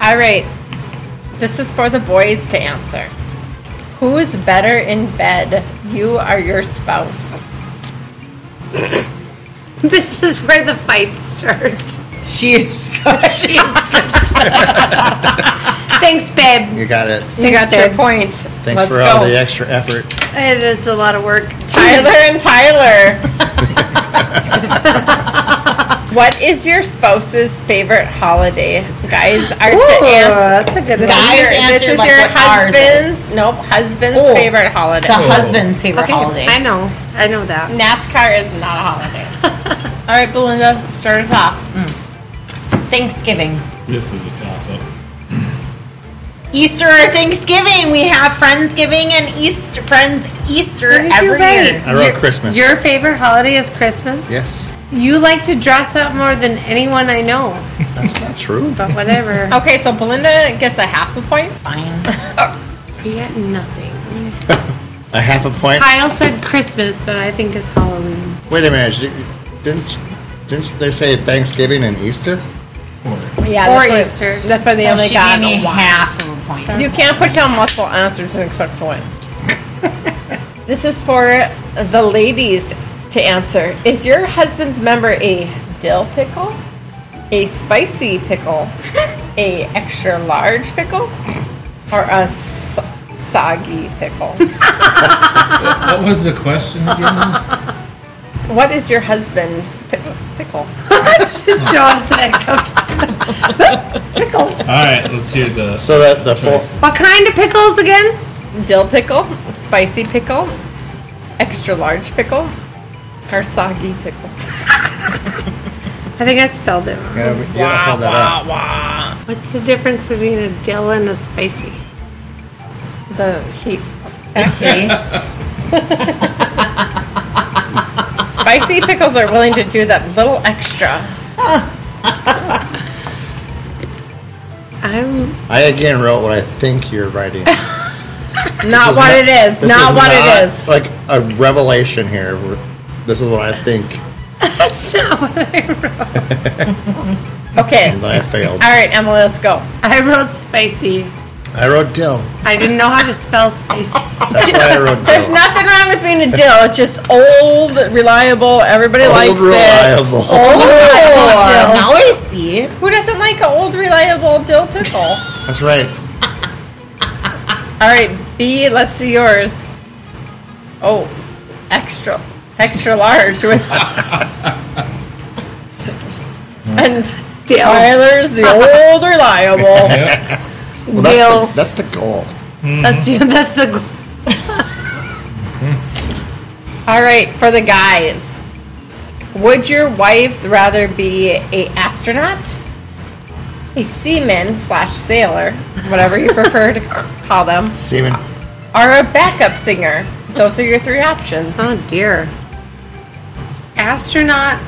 [SPEAKER 3] All right. This is for the boys to answer. Who is better in bed, you or your spouse?
[SPEAKER 6] This is where the fights start.
[SPEAKER 1] she is good.
[SPEAKER 6] Thanks, babe.
[SPEAKER 4] You got it.
[SPEAKER 3] You got their point.
[SPEAKER 4] Thanks for all the extra effort.
[SPEAKER 6] It is a lot of work.
[SPEAKER 3] Tyler and Tyler. what is your spouse's favorite holiday? Guys are to answer.
[SPEAKER 2] that's a good
[SPEAKER 3] This
[SPEAKER 2] one.
[SPEAKER 3] is
[SPEAKER 1] Guys
[SPEAKER 3] your, this
[SPEAKER 1] answered
[SPEAKER 3] is
[SPEAKER 1] like
[SPEAKER 3] your
[SPEAKER 1] what ours is.
[SPEAKER 3] husband's. Nope, husband's
[SPEAKER 1] Oh,
[SPEAKER 3] favorite holiday.
[SPEAKER 1] The husband's favorite
[SPEAKER 6] Okay,
[SPEAKER 1] holiday.
[SPEAKER 6] I know. I know that.
[SPEAKER 3] NASCAR is not a holiday. all right, Belinda, start us off.
[SPEAKER 1] Mm. Thanksgiving.
[SPEAKER 8] This is a toss up.
[SPEAKER 1] Easter or Thanksgiving. We have Friendsgiving and Easter friends Easter
[SPEAKER 6] You're
[SPEAKER 1] every
[SPEAKER 6] right.
[SPEAKER 1] year.
[SPEAKER 4] I wrote Christmas.
[SPEAKER 6] Your favorite holiday is Christmas?
[SPEAKER 4] yes.
[SPEAKER 6] You like to dress up more than anyone I know,
[SPEAKER 4] That's not true.
[SPEAKER 6] but whatever.
[SPEAKER 3] Okay, so Belinda gets a half a point.
[SPEAKER 1] Fine.
[SPEAKER 6] You got nothing.
[SPEAKER 4] A half a point.
[SPEAKER 6] Kyle said Christmas, but I think it's Halloween.
[SPEAKER 4] Wait a minute. you- Didn't didn't they say Thanksgiving and Easter?
[SPEAKER 3] Yeah,
[SPEAKER 6] Or
[SPEAKER 3] that's what-
[SPEAKER 6] Easter.
[SPEAKER 3] That's why they
[SPEAKER 1] So
[SPEAKER 3] only
[SPEAKER 1] she
[SPEAKER 3] got
[SPEAKER 1] gave me
[SPEAKER 3] one.
[SPEAKER 1] half of a point.
[SPEAKER 3] You can't put down multiple answers and expect to win. this is for the ladies to answer. Is your husband's member a dill pickle, a spicy pickle, a extra large pickle, or a so- soggy pickle?
[SPEAKER 8] What was the question again?
[SPEAKER 3] what is your husband's pi- pickle?
[SPEAKER 6] Jaws hiccups.
[SPEAKER 8] All right, let's hear the
[SPEAKER 4] So that the full
[SPEAKER 8] choices.
[SPEAKER 6] What kind of pickles again?
[SPEAKER 3] Dill pickle, spicy pickle, extra large pickle, or soggy pickle?
[SPEAKER 6] I think I spelled it wrong.
[SPEAKER 4] you gotta, you gotta hold that up.
[SPEAKER 6] What's the difference between a dill and a spicy?
[SPEAKER 3] The heat
[SPEAKER 1] Taste.
[SPEAKER 3] Spicy pickles are willing to do that little extra.
[SPEAKER 6] I'm
[SPEAKER 4] I again wrote what I think you're writing. This
[SPEAKER 3] Not
[SPEAKER 4] is
[SPEAKER 3] what it is.
[SPEAKER 4] this
[SPEAKER 3] Not
[SPEAKER 4] is
[SPEAKER 3] what
[SPEAKER 4] not
[SPEAKER 3] it is.
[SPEAKER 4] Like a revelation here. This is what I think
[SPEAKER 3] Okay.
[SPEAKER 4] that I failed.
[SPEAKER 3] All right, Emily, let's go.
[SPEAKER 6] I wrote spicy.
[SPEAKER 4] I wrote dill.
[SPEAKER 6] I didn't know how to spell spicy.
[SPEAKER 4] That's why I wrote
[SPEAKER 3] There's
[SPEAKER 4] dill.
[SPEAKER 3] nothing wrong with being a dill. It's just old, reliable. Everybody likes
[SPEAKER 4] Old reliable.
[SPEAKER 3] it. Old reliable dill.
[SPEAKER 1] now I see.
[SPEAKER 3] Who doesn't like an old, reliable dill pickle?
[SPEAKER 4] That's right.
[SPEAKER 3] All right, B, let's see yours. Oh, extra. Extra large with. and Tyler's the old, reliable.
[SPEAKER 8] Yep.
[SPEAKER 4] Well, that's, the, that's the goal.
[SPEAKER 6] That's that's the goal.
[SPEAKER 3] All right, for the guys. Would your wives rather be a astronaut, a seaman slash sailor, whatever you prefer to call them,
[SPEAKER 4] Seaman.
[SPEAKER 3] or a backup singer? Those are your three options.
[SPEAKER 6] Oh dear. Astronaut,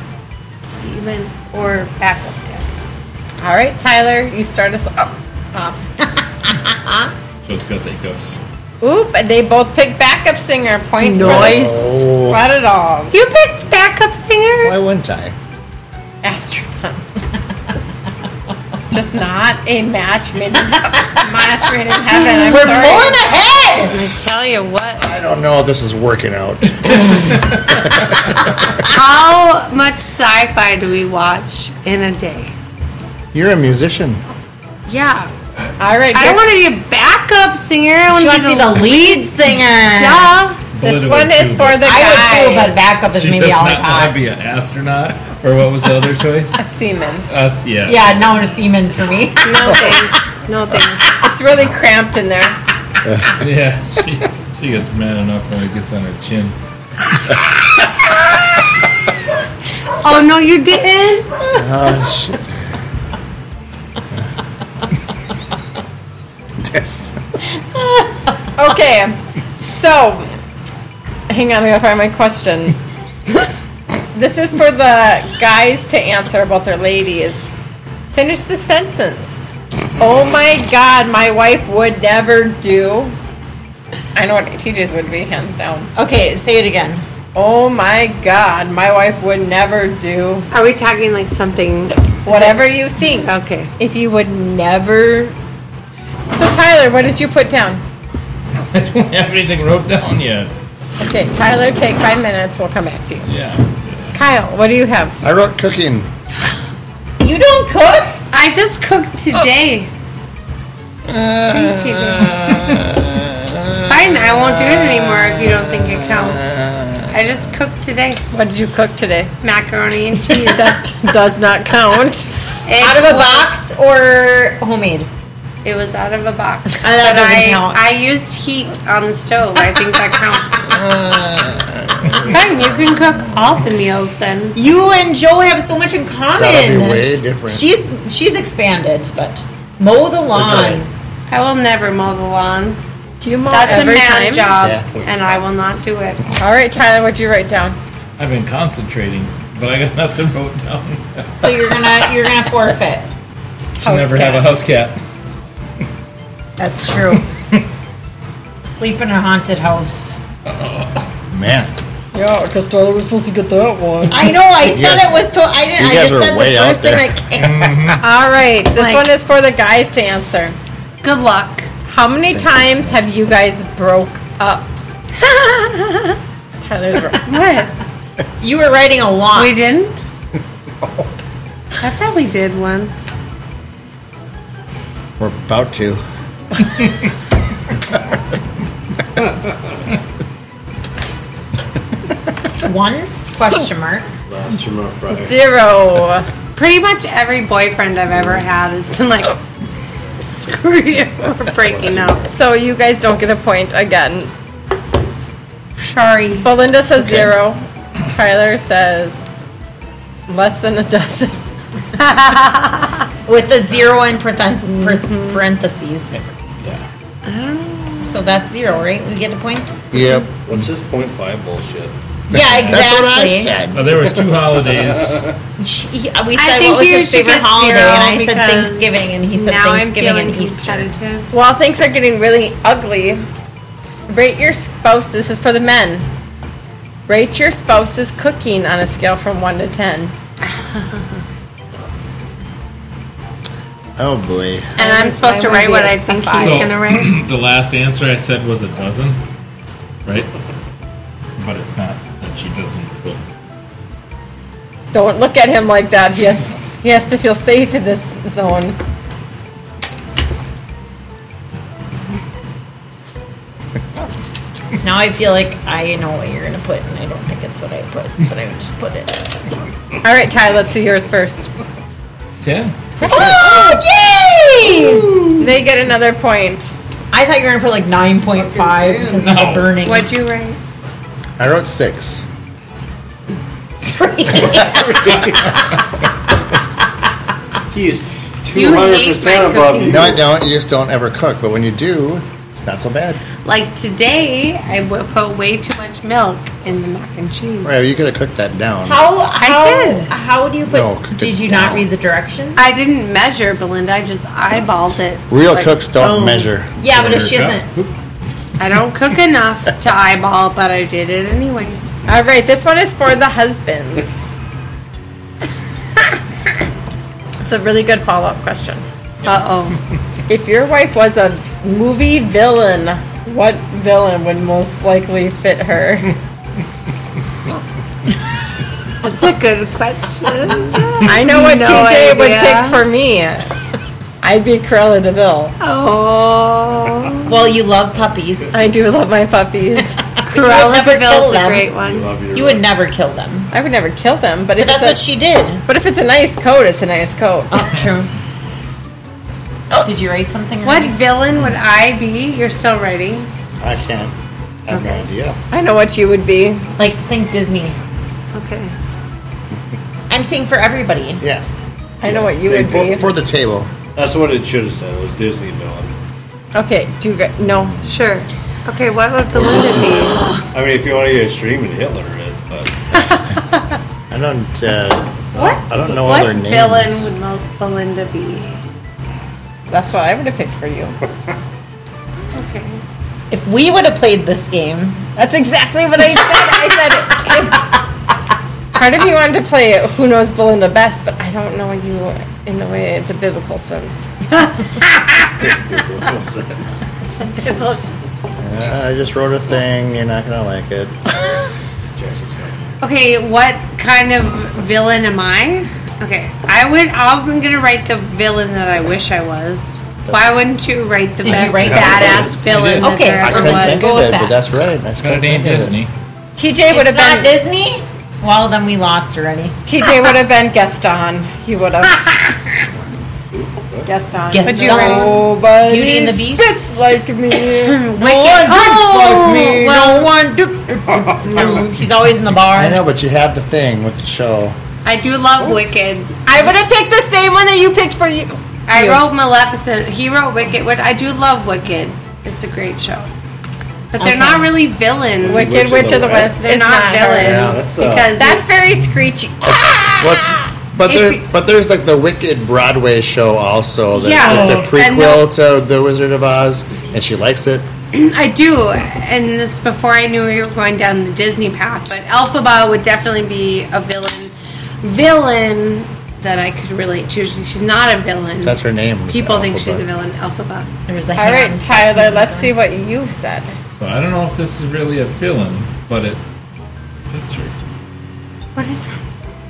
[SPEAKER 6] seaman, or backup dancer.
[SPEAKER 3] All right, Tyler, you start us up. Off.
[SPEAKER 8] Just got the hiccups.
[SPEAKER 3] Oop, and they both picked backup singer. Point
[SPEAKER 2] Nice.
[SPEAKER 3] for the
[SPEAKER 4] Oh,
[SPEAKER 3] Not at all.
[SPEAKER 6] You picked backup singer.
[SPEAKER 4] why wouldn't I?
[SPEAKER 3] Astronaut. Just not a match made in, match made in heaven. I'm
[SPEAKER 1] We're
[SPEAKER 3] sorry.
[SPEAKER 1] pulling ahead.
[SPEAKER 6] I tell you what.
[SPEAKER 4] I don't know if this is working out.
[SPEAKER 6] How much sci-fi do we watch in a day?
[SPEAKER 4] You're a musician.
[SPEAKER 6] Yeah.
[SPEAKER 3] All right,
[SPEAKER 6] I
[SPEAKER 3] here-
[SPEAKER 6] don't want to be a backup singer. I
[SPEAKER 1] She
[SPEAKER 6] want
[SPEAKER 1] wants
[SPEAKER 6] to
[SPEAKER 1] to be
[SPEAKER 6] be the
[SPEAKER 1] the lead singer.
[SPEAKER 6] duh.
[SPEAKER 8] Belinda
[SPEAKER 3] This
[SPEAKER 8] would
[SPEAKER 3] one is
[SPEAKER 8] do
[SPEAKER 3] for
[SPEAKER 8] that.
[SPEAKER 3] the
[SPEAKER 1] I would too, but
[SPEAKER 3] guys.
[SPEAKER 1] backup is
[SPEAKER 8] She
[SPEAKER 1] maybe
[SPEAKER 8] does
[SPEAKER 1] all I
[SPEAKER 8] not want to
[SPEAKER 1] got.
[SPEAKER 8] be an astronaut, or what was the other choice?
[SPEAKER 3] A seaman.
[SPEAKER 8] Us, yeah.
[SPEAKER 1] Yeah, now I'm a seaman for me.
[SPEAKER 6] No thanks. No thanks.
[SPEAKER 3] It's really cramped in there.
[SPEAKER 8] Yeah, she, she gets mad enough when it gets on her chin.
[SPEAKER 6] Oh no, you didn't.
[SPEAKER 4] Oh, shit. Yes.
[SPEAKER 3] Okay, so hang on, I gotta find my question. this is for the guys to answer about their ladies. Finish the sentence. Oh my god, my wife would never do. I know what TJ's would be, hands down.
[SPEAKER 1] Okay, say it again.
[SPEAKER 3] Oh my god, my wife would never do
[SPEAKER 6] Are we talking like something?
[SPEAKER 3] whatever you think.
[SPEAKER 6] Okay.
[SPEAKER 3] If you would never. So, Tyler, what did you put down?
[SPEAKER 8] I don't have anything wrote down yet.
[SPEAKER 3] Okay, Tyler, take five minutes. We'll come back to you.
[SPEAKER 8] Yeah.
[SPEAKER 3] Kyle, what do you have?
[SPEAKER 4] I wrote cooking.
[SPEAKER 3] You don't cook?
[SPEAKER 6] I just cooked today. Thanks, TJ. Fine, I won't do it anymore if you don't think it counts. I just cooked today
[SPEAKER 3] What did you cook today?
[SPEAKER 6] macaroni and cheese.
[SPEAKER 3] That does not count.
[SPEAKER 6] Egg
[SPEAKER 1] Out of a
[SPEAKER 6] bowl.
[SPEAKER 1] box or homemade?
[SPEAKER 6] It was out of a box.
[SPEAKER 1] Uh, that
[SPEAKER 6] But
[SPEAKER 1] doesn't
[SPEAKER 6] I,
[SPEAKER 1] count.
[SPEAKER 6] I used heat on the stove. I think that counts. Fine, you can cook all the meals then.
[SPEAKER 1] You and Joe have so much in common.
[SPEAKER 4] That'll be way different.
[SPEAKER 1] She's she's expanded, but mow the lawn.
[SPEAKER 6] I will never mow the lawn.
[SPEAKER 3] Do you mow
[SPEAKER 6] That's a
[SPEAKER 3] every
[SPEAKER 6] man
[SPEAKER 3] time?
[SPEAKER 6] job,
[SPEAKER 4] Yeah.
[SPEAKER 6] and I will not do it.
[SPEAKER 3] All right, Tyler, what'd you write down?
[SPEAKER 8] I've been concentrating, but I got nothing wrote down.
[SPEAKER 1] So you're gonna you're gonna forfeit.
[SPEAKER 8] Should never have a house cat.
[SPEAKER 1] That's true. Sleep in a haunted house.
[SPEAKER 4] Man,
[SPEAKER 3] Yeah, because Tyler was supposed to get that one.
[SPEAKER 1] I know. I said
[SPEAKER 4] guys-
[SPEAKER 1] it was. To- I didn't.
[SPEAKER 4] you
[SPEAKER 1] I
[SPEAKER 4] guys
[SPEAKER 1] just
[SPEAKER 4] are
[SPEAKER 1] said
[SPEAKER 4] way
[SPEAKER 1] the
[SPEAKER 4] out
[SPEAKER 1] first thing
[SPEAKER 4] there.
[SPEAKER 1] that came.
[SPEAKER 3] All right, this
[SPEAKER 6] Like-
[SPEAKER 3] one is for the guys to answer.
[SPEAKER 6] Good luck.
[SPEAKER 3] How many times have you guys broke up? Tyler's right.
[SPEAKER 6] What?
[SPEAKER 1] You were writing a lot.
[SPEAKER 6] We didn't? I thought we did once.
[SPEAKER 4] we're about to.
[SPEAKER 1] once? Question mark.
[SPEAKER 7] Last from our prior.
[SPEAKER 3] zero.
[SPEAKER 6] Pretty much every boyfriend I've ever had has been like, screw you, we're breaking up.
[SPEAKER 3] So you guys don't get a point again.
[SPEAKER 6] Sorry.
[SPEAKER 3] Belinda says zero. Tyler says less than a dozen.
[SPEAKER 1] With a zero in parentheses.
[SPEAKER 6] Mm-hmm.
[SPEAKER 1] parentheses. So that's zero, right? We get a point.
[SPEAKER 4] Yep.
[SPEAKER 7] What's this point five bullshit?
[SPEAKER 1] Yeah, exactly.
[SPEAKER 4] That's what I said.
[SPEAKER 8] Uh, there was two holidays.
[SPEAKER 1] She, he- we
[SPEAKER 6] I
[SPEAKER 1] said
[SPEAKER 6] think
[SPEAKER 1] what was
[SPEAKER 6] you
[SPEAKER 1] his
[SPEAKER 6] should
[SPEAKER 1] favorite
[SPEAKER 6] get
[SPEAKER 1] holiday, and I
[SPEAKER 6] zero
[SPEAKER 1] said
[SPEAKER 6] because
[SPEAKER 1] Thanksgiving, and he said
[SPEAKER 6] now I'm
[SPEAKER 1] Thanksgiving
[SPEAKER 6] feeling
[SPEAKER 1] and Easter.
[SPEAKER 6] competitive.
[SPEAKER 3] While things are getting really ugly, rate your spouse. This is for the men. Rate your spouse's cooking on a scale from one to ten.
[SPEAKER 4] Oh boy.
[SPEAKER 6] And I'm supposed to write what I think he's
[SPEAKER 8] So-
[SPEAKER 6] going to write.
[SPEAKER 8] the last answer I said was a dozen, right? But it's not that she doesn't cook.
[SPEAKER 3] Don't look at him like that. He has, he has to feel safe in this zone.
[SPEAKER 1] Now I feel like I know what you're gonna put, and I don't think it's what I put, but I would just put it.
[SPEAKER 3] All right, Ty, let's see yours first.
[SPEAKER 8] Ten.
[SPEAKER 1] Oh, yay!
[SPEAKER 3] They get another point.
[SPEAKER 1] I thought you were gonna put like nine point five because of the
[SPEAKER 8] No.
[SPEAKER 1] burning.
[SPEAKER 6] What'd you write?
[SPEAKER 4] I wrote six.
[SPEAKER 7] He's
[SPEAKER 6] You
[SPEAKER 7] two hundred
[SPEAKER 6] hate my
[SPEAKER 7] percent above
[SPEAKER 6] cooking.
[SPEAKER 7] you.
[SPEAKER 4] No, I don't. You just don't ever cook. But when you do, it's not so bad.
[SPEAKER 6] Like today, I w- put way too much milk in the mac and cheese.
[SPEAKER 4] Right? You could have cooked that down.
[SPEAKER 1] How, how
[SPEAKER 6] did.
[SPEAKER 1] How do you put?
[SPEAKER 4] No, cooked
[SPEAKER 1] did
[SPEAKER 4] it
[SPEAKER 1] you not
[SPEAKER 4] down.
[SPEAKER 1] read the directions?
[SPEAKER 6] I didn't measure, Belinda. I just eyeballed it.
[SPEAKER 4] Real
[SPEAKER 6] Like,
[SPEAKER 4] cooks don't
[SPEAKER 6] boom.
[SPEAKER 4] measure.
[SPEAKER 1] Yeah, but if
[SPEAKER 8] There
[SPEAKER 1] she
[SPEAKER 8] you go.
[SPEAKER 1] doesn't,
[SPEAKER 6] I don't cook enough to eyeball, but I did it anyway.
[SPEAKER 3] All right, this one is for the husbands. it's a really good follow up question.
[SPEAKER 6] Uh oh.
[SPEAKER 3] If your wife was a movie villain, what villain would most likely fit her?
[SPEAKER 6] That's a good question.
[SPEAKER 3] I know what
[SPEAKER 6] No
[SPEAKER 3] TJ would
[SPEAKER 6] idea.
[SPEAKER 3] pick for me. I'd be Cruella Deville.
[SPEAKER 6] Oh.
[SPEAKER 1] well, you love puppies.
[SPEAKER 3] I do love my puppies.
[SPEAKER 6] Cruella
[SPEAKER 1] never kill
[SPEAKER 6] Deville's a
[SPEAKER 1] them.
[SPEAKER 6] great one.
[SPEAKER 7] Love your
[SPEAKER 1] You would never kill them.
[SPEAKER 3] I would never kill them, but if
[SPEAKER 1] But that's what
[SPEAKER 3] it's a,
[SPEAKER 1] she did.
[SPEAKER 3] but if it's a nice coat, it's a nice coat.
[SPEAKER 6] Oh,
[SPEAKER 1] true. Did you write something?
[SPEAKER 6] What villain would I be? You're still writing.
[SPEAKER 4] I can't. I have no idea.
[SPEAKER 3] I know what you would be.
[SPEAKER 1] Like think Disney.
[SPEAKER 6] Okay.
[SPEAKER 1] I'm saying for everybody.
[SPEAKER 4] Yeah.
[SPEAKER 3] I know what you
[SPEAKER 7] They
[SPEAKER 3] would be.
[SPEAKER 4] Well, for the table.
[SPEAKER 7] That's what it should have said. It was Disney villain.
[SPEAKER 3] Okay, do you guys, no.
[SPEAKER 6] Sure. Okay, what would Belinda be?
[SPEAKER 7] I mean, if you want to get extreme and Hitler, it, but
[SPEAKER 4] I don't. Uh,
[SPEAKER 6] What?
[SPEAKER 4] I don't know
[SPEAKER 6] What
[SPEAKER 4] other names.
[SPEAKER 6] villain would Mo- Belinda be?
[SPEAKER 3] That's what I would have picked for you.
[SPEAKER 1] If we would have played this game,
[SPEAKER 3] That's exactly what I said. I said if- part of you wanted to play it, who knows Belinda best, but I don't know you in the way the biblical sense.
[SPEAKER 7] Real sense.
[SPEAKER 4] Uh, I just wrote a thing. You're not gonna like it.
[SPEAKER 7] Jackson's got
[SPEAKER 6] Okay, what kind of villain am I? Okay, I would. I'm gonna write the villain that I wish I was. Why wouldn't you write the best
[SPEAKER 1] write that?
[SPEAKER 6] badass villain
[SPEAKER 1] I did. Okay,
[SPEAKER 6] that
[SPEAKER 1] I
[SPEAKER 6] there
[SPEAKER 1] couldn't
[SPEAKER 6] ever
[SPEAKER 1] think
[SPEAKER 6] was?
[SPEAKER 1] go with that.
[SPEAKER 4] but that's right. That's
[SPEAKER 8] But it ain't Disney.
[SPEAKER 3] TJ would have been
[SPEAKER 1] Disney. Well, then we lost already.
[SPEAKER 3] TJ would have been Gaston. He would have. Gaston.
[SPEAKER 1] Gaston.
[SPEAKER 3] But you Nobody
[SPEAKER 1] Beauty and the Beast?
[SPEAKER 3] spits like me.
[SPEAKER 1] Wicked. Oh,
[SPEAKER 3] like me.
[SPEAKER 1] Well, one. He's always in the bar.
[SPEAKER 4] I know, but you have the thing with the show.
[SPEAKER 6] I do love Wicked.
[SPEAKER 3] I would have picked the same one that you picked for you.
[SPEAKER 6] I wrote Maleficent. He wrote Wicked, which I do love. Wicked. It's a great show, but they're not really villains.
[SPEAKER 3] Wicked Witch of the West
[SPEAKER 6] They're
[SPEAKER 3] is
[SPEAKER 6] not
[SPEAKER 3] not
[SPEAKER 6] villains
[SPEAKER 3] her.
[SPEAKER 7] Yeah, that's, uh,
[SPEAKER 6] because
[SPEAKER 3] That's very screechy.
[SPEAKER 4] What's but
[SPEAKER 6] Ah, If
[SPEAKER 4] there,
[SPEAKER 6] you-
[SPEAKER 4] but there's like the Wicked Broadway show also. The,
[SPEAKER 6] Yeah. Oh,
[SPEAKER 4] the,
[SPEAKER 6] And
[SPEAKER 4] prequel to The Wizard of Oz, and she likes it.
[SPEAKER 6] I do, and this is before I knew we were going down the Disney path. But Elphaba would definitely be a villain, villain that I could relate to. She's not a villain.
[SPEAKER 4] That's her name. is
[SPEAKER 6] People think
[SPEAKER 4] Alphaba.
[SPEAKER 6] she's a villain. Elphaba.
[SPEAKER 1] There's a
[SPEAKER 3] All right,
[SPEAKER 1] hand.
[SPEAKER 3] Tyler, let's see what you said.
[SPEAKER 8] So I don't know if this is really a villain, but it fits her.
[SPEAKER 6] What is that?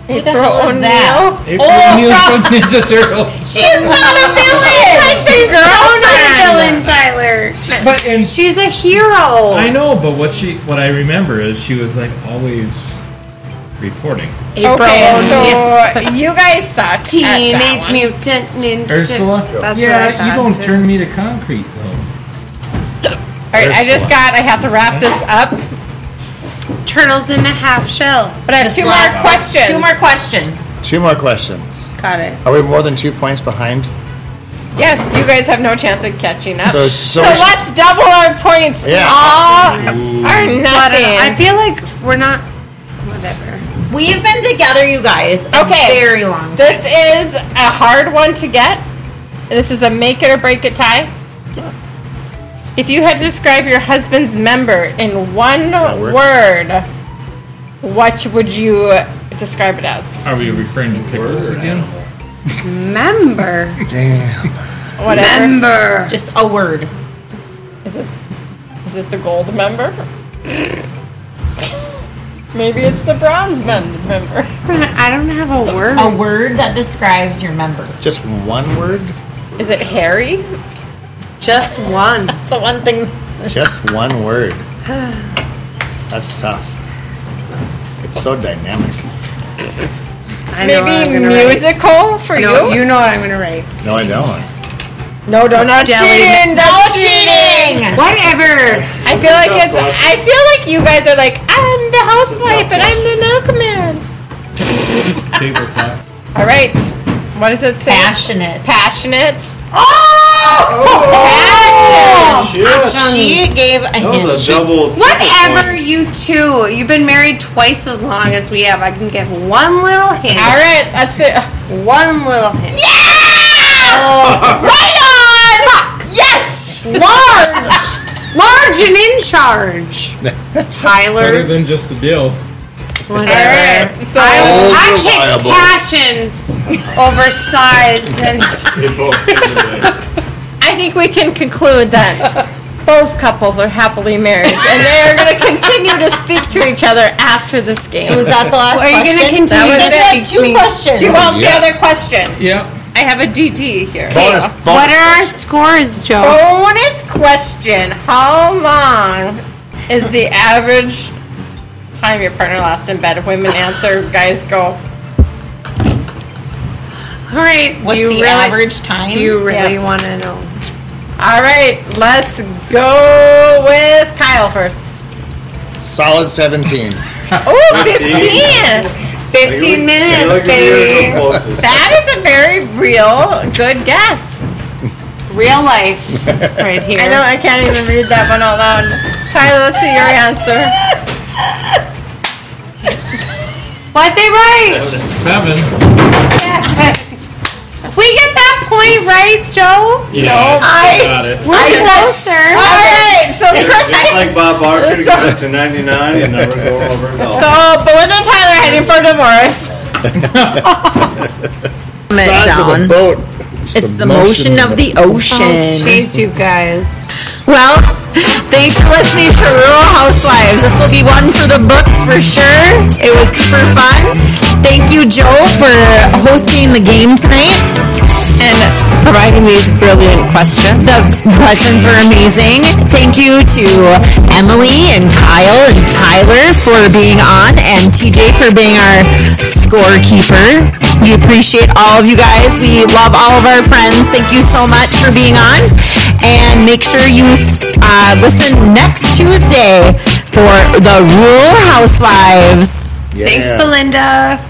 [SPEAKER 1] Who the hell
[SPEAKER 3] Oh,
[SPEAKER 1] is that?
[SPEAKER 8] April
[SPEAKER 6] Oh,
[SPEAKER 8] O'Neil from Ninja Turtles.
[SPEAKER 1] She's not a villain. She's
[SPEAKER 6] Oh, not a villain, Tyler.
[SPEAKER 8] But in
[SPEAKER 6] She's a hero.
[SPEAKER 8] I know, but what she what I remember is she was like always reporting.
[SPEAKER 6] April.
[SPEAKER 3] Okay, so you guys suck.
[SPEAKER 6] Teenage Mutant Ninja.
[SPEAKER 8] Ursula?
[SPEAKER 6] That's what I
[SPEAKER 8] yeah,
[SPEAKER 6] thought.
[SPEAKER 8] you gonna
[SPEAKER 6] too.
[SPEAKER 8] turn me to concrete though.
[SPEAKER 3] All right, I just got. I have to wrap this up,
[SPEAKER 6] Turtles in a half shell.
[SPEAKER 3] but I have two more questions.
[SPEAKER 1] Two more questions.
[SPEAKER 4] Two more questions.
[SPEAKER 6] Got it.
[SPEAKER 4] Are we more than two points behind?
[SPEAKER 3] Yes, you guys have no chance of catching up.
[SPEAKER 4] So-
[SPEAKER 3] So,
[SPEAKER 4] so-
[SPEAKER 3] let's double our points.
[SPEAKER 4] Yeah.
[SPEAKER 3] All are
[SPEAKER 6] But I
[SPEAKER 3] nothing.
[SPEAKER 6] feel like we're not. Whatever.
[SPEAKER 1] We've been together, you guys, a
[SPEAKER 3] Okay.
[SPEAKER 1] very long.
[SPEAKER 3] This is a hard one to get. This is a make it or break it tie. If you had to describe your husband's member in one
[SPEAKER 4] work.
[SPEAKER 3] word, what would you describe it as?
[SPEAKER 8] Are we referring to pickles again?
[SPEAKER 6] Member.
[SPEAKER 3] Whatever.
[SPEAKER 6] Member.
[SPEAKER 1] Just a word.
[SPEAKER 3] Is it is it the gold member? Maybe it's the bronze men- member.
[SPEAKER 6] I don't have a word.
[SPEAKER 1] A word that describes your member.
[SPEAKER 4] Just one word?
[SPEAKER 3] Is it Harry?
[SPEAKER 6] Just one.
[SPEAKER 1] That's the one thing.
[SPEAKER 4] Just one word. That's tough. It's so dynamic.
[SPEAKER 6] I know
[SPEAKER 3] Maybe
[SPEAKER 6] what I'm gonna write.
[SPEAKER 3] musical for
[SPEAKER 6] No,
[SPEAKER 3] you?
[SPEAKER 6] you know what I'm gonna write.
[SPEAKER 4] No, I don't.
[SPEAKER 3] No, no, not cheating. No cheating.
[SPEAKER 6] Whatever.
[SPEAKER 3] I feel like it's. I feel like you guys are like I'm the housewife and I'm the milkman.
[SPEAKER 8] Tabletop.
[SPEAKER 3] All right. What does it say?
[SPEAKER 1] Passionate.
[SPEAKER 3] Passionate.
[SPEAKER 6] Oh!
[SPEAKER 7] Oh,
[SPEAKER 3] Oh!
[SPEAKER 1] She gave a
[SPEAKER 7] That
[SPEAKER 1] hint.
[SPEAKER 7] was a double.
[SPEAKER 6] Whatever you two. You've been married twice as long as we have. I can give one little hint.
[SPEAKER 3] All right. That's it.
[SPEAKER 6] One little hint. Oh,
[SPEAKER 1] Yes.
[SPEAKER 6] Large. Large and in charge.
[SPEAKER 8] Better
[SPEAKER 6] Tyler.
[SPEAKER 8] than just the deal.
[SPEAKER 3] All
[SPEAKER 6] Whatever.
[SPEAKER 3] right. So
[SPEAKER 6] I
[SPEAKER 4] Old
[SPEAKER 6] take
[SPEAKER 4] reliable.
[SPEAKER 6] passion over size and
[SPEAKER 3] I think we can conclude that both couples are happily married and they are going to continue to speak to each other after this game.
[SPEAKER 1] Was that the last
[SPEAKER 6] Are you gonna
[SPEAKER 1] question?
[SPEAKER 6] continue
[SPEAKER 1] You said
[SPEAKER 6] to
[SPEAKER 1] you had
[SPEAKER 6] speak to
[SPEAKER 1] two
[SPEAKER 6] me?
[SPEAKER 1] questions.
[SPEAKER 3] Do you want
[SPEAKER 4] Yeah.
[SPEAKER 3] the other question?
[SPEAKER 8] Yeah.
[SPEAKER 3] I have a DD here.
[SPEAKER 4] Bonus, bonus.
[SPEAKER 6] what are our scores, Joe?
[SPEAKER 3] Bonus question How long is the average time your partner lost in bed? Women answer, guys go.
[SPEAKER 6] All right.
[SPEAKER 1] What's
[SPEAKER 6] do you
[SPEAKER 1] the
[SPEAKER 6] really,
[SPEAKER 1] average time?
[SPEAKER 6] Do you really
[SPEAKER 3] Yeah.
[SPEAKER 6] want to know?
[SPEAKER 3] All right, let's go with Kyle first.
[SPEAKER 4] Solid 17.
[SPEAKER 3] Oh, 15!
[SPEAKER 6] 15 minutes,
[SPEAKER 7] You're the
[SPEAKER 6] baby.
[SPEAKER 7] closest.
[SPEAKER 3] That is a very real, good guess.
[SPEAKER 6] Real life. Right here.
[SPEAKER 3] I know I can't even read that one out loud. Tyler, let's see your answer.
[SPEAKER 6] What they write.
[SPEAKER 8] Seven.
[SPEAKER 6] We get that point
[SPEAKER 11] we right, Joe?
[SPEAKER 8] Yeah,
[SPEAKER 1] I-
[SPEAKER 8] got it.
[SPEAKER 11] We're closer. All right, so
[SPEAKER 1] Chris-
[SPEAKER 11] Chris.
[SPEAKER 7] It's like Bob Barker to get up to 99 and never go over and
[SPEAKER 11] So Belinda and Tyler are heading for divorce.
[SPEAKER 1] Comment
[SPEAKER 4] Size of
[SPEAKER 1] down.
[SPEAKER 4] the boat.
[SPEAKER 1] It's the motion of the ocean.
[SPEAKER 2] Jeez, you guys.
[SPEAKER 1] Well, thanks for listening to Rural Housewives. This will be one for the books for sure. It was super fun. Thank you, Joe, for hosting the game tonight and providing these brilliant questions. The questions were amazing. Thank you to Emily and Kyle and Tyler for being on and TJ for being our scorekeeper. We appreciate all of you guys. We love all of our friends. Thank you so much for being on. And make sure you uh, listen next Tuesday for the Rural Housewives.
[SPEAKER 4] Yeah.
[SPEAKER 6] Thanks, Belinda.